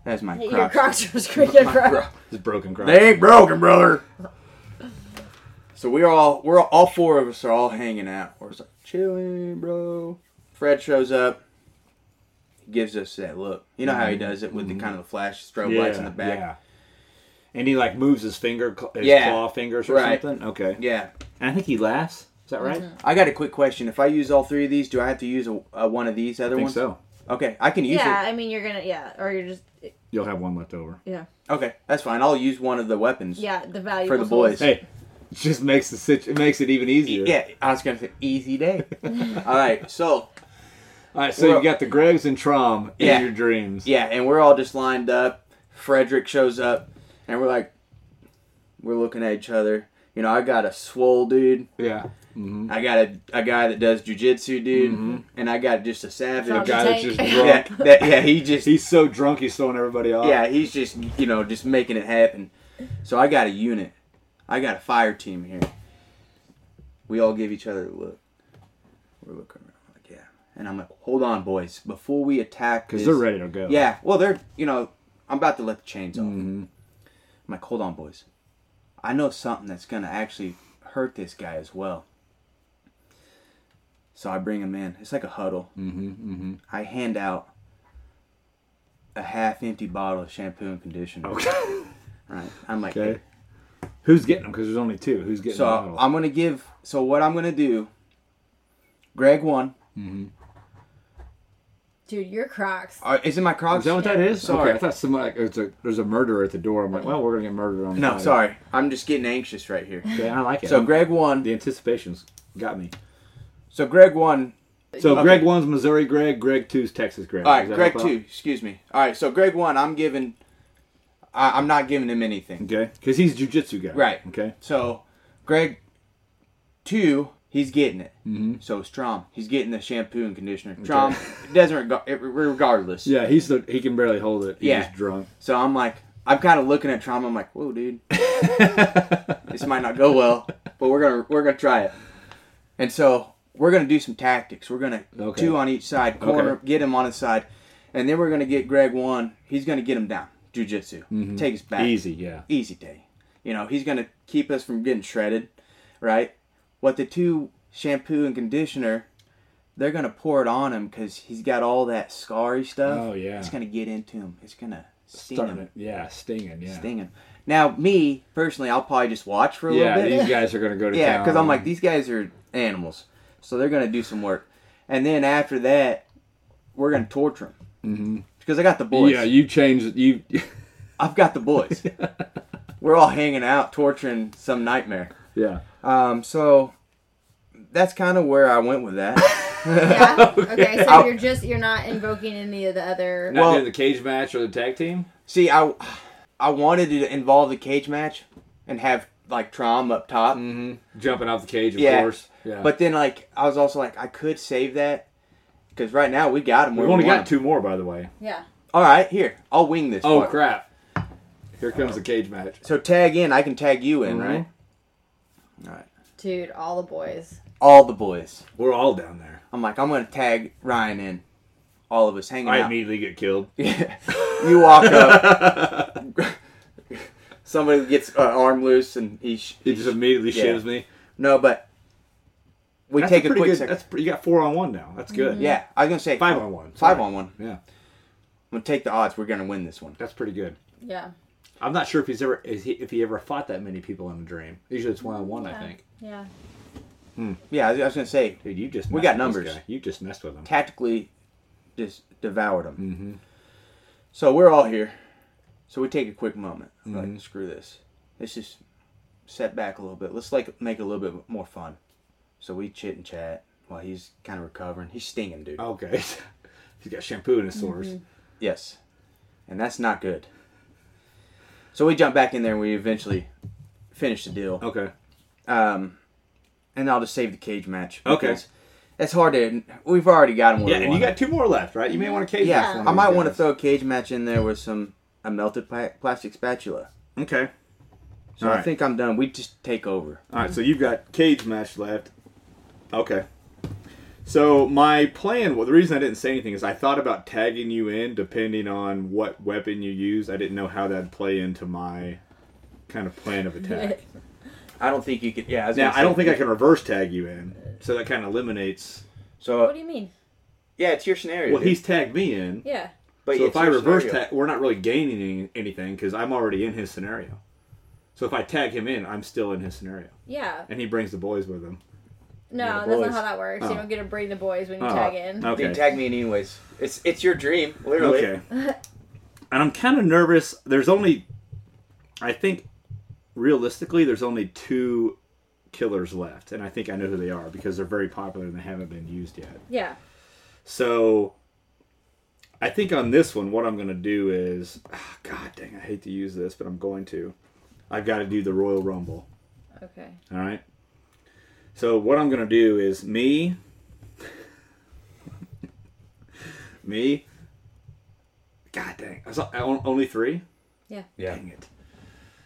that's my
Your
crotch.
crotch was great. Your crotch.
His broken cross.
They ain't broken, brother. So we're all we're all, all four of us are all hanging out. We're just like chilling, bro. Fred shows up. He gives us that look. You know how he does it with the kind of the flash strobe lights in the back.
yeah. And he like moves his finger, cl- his
Yeah.
claw fingers or
Right. Mm-hmm.
something. Okay.
Yeah.
And I think he laughs. Is that right? I
I got a quick question. If I use all three of these, do I have to use a, a one of these other
think
ones?
so.
Okay, I can use
Yeah, I mean you're gonna yeah, or you're just
You'll have one left over.
yeah
it. Okay, that's fine. I'll use one of the weapons.
yeah the value
For the boys.
Hey, it just makes the situ- it makes it even easier.
Yeah, I was gonna say easy day. all right, so
All right. So
Well-
you got the Gregs and Trom in
Yeah.
your dreams.
Yeah, and we're all just lined up. Frederick shows up, and we're like, we're looking at each other. You know, I got a swole dude.
Yeah. Mm-hmm.
I got a, a guy that does jujitsu, dude, and I got just a savage.
Drunk
Guy that's
Take.
just drunk.
Yeah, that, yeah, he just
He's so drunk he's throwing everybody off.
yeah, he's just you know just making it happen. So I got a unit. I got a fire team here. We all give each other a look. We're looking around like yeah, and I'm like, hold on, boys, before we attack,
Because
this-
they're ready to go.
yeah, well, they're you know, I'm about to let the chains off.
Mm-hmm.
I'm like, hold on, boys. I know something that's gonna actually hurt this guy as well. So I bring him in. It's like a huddle. Mm-hmm, I hand out a half-empty bottle of shampoo and conditioner.
Okay.
Right. I'm like,
okay. Who's getting them? Because there's only two. Who's getting them?
so I'm gonna give. So what I'm gonna do? Greg won.
Dude, your Crocs.
Uh, is it my Crocs?
Is that what that is?
Sorry.
Okay, I thought somebody like, it's a, there's a murderer at the door. I'm like, well, we're gonna get murdered on.
No,
Friday.
sorry. I'm just getting anxious right here.
Okay, I like it.
So Greg won.
the anticipations got me.
So Greg won
So
Okay.
Greg one's Missouri Greg. Greg two's Texas Greg.
All right,
Does that
Greg
help out?
two. Excuse me. All right, so Greg one, I'm giving. I, I'm not giving him anything.
Okay, because he's a jujitsu guy.
Right.
Okay.
So, Greg two, he's getting it. Mm-hmm. So it's Trom. He's getting the shampoo and conditioner. Trom it doesn't reg- it, regardless.
Yeah, he's the he can barely hold it. He's
Yeah.
just drunk.
So I'm like, I'm kind of looking at Trom. I'm like, whoa, dude, this might not go well, but we're gonna we're gonna try it. And so we're gonna do some tactics. We're gonna
Okay.
two on each side, corner,
Okay.
get him on his side, and then we're gonna get Greg one. He's gonna get him down, jujitsu, take his back,
Mm-hmm. Easy. Yeah.
easy day. You know, he's gonna keep us from getting shredded, right? What the two shampoo and conditioner, they're gonna pour it on him because he's got all that scarry stuff.
Oh, yeah.
it's gonna get into him. It's gonna sting
Starting
him.
it. Yeah, stinging. Yeah.
Sting him. Now, me personally, I'll probably just watch for a
Yeah,
little bit.
these guys are gonna go to
Yeah,
town.
because I'm like, these guys are animals, so they're gonna do some work, and then after that, we're gonna torture them. Mm-hmm. Because I got the boys.
Yeah, you changed you.
I've got the boys. we're all hanging out, torturing some nightmare.
yeah.
Um, so that's kind of where I went with that.
Yeah. Okay, so
I'll-
you're just you're not invoking any of the other.
Not
Well-
doing the cage match or the tag team.
See, I I wanted to involve the cage match and have like Trom up top,
Mm-hmm. Jumping off the cage, of
Yeah.
course. Yeah.
but then like I was also like I could save that because right now we got him.
we've only got two more, by the way.
Yeah.
All right, here I'll wing this.
Oh
part.
crap! Here comes the cage match.
So tag in. I can tag you in,
Mhm.
right?
Dude, all the boys.
All the boys.
We're all down there.
I'm like I'm gonna tag Ryan in. All of us hanging
I
out.
immediately get killed.
you walk up. Somebody gets an arm loose and he sh-
He just immediately
Yeah.
shivs me.
No, but we
That's
take a,
pretty
quick
good.
second.
That's pretty, you got four on one now. That's good.
yeah, I was gonna say
Five on one.
Five
Sorry.
on one. I'm
Yeah.
gonna take the odds. We're gonna win this one.
That's pretty good.
Yeah.
I'm not sure if he's ever is he, if he ever fought that many people in a dream. Usually it's one on one. I think.
Yeah.
Yeah, I was, I was gonna say
Dude, you just
We
messed
got
with this
numbers.
guy. You just messed with him.
tactically, just devoured them.
Mm-hmm.
So we're all here. So we take a quick moment. We're
Mm-hmm.
Like screw this. Let's just set back a little bit. Let's like make it a little bit more fun. So we chit and chat while he's kind of recovering. He's stinging, dude.
Okay. He's got shampoo in his sores.
Yes. And that's not good. So we jump back in there and we eventually finish the deal.
Okay.
Um, and I'll just save the cage match.
Okay.
because It's hard to. We've already got him.
Yeah, and you got two more left, right? You may want to cage
Yeah,
match one
I
of
might
these
want to
guys.
throw a cage match in there with some a melted pla- plastic spatula.
Okay.
So I
Alright.
think I'm done. We just take over.
All right, so you've got cage match left. Okay. So my plan, well, the reason I didn't say anything is I thought about tagging you in depending on what weapon you use. I didn't know how that'd play into my kind of plan of attack.
I don't think you could. Yeah. I was
now
gonna
I don't
say-
think I can reverse tag you in, so that kind of eliminates.
So
do you mean?
yeah, it's your scenario.
uh, Well,
dude.
he's tagged me in,
Yeah.
But
so
it's
if I
your
reverse
scenario.
tag, we're not really gaining any- anything because I'm already in his scenario. So if I tag him in, I'm still in his scenario,
Yeah.
and he brings the boys with him.
No,
Yeah, the
that's not
boys.
how that works.
Oh.
You don't get to bring the boys when you
Oh,
tag in.
okay.
Dude, tag me in anyways. It's it's your dream, literally.
Okay. and I'm kind of nervous. There's only, I think, realistically, there's only two killers left, and I think I know who they are because they're very popular and they haven't been used yet.
Yeah.
So, I think on this one, what I'm going to do is, ah, God dang, I hate to use this, but I'm going to. I've got to do the Royal Rumble.
Okay.
All right. So what I'm gonna do is me, me. God dang! I saw, I on- only three.
Yeah.
Yeah.
Dang it.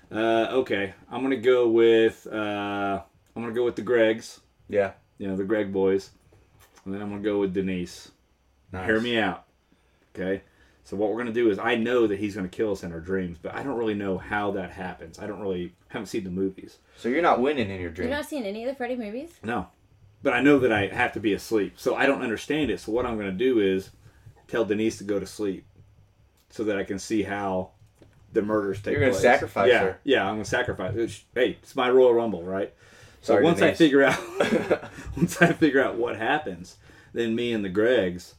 Uh, okay, I'm gonna go with uh, I'm gonna go with the Gregs.
Yeah.
You know the Greg boys, and then I'm gonna go with Denise.
Nice.
Hear me out. Okay. So what we're gonna do is I know that he's gonna kill us in our dreams, but I don't really know how that happens. I don't really haven't seen the movies.
So you're not winning in your dream.
You've not seen any of the Freddy movies?
No. But I know that I have to be asleep. So I don't understand it. So what I'm going to do is tell Denise to go to sleep so that I can see how the murders take
You're gonna
place.
sacrifice
yeah,
her.
Yeah, I'm going to sacrifice. it's- Hey, it's my Royal Rumble, right? So
Sorry,
once I
Denise.
figure out once I figure out what happens, then me and the Gregs,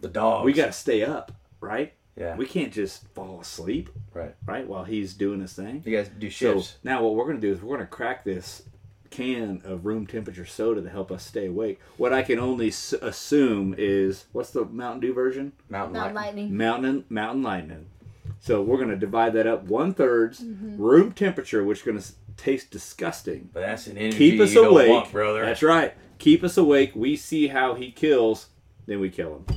the dog.
we got to stay up, right?
Yeah.
We can't just fall asleep,
right.
right? While he's doing his thing.
You guys do
So
shifts.
now what we're going to do is we're going to crack this can of room temperature soda to help us stay awake. What I can only s- assume is what's the Mountain Dew version?
Mountain
Not
lion.
lightning.
Mountain Mountain Lightning. So we're going to divide that up one thirds
Mm-hmm.
room temperature, which is going to taste disgusting.
But that's an energy
Keep us
you don't
awake,
want, brother.
That's right. Keep us awake. We see how he kills, then we kill him.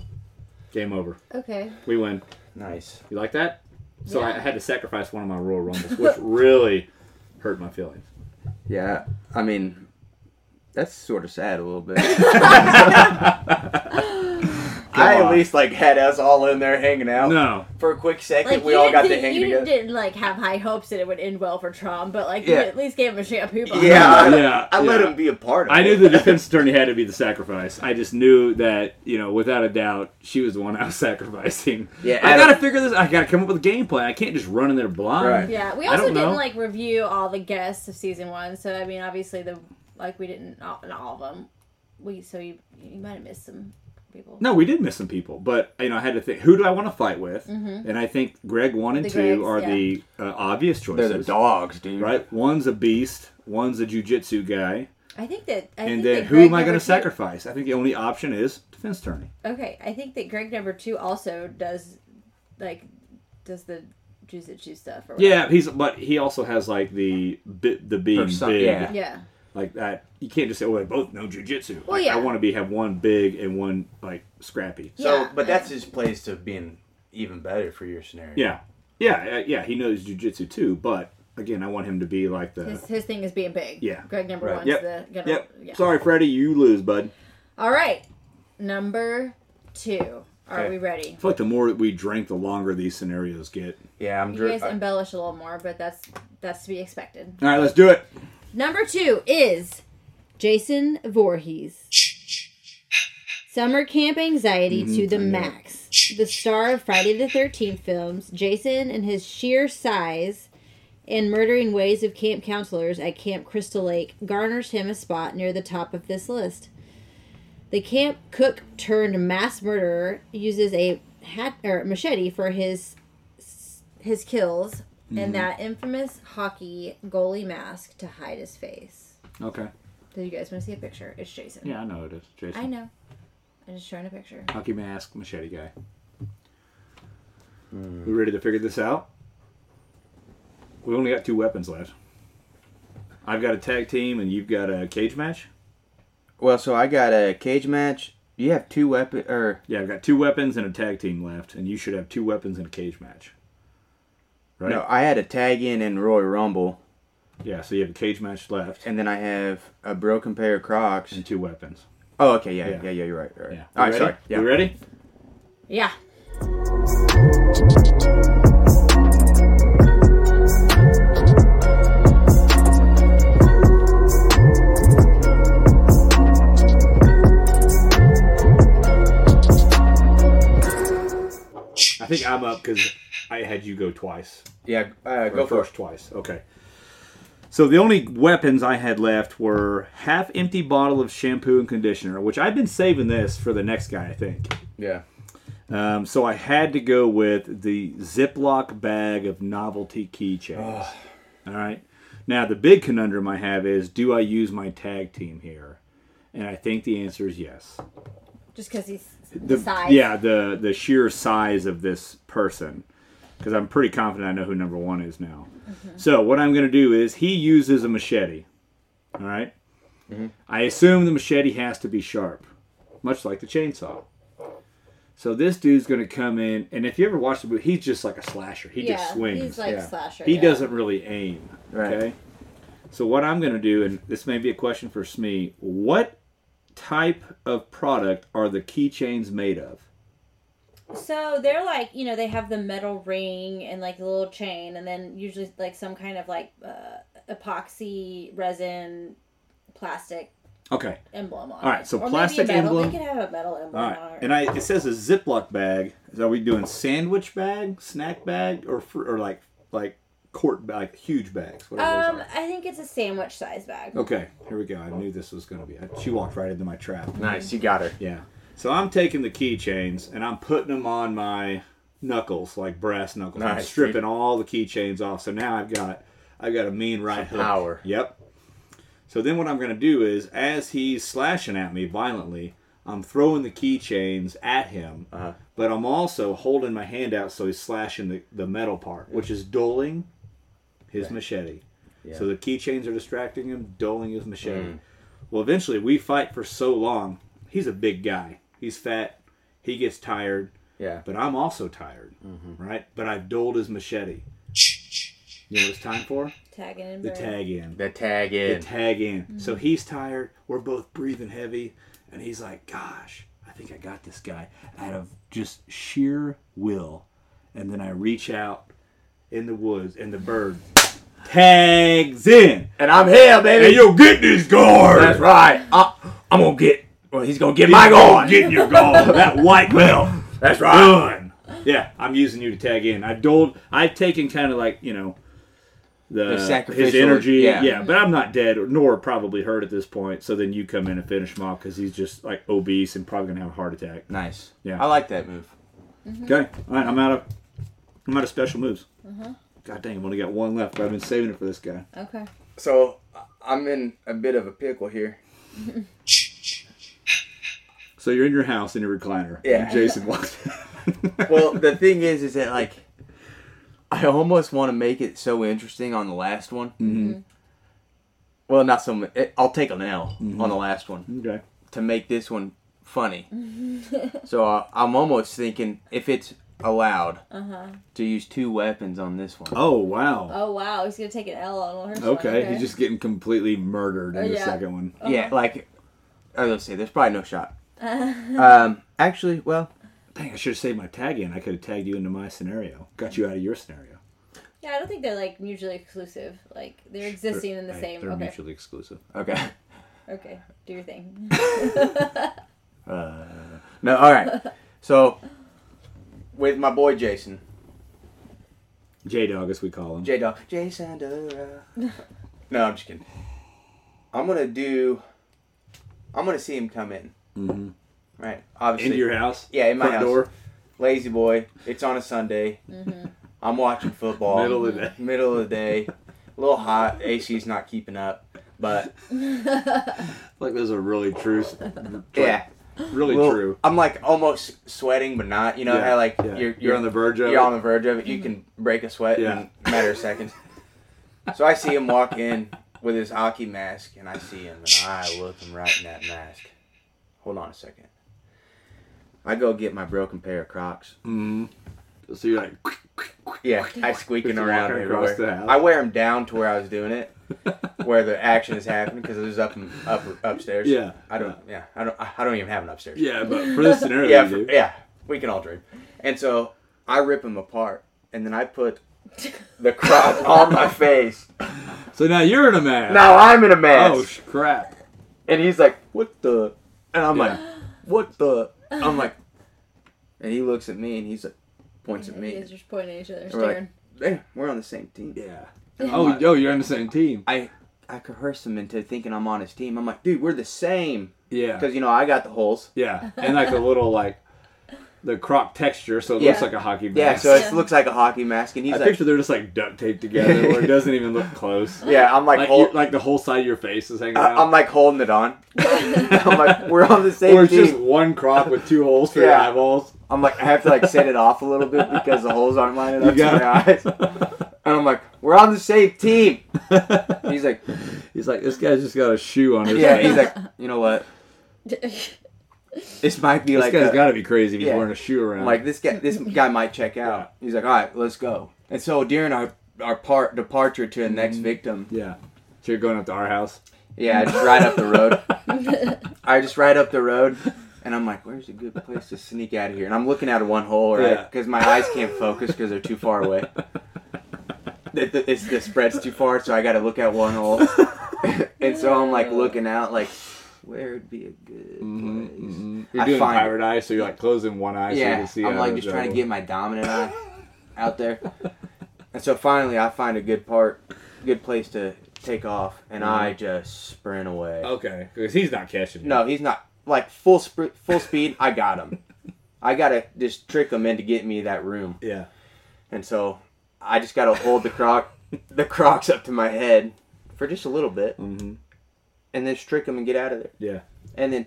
Game over.
Okay.
We win.
Nice.
You like that? So I
Yeah.
had to sacrifice one of my Royal Rumbles, which really hurt my feelings.
Yeah. I mean, that's sort of sad a little bit. I
on.
at least like had us all in there hanging out
No,
for a quick second.
Like
we
you
all
didn't
got to
think-
hang
you
together.
didn't like have high hopes that it would end well for Trom, but like
Yeah.
you at least gave him a shampoo bottle.
Yeah, I,
Yeah,
I let
yeah.
him be a part of
I
it.
knew the defense attorney had to be the sacrifice. I just knew that, you know, without a doubt, she was the one I was sacrificing.
Yeah,
I
Adam-
gotta figure this. I gotta come up with a game plan. I can't just run in there blind.
Right.
Yeah, we
I
also
don't
didn't
know.
like review all the guests of season one, so I mean, obviously the like we didn't all, not all of them. We so you you might have missed some people.
No, we did miss some people, but you know, I had to think who do I want to fight with, and I think Greg one and
Mm-hmm. The
two
Gregs,
are the uh, obvious
They're
choices.
the dogs, dude.
Right, one's a beast, one's a jujitsu guy,
I think that. I think
and then
that
who
Greg
am I
number
going to
two-
sacrifice? I think the only option is defense attorney.
Okay, I think that Greg number two also does like does the jujitsu stuff. Or whatever.
Yeah, he's but he also has like the bi- the being
Person-
big.
yeah.
Yeah.
like that. You can't just say, "Oh, they both know jujitsu."
Well,
like,
yeah.
I want to be have one big and one like scrappy.
So,
Yeah.
but that's his place to being even better for your scenario.
Yeah, yeah, uh, yeah. He knows jujitsu too, but again, I want him to be like the.
His, his thing is being big.
Yeah.
Greg number
Right.
one's
Yep.
the gonna,
Yep.
yeah.
Sorry, Freddie, you lose, bud.
All right, number two. Are
Okay.
we ready?
I feel like the more we drink, the longer these scenarios get.
Yeah, I'm
You
dri-
guys embellish a little more, but that's that's to be expected.
All right, let's do it.
Number two is Jason Voorhees. Summer camp anxiety to the max. The star of Friday the 13th films, Jason and his sheer size and murdering ways of camp counselors at Camp Crystal Lake garners him a spot near the top of this list. The camp cook turned mass murderer uses a hat or machete for his his kills
Mm-hmm.
and that infamous hockey goalie mask to hide his face.
Okay.
Do you guys want to see a picture? It's Jason.
Yeah, I know it is, Jason.
I know. I'm just showing a picture.
Hockey mask, machete guy. We ready to figure this out? We only got two weapons left. I've got a tag team and you've got a cage match?
Well, so I got a cage match. You have two weapon or
Yeah, I've got two weapons and a tag team left, and you should have two weapons and a cage match. Right?
no? I had a tag in and Roy Rumble,
Yeah, so you have a cage match left
and then I have a broken pair of Crocs.
and two weapons.
Oh, okay, yeah,
Yeah.
yeah, yeah, you're right. You're right.
Yeah.
All right,
You ready?
sorry. Yeah.
You ready?
Yeah.
I think I'm up because I had you go twice.
Yeah, uh,
Or
go for it.
first twice. Okay. So the only weapons I had left were half empty bottle of shampoo and conditioner, which I've been saving this for the next guy, I think.
Yeah.
Um, so I had to go with the Ziploc bag of novelty keychains. All right. Now the big conundrum I have is, do I use my tag team here? And I think the answer is yes
Just because he's
the
the size.
yeah the the sheer size of this person because i'm pretty confident i know who number one is now
Mm-hmm.
so what i'm going to do is he uses a machete all right? i assume the machete has to be sharp much like the chainsaw so this dude's going to come in and if you ever watch the movie he's just like a slasher he
Yeah,
just swings
he's like
yeah.
slasher,
he
yeah.
doesn't really aim
Right.
okay so what i'm going to do and this may be a question for smee what type of product are the keychains made of?
So they're like, you know, they have the metal ring and like a little chain, and then usually like some kind of like uh, epoxy resin plastic
Okay.
emblem on it.
All right, so
Or maybe
plastic
metal.
emblem.
They could have a metal emblem
All
on
right.
it.
And I it says a Ziploc bag. So Are we doing sandwich bag, snack bag, or fr- or like like quart bag, huge bags? Whatever
um,
those are.
I think it's a sandwich size bag.
Okay. Here we go. I knew this was going to be. I, she walked right into my trap.
Nice, you got her.
Yeah. So I'm taking the keychains and I'm putting them on my knuckles, like brass knuckles. I'm
Nice,
stripping
dude.
all the keychains off. So now I've got I've got a mean right
Some
hook.
power.
Yep. So then what I'm gonna do is as he's slashing at me violently, I'm throwing the keychains at him,
Uh-huh.
but I'm also holding my hand out so he's slashing the, the metal part, which is doling his machete. So the keychains are distracting him, doling his machete. Well, eventually we fight for so long. He's a big guy. He's fat. He gets tired,
Yeah. Mm-hmm.
but I'm also tired, right? But I've doled his machete. You know what it's time for?
Tag and
The
emblem.
tag in.
The tag
The
in.
tag in. So he's tired. We're both breathing heavy. And he's like, gosh, I think I got this guy out of just sheer will. And then I reach out in the woods and the bird tags in.
and I'm here,
Hey,
baby.
yo, get this guard.
That's right. Uh, I, I'm gonna get. Well, he's gonna get my
My
guard.
guard, get your guard.
That white belt.
That's right.
Done. Yeah, I'm using you to tag in. I've doled. I've taken kind of like you know, the,
The sacrificial-
his energy.
yeah.
Yeah. but I'm not dead, nor probably hurt at this point. So then you come in and finish him off because he's just like obese and probably gonna have a heart attack.
Nice.
Yeah.
I like that move. Mm-hmm.
Okay, all right, I'm out of. I'm out of special moves.
Mm-hmm.
God dang, I've only got one left, but I've been saving it for this guy.
Okay.
So I'm in a bit of a pickle here.
So you're in your house in your recliner.
Yeah.
And Jason walks.
Well, the thing is, is that like, I almost want to make it so interesting on the last one. Mm-hmm. Well, not so. mu- It, I'll take an L on the last one.
okay.
to make this one funny. so uh, I'm almost thinking if it's allowed to use two weapons on this one.
Oh wow.
Oh wow, he's gonna take an L on her.
Okay, he's just getting completely murdered in
Oh,
the
yeah.
second one.
Yeah, like I was gonna say, there's probably no shot. um, actually, well,
Dang, I should have saved my tag in. I could have tagged you into my scenario. Got you out of your scenario.
Yeah, I don't think they're like mutually exclusive. Like they're existing in the
Hey,
same.
They're
Okay.
mutually exclusive.
okay,
Okay. Do your thing.
no, all right. So with my boy Jason,
J Dog, as we call him.
J Dog, Jason Derulo. no, I'm just kidding. I'm gonna do. I'm gonna see him come in.
Mhm.
Right, obviously.
Into your house.
Yeah, in my
front
house.
door.
lazy boy. It's on a Sunday. I'm watching football.
Middle of the day.
Middle of the day. A little hot. AC's not keeping up. But
Like there's a really true.
yeah,
Really
Well,
true.
I'm like almost sweating, but not. You know
Yeah,
how like
yeah.
you're,
You're
you're
on the verge of
You're
it.
on the verge of it. You can break a sweat
Yeah.
in a matter of seconds. So I see him walk in with his hockey mask, and I see him, and I look him right in that mask. Hold on a second. I go get my broken pair of Crocs.
So you're like,
Yeah, I squeaking
Just
around
walking across the
everywhere.
house.
I wear them down to where I was doing it, where the action is happening, because it was up and up upstairs.
Yeah.
I don't. Yeah, I don't. I don't even have an upstairs.
yeah, but for this scenario,
yeah,
you
for-
do.
yeah, we can all dream. And so I rip them apart, and then I put the cross on my face.
So now you're in a mask.
Now I'm in a mask,
Oh sh- crap!
and he's like, "What the?" And I'm like,
Yeah.
"What the?" I'm like, and he looks at me, and he's like, points at
You guys
me.
are just pointing at each other,
We're like-
staring.
Hey, we're on the same team.
Yeah. Oh, yo, you're on the same team.
I I coerce him into thinking I'm on his team. I'm like, dude, we're the same,
Yeah.
because you know I got the holes.
Yeah, and like the little like the croc texture, so it
Yeah.
looks like a hockey mask.
Yeah, so it
Yeah.
looks like a hockey mask, and he's
I
like,
picture they're just like duct taped together, where it doesn't even look close.
yeah, I'm like,
Like,
hol-
you- like the whole side of your face is hanging
I-
out.
I'm like holding it on. I'm like, we're on the
or
same
it's just
team.
one croc with two holes for your
Yeah.
eyeballs.
I'm like, I have to like set it off a little bit because the holes aren't lining up to
got
my eyes. And I'm like, we're on the same team. He's like,
He's like, this guy's just got a shoe on his
yeah.
face.
He's like, you know what? This might be
this
like,
guy's
a-
got to be crazy if he's
yeah.
wearing a shoe around.
I'm like this guy. This guy might check out. He's like, all right, let's go. And so during our our part departure to the
Mm-hmm.
next victim,
yeah. So you're going up to our house.
yeah, I just ride up the road. I just ride up the road, and I'm like, "Where's a good place to sneak out of here?" And I'm looking out of one hole, right?
Yeah.
Because my eyes can't focus because they're too far away. The, the, it's, the spread's too far, so I got to look at one hole. and so I'm like looking out, like, "Where would be a good
Mhm,
place?"
mhm. You're
I
doing
find-
pirate eye, so you're like closing one eye so you
Yeah,
can see.
I'm
out
like
of
just
the
trying to
other.
get my dominant eye out there. And so finally, I find a good part, good place to take off, and
Mm-hmm.
I just sprint away.
Okay, because he's not catching. you.
No, he's not. Like full sp- full speed, I got him. I gotta just trick him into getting me that room,
Yeah.
and so I just gotta hold the croc, the crocs up to my head for just a little bit,
Mm-hmm.
and then just trick him and get out of there.
Yeah.
And then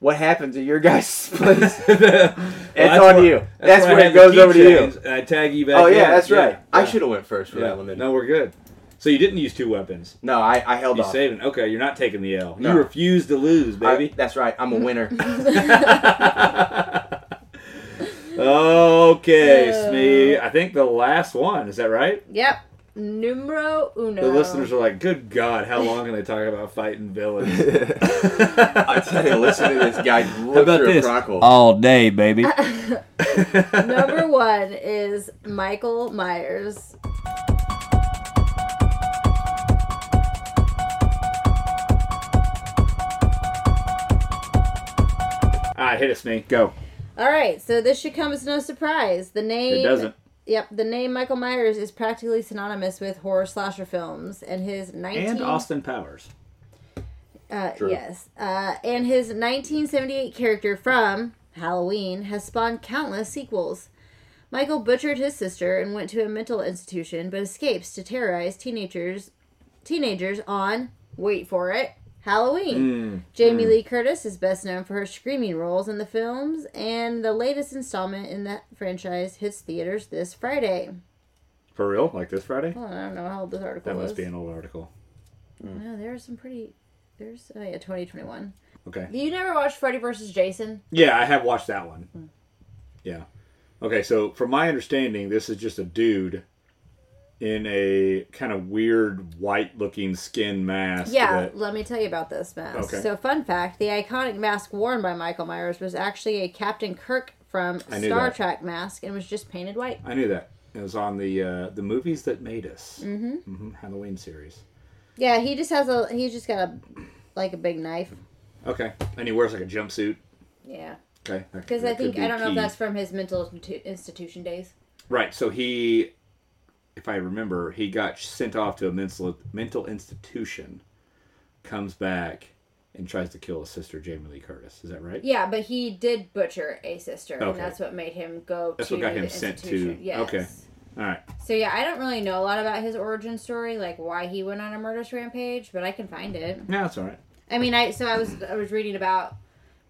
what happens at your guys' place?
Well,
it's on
why-
you. That's,
why I
where
had
it
the
goes
key
over to you.
chains, and I tag you back.
Oh yeah,
in.
that's right. I
yeah.
should have went first for that
Yeah.
one.
No, we're good. So you didn't use two weapons.
No, I, I held
You
off.
saving? Okay, you're not taking the L.
No.
You refuse to lose,
I-
baby.
that's right. I'm a winner.
okay,
Uh.
Smee. I think the last one is that right?
Yep. Numero uno.
The listeners are like, "Good God, how long can they talk about fighting villains?"
I tell you, listen to this guy look
about
through
this? Uh,
a crock hole.
All day, baby.
Number one is Michael Myers.
All right, hit us, Smee. Go.
All right, so this should come as no surprise. The name
It doesn't.
Yep, the name Michael Myers is practically synonymous with horror slasher films, and his nineteen
And Austin Powers.
uh,
True.
yes, uh, and his 1978 character from Halloween has spawned countless sequels. Michael butchered his sister and went to a mental institution, but escapes to terrorize teenagers. Teenagers on wait for it
Mm.
Halloween. Jamie Lee Curtis is best known for her screaming roles in the films, and the latest installment in that franchise hits theaters this Friday.
For real? Like this Friday?
Hold on, I don't know how old this article
That
was.
must be an old article.
No, there's some pretty. There's oh yeah, 2021.
Okay.
You never watched Freddy vs. Jason?
Yeah, I have watched that
Hmm.
one. Yeah. Okay, so from my understanding, this is just a dude in a kind of weird white looking skin mask.
Yeah,
that-
let me tell you about this mask.
Okay.
So, fun fact: the iconic mask worn by Michael Myers was actually a Captain Kirk from
I knew
Star
that.
Trek mask, and was just painted white.
I knew that. It was on the uh, the movies that made us. Mm-hmm. Halloween series.
Yeah, he just has a. He's just got a, like a big knife.
Okay. And he wears like a jumpsuit.
Yeah,
Okay.
because I think I don't know if that's from his mental institu- institution days.
Right. So he, if I remember, he got sent off to a mental mental institution, comes back, and tries to kill his sister Jamie Lee Curtis. Is that right?
Yeah, but he did butcher a sister, and
Okay.
that's what made him go.
That's
to
what got him
the
sent to-
institution. Yes.
okay. All right.
So yeah, I don't really know a lot about his origin story, like why he went on a murderous rampage, but I can find it.
Yeah, that's all right.
I mean, I so I was I was reading about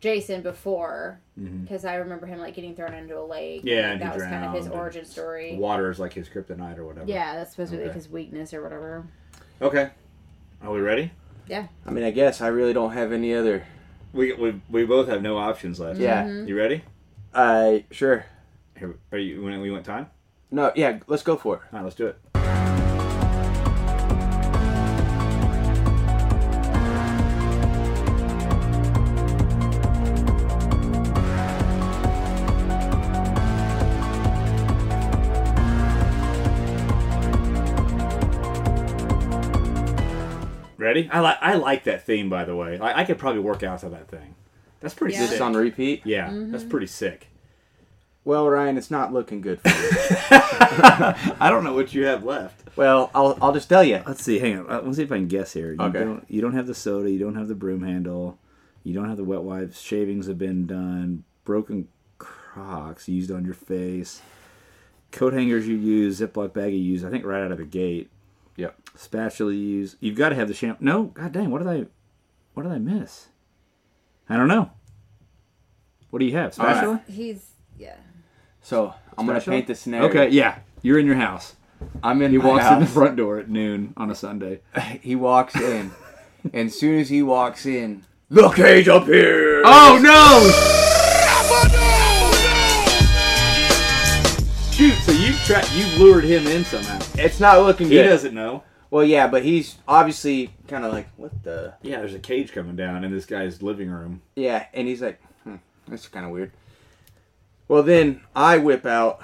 Jason before because I remember him like getting thrown into a lake.
Mm-hmm. Yeah, and he
that was kind of his
drowned.
origin story.
Water is like his kryptonite or whatever.
Yeah, that's supposed to be
Okay.
like his weakness or whatever.
Okay. Are we ready?
Yeah.
I mean, I guess I really don't have any other.
We, we, we both have no options left.
Yeah.
Mm-hmm.
You ready?
Uh, sure.
Here, are you? When we went time?
No, yeah, let's go for it.
All right, let's do it. Ready? I like I like that theme by the way. I, I could probably work out to that thing. That's pretty
Yeah.
This
sick.
is on repeat.
yeah, that's pretty sick.
Well, Ryan, it's not looking good for you.
I don't know what you have left.
well, I'll, I'll just tell you.
Let's see. Hang on. Uh, Let's see if I can guess here. You
Okay.
Don't, you don't have the soda. You don't have the broom handle. You don't have the wet wipes. Shavings have been done. Broken Crocs used on your face. Coat hangers you use. Ziploc bag you use. I think right out of the gate.
Yep.
Spatula you use. You've got to have the shampoo. No. God dang. What did I? What did I miss? I don't know. What do you have?
right.
Spatula.
He's yeah.
So I'm going to
Special?
paint the scenario.
Okay. Yeah. You're in your house.
I'm in.
He walks in the
front.
front door at noon on a Sunday.
He walks in, and as soon as he walks in,
The cage up here. Oh no! Shoot! So you tra- you lured him in somehow.
it's not looking
He
good.
doesn't know.
Well, yeah, but he's obviously kind of like, what the?
Yeah, there's a cage coming down in this guy's living room.
Yeah, and he's like, hmm, that's kind of weird. Well, then I whip out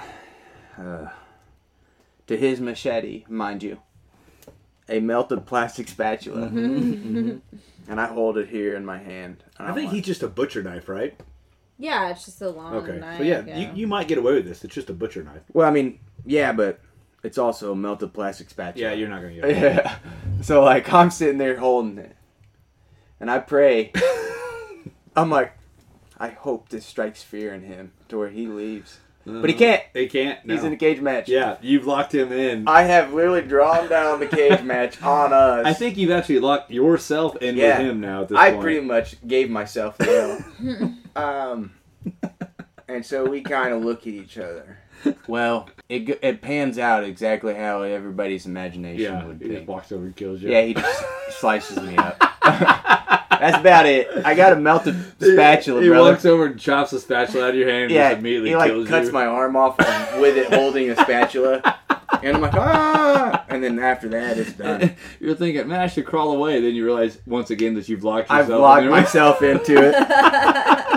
uh, to his machete, mind you, a melted plastic spatula, and I hold it here in my hand. and
I
I'm
think
like,
he's just a butcher knife, right?
Yeah, it's just a long
Okay.
night.
So yeah, you, you might get away with this. It's just a butcher knife.
Well, I mean, yeah, but it's also a melted plastic spatula.
Yeah, you're not gonna get. Away.
Yeah. So like I'm sitting there holding it, and I pray. I'm like, I hope this strikes fear in him to where he leaves,
Uh-huh.
but he can't.
They can't. No.
He's in a cage match.
yeah, you've locked him in.
I have literally drawn down the cage match on us.
I think you've actually locked yourself in
Yeah.
with him now. At this
I
point.
pretty much gave myself the will. um, and so we kind of look at each other. Well, it go- it pans out exactly how everybody's imagination
Yeah,
would
he
be.
just walks over and kills you.
Yeah, he just slices me up. That's about it. I got a melted spatula,
He
brother.
walks over and chops the spatula out of your hand. And
yeah,
just immediately
he like
kills
cuts
you.
my arm off and with it holding a spatula, and I'm like ah, and then after that it's done.
You're thinking, man, I should crawl away. Then you realize once again that you've locked
I've
yourself.
locked
in.
myself into it.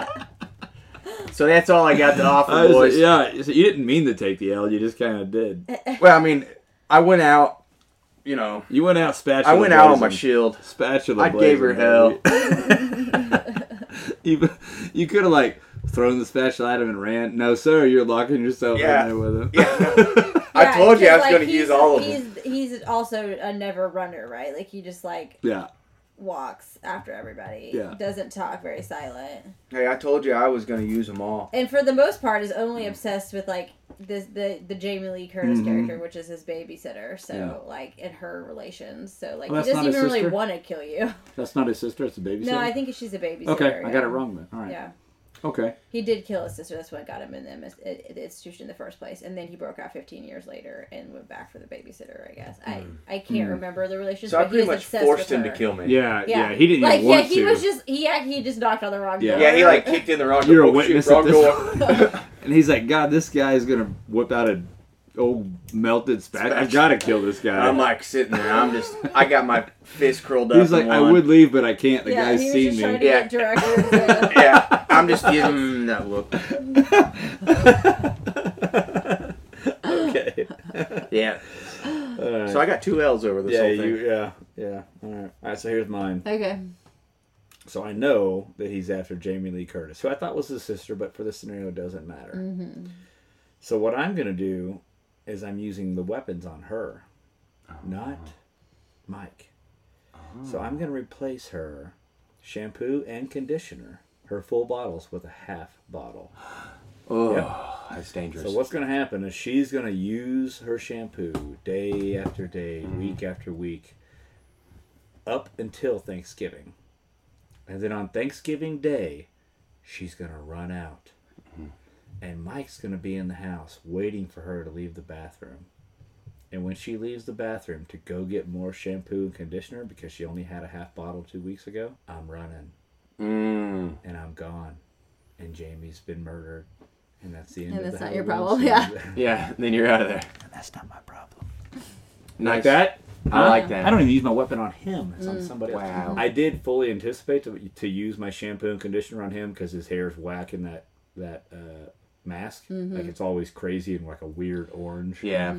So that's all I got to
I
offer,
was like,
boys.
yeah, so you didn't mean to take the L. You just kind of did.
Eh.
Well, I mean, I went out, you know,
You went out spatula.
I went out on my
blazing.
shield.
Spatula.
I gave her
blazing, baby. you you could have like thrown the spatula at him and ran. No, sir, you're locking yourself
Yeah.
in there with him.
I
Yeah,
told you I
because,
was
like,
going to
he's-
use all of them.
He's he's also a never runner, right? Like he just like
yeah.
walks after everybody.
Yeah.
Doesn't talk, very silent.
Hey, I told you I was going to use them all.
And for the most part is
Hmm.
only obsessed with like this the the Jamie Lee Curtis character, which is his babysitter, so
Mm-hmm. Yeah.
like in her relations. So like
Well, that's
he doesn't
not his
even really
sister?
want to kill you.
That's not his sister. It's a babysitter.
No, I think she's a babysitter.
Okay, I
yeah.
got it wrong then. All right.
Yeah.
Okay.
He did kill his sister. That's what got him in the, mis- i- i- the institution in the first place. And then he broke out 15 years later and went back for the babysitter, I guess. I,
Hmm.
I can't remember the relationship.
So I
but
pretty
he was
much
obsessed
forced
with
him to
her.
kill me.
Yeah, yeah. He didn't
Like,
even
yeah,
want
he
to.
was just, he, act- he just knocked on the wrong
Yeah.
door.
Yeah, he like kicked in the wrong
You're a
door. Oh,
witness
shoot,
at
wrong
this.
door.
and he's like, God, this guy is gonna whip out a old melted spatula. I
Spatula.
gotta kill this guy.
I'm like sitting there. I'm just. I got my fist curled up.
He's like,
in
I
one.
would leave, but I can't. The
yeah,
guy's
he was
seen
just
me.
trying to get directions. to-
Yeah, I'm just giving him that look.
okay.
Yeah.
Alright.
So I got two L's over this
yeah,
whole thing.
you, yeah, yeah. All right. All right. So here's mine.
okay.
So I know that he's after Jamie Lee Curtis, who I thought was his sister, but for this scenario, it doesn't matter.
Mm-hmm.
So what I'm gonna do is I'm using the weapons on her, not Mike. So I'm gonna replace her shampoo and conditioner, her full bottles, with a half bottle.
Oh,
Yep.
that's dangerous.
So what's going to happen is she's going to use her shampoo day after day, week after week, up until Thanksgiving, and then on Thanksgiving Day, she's gonna run out. And Mike's gonna be in the house waiting for her to leave the bathroom. And when she leaves the bathroom to go get more shampoo and conditioner because she only had a half bottle two weeks ago, I'm running
Mm.
and I'm gone. And Jamie's been murdered. And that's the end
And
of
that's
the
not your
Halloween
problem,
series.
Yeah, then you're out of there.
that's not my problem.
Nice.
Like that?
I like that.
I don't even use my weapon on him. It's on somebody else.
Wow.
Mm. I did fully anticipate to, to use my shampoo and conditioner on him because his hair is whacking that that uh, mask. Mm-hmm. Like it's always crazy and like a weird orange.
Yeah.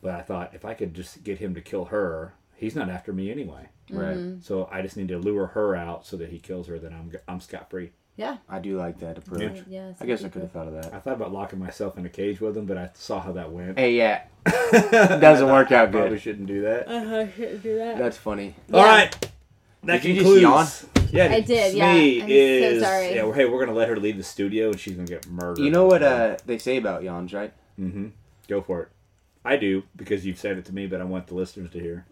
But I thought if I could just get him to kill her, he's not after me anyway.
Right.
So I just need to lure her out so that he kills her. Then I'm g- I'm scot free.
Yeah.
I do like that approach.
Yeah, it's
I guess I
good.
could have thought of that.
I thought about locking myself in a cage with him, but I saw how that went.
Hey, yeah. Doesn't work out
Probably
good.
shouldn't do that.
Oh,
That's funny.
All
Yeah.
right. That
Did you just
concludes. Yeah,
I did, yeah.
Smee
I'm so
is,
sorry.
Yeah, we're, hey, we're gonna let her leave the studio, and she's gonna get murdered.
You know what uh, they say about yawns, right?
Go for it. I do because you've said it to me, but I want the listeners to hear.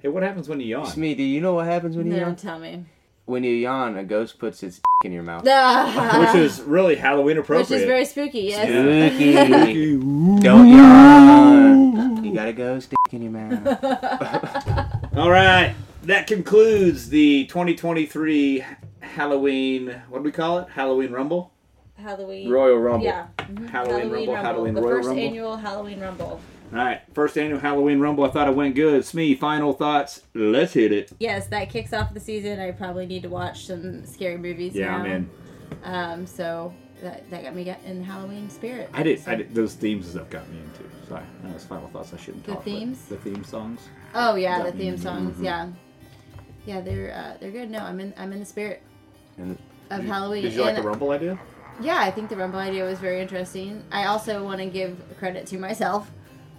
Hey, what happens when you yawn?
Smee, do you know what happens when you
No,
yawn?
tell me.
When you yawn, a ghost puts its in your mouth.
Which
Ah,
is really Halloween appropriate.
which is very spooky. Yes.
Spooky. Don't yawn. You got a ghost dick in your mouth.
All right, that concludes the 2023 Halloween. What do we call it? Halloween Rumble.
Halloween.
Royal Rumble.
Yeah.
Halloween, Rumble. Halloween
the
Royal
first
Rumble.
annual Halloween Rumble.
All right, first annual Halloween Rumble. I thought it went good. Smee, final thoughts. Let's hit it.
Yes, that kicks off the season. I probably need to watch some scary movies.
Yeah,
now.
I'm in.
Um, so that, that got me get in the Halloween spirit.
I did. I
So-
did. Those themes is what got me into. Sorry, that was final thoughts. I shouldn't
The
talk. but
themes?
The theme songs.
Oh yeah,
Got
the
me in.
theme
Mm-hmm.
songs. Yeah, yeah, they're uh, they're good. No, I'm in I'm in the spirit
And
of Halloween.
Did you like
And-
the rumble idea?
Yeah, I think the rumble idea was very interesting. I also want to give credit to myself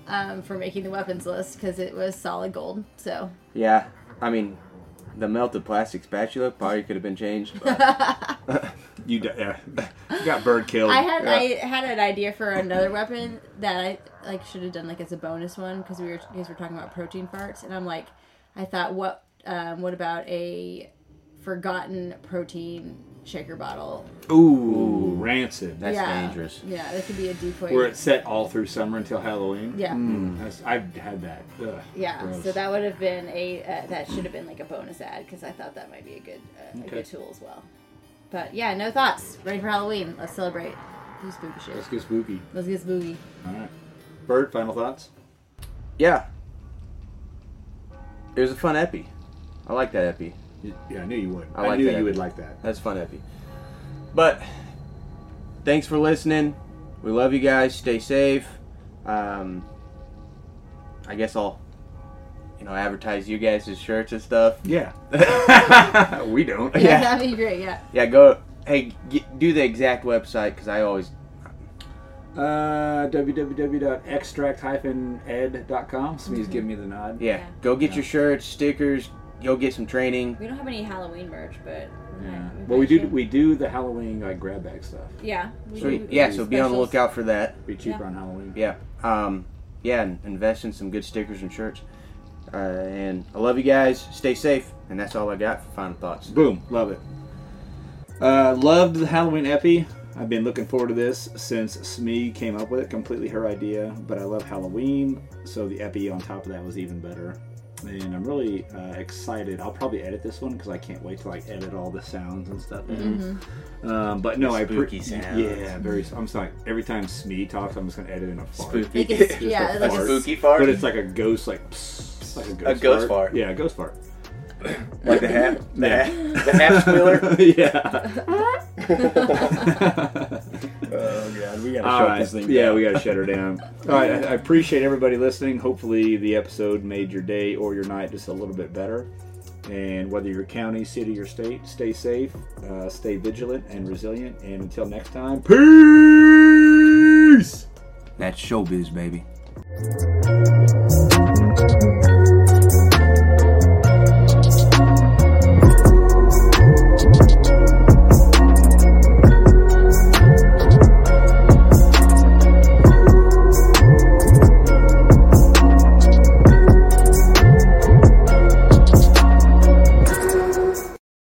um, for making the weapons list because it was solid gold. So
yeah, I mean, the melted plastic spatula probably could have been changed. But
You, d- yeah. you got bird killed.
I had I had an idea for another weapon that I like should have done like as a bonus one because we were you guys were talking about protein farts and I'm like, I thought what um, what about a forgotten protein shaker bottle?
Ooh, rancid.
that's
yeah,
dangerous.
Yeah, that could be a decoy.
Where it's set all through summer until Halloween.
Yeah.
That's, I've had that. Ugh,
Yeah,
gross.
so that would have been a uh, that should have been like a bonus ad because I thought that might be a good uh, a
Okay.
good tool as well. But yeah, no thoughts. Ready for Halloween? Let's celebrate. Do spooky shit.
Let's get spooky.
Let's get spooky.
All right. Bird, final thoughts.
Yeah. It was a fun epi. I like that epi.
Y- Yeah, I knew you would.
I
I,
like
knew
that.
you would like that.
That's fun epi. But thanks for listening. We love you guys. Stay safe. Um, I guess I'll, you know, advertise you guys' shirts and stuff.
Yeah. we don't.
Yeah,
Yeah.
that'd be great. Yeah.
Yeah, go. Hey, g do the exact website because I always.
Uh, www.extract-ed.com. Somebody's
Mm-hmm.
giving me the nod.
Yeah,
Yeah.
go get your shirts, stickers. Go get some training.
We don't have any Halloween merch, but
Yeah. Well, we do we do the Halloween like grab bag stuff.
Yeah. We
Sweet. Yeah, so be on the lookout for that.
Be cheaper
Yeah.
on Halloween.
Yeah. Um, yeah, and invest in some good stickers and shirts. Uh, and I love you guys. Stay safe. And that's all I got for final thoughts.
Boom, love it. Uh, loved the Halloween epi. I've been looking forward to this since Smee came up with it. Completely her idea, but I love Halloween, so the epi on top of that was even better. And I'm really uh, excited. I'll probably edit this one because I can't wait to like edit all the sounds and stuff. in. Um, but no, I
Spooky sounds.
Yeah, very. I'm sorry. Every time Smee talks, I'm just gonna edit in a fart.
Like
Spooky.
it's,
Just
yeah,
a
like
fart.
a,
Spooky fart.
But it's like a ghost, like, psst, like a ghost,
ghost fart.
Yeah, a ghost fart.
like the half, the
Yeah.
half, the half squealer.
yeah.
Oh god, we gotta
All right. Yeah, we got to shut her down. All right. I, I appreciate everybody listening. Hopefully, the episode made your day or your night just a little bit better. And whether you're county, city, or state, stay safe, uh, stay vigilant and resilient. And until next time, peace.
That's showbiz, baby.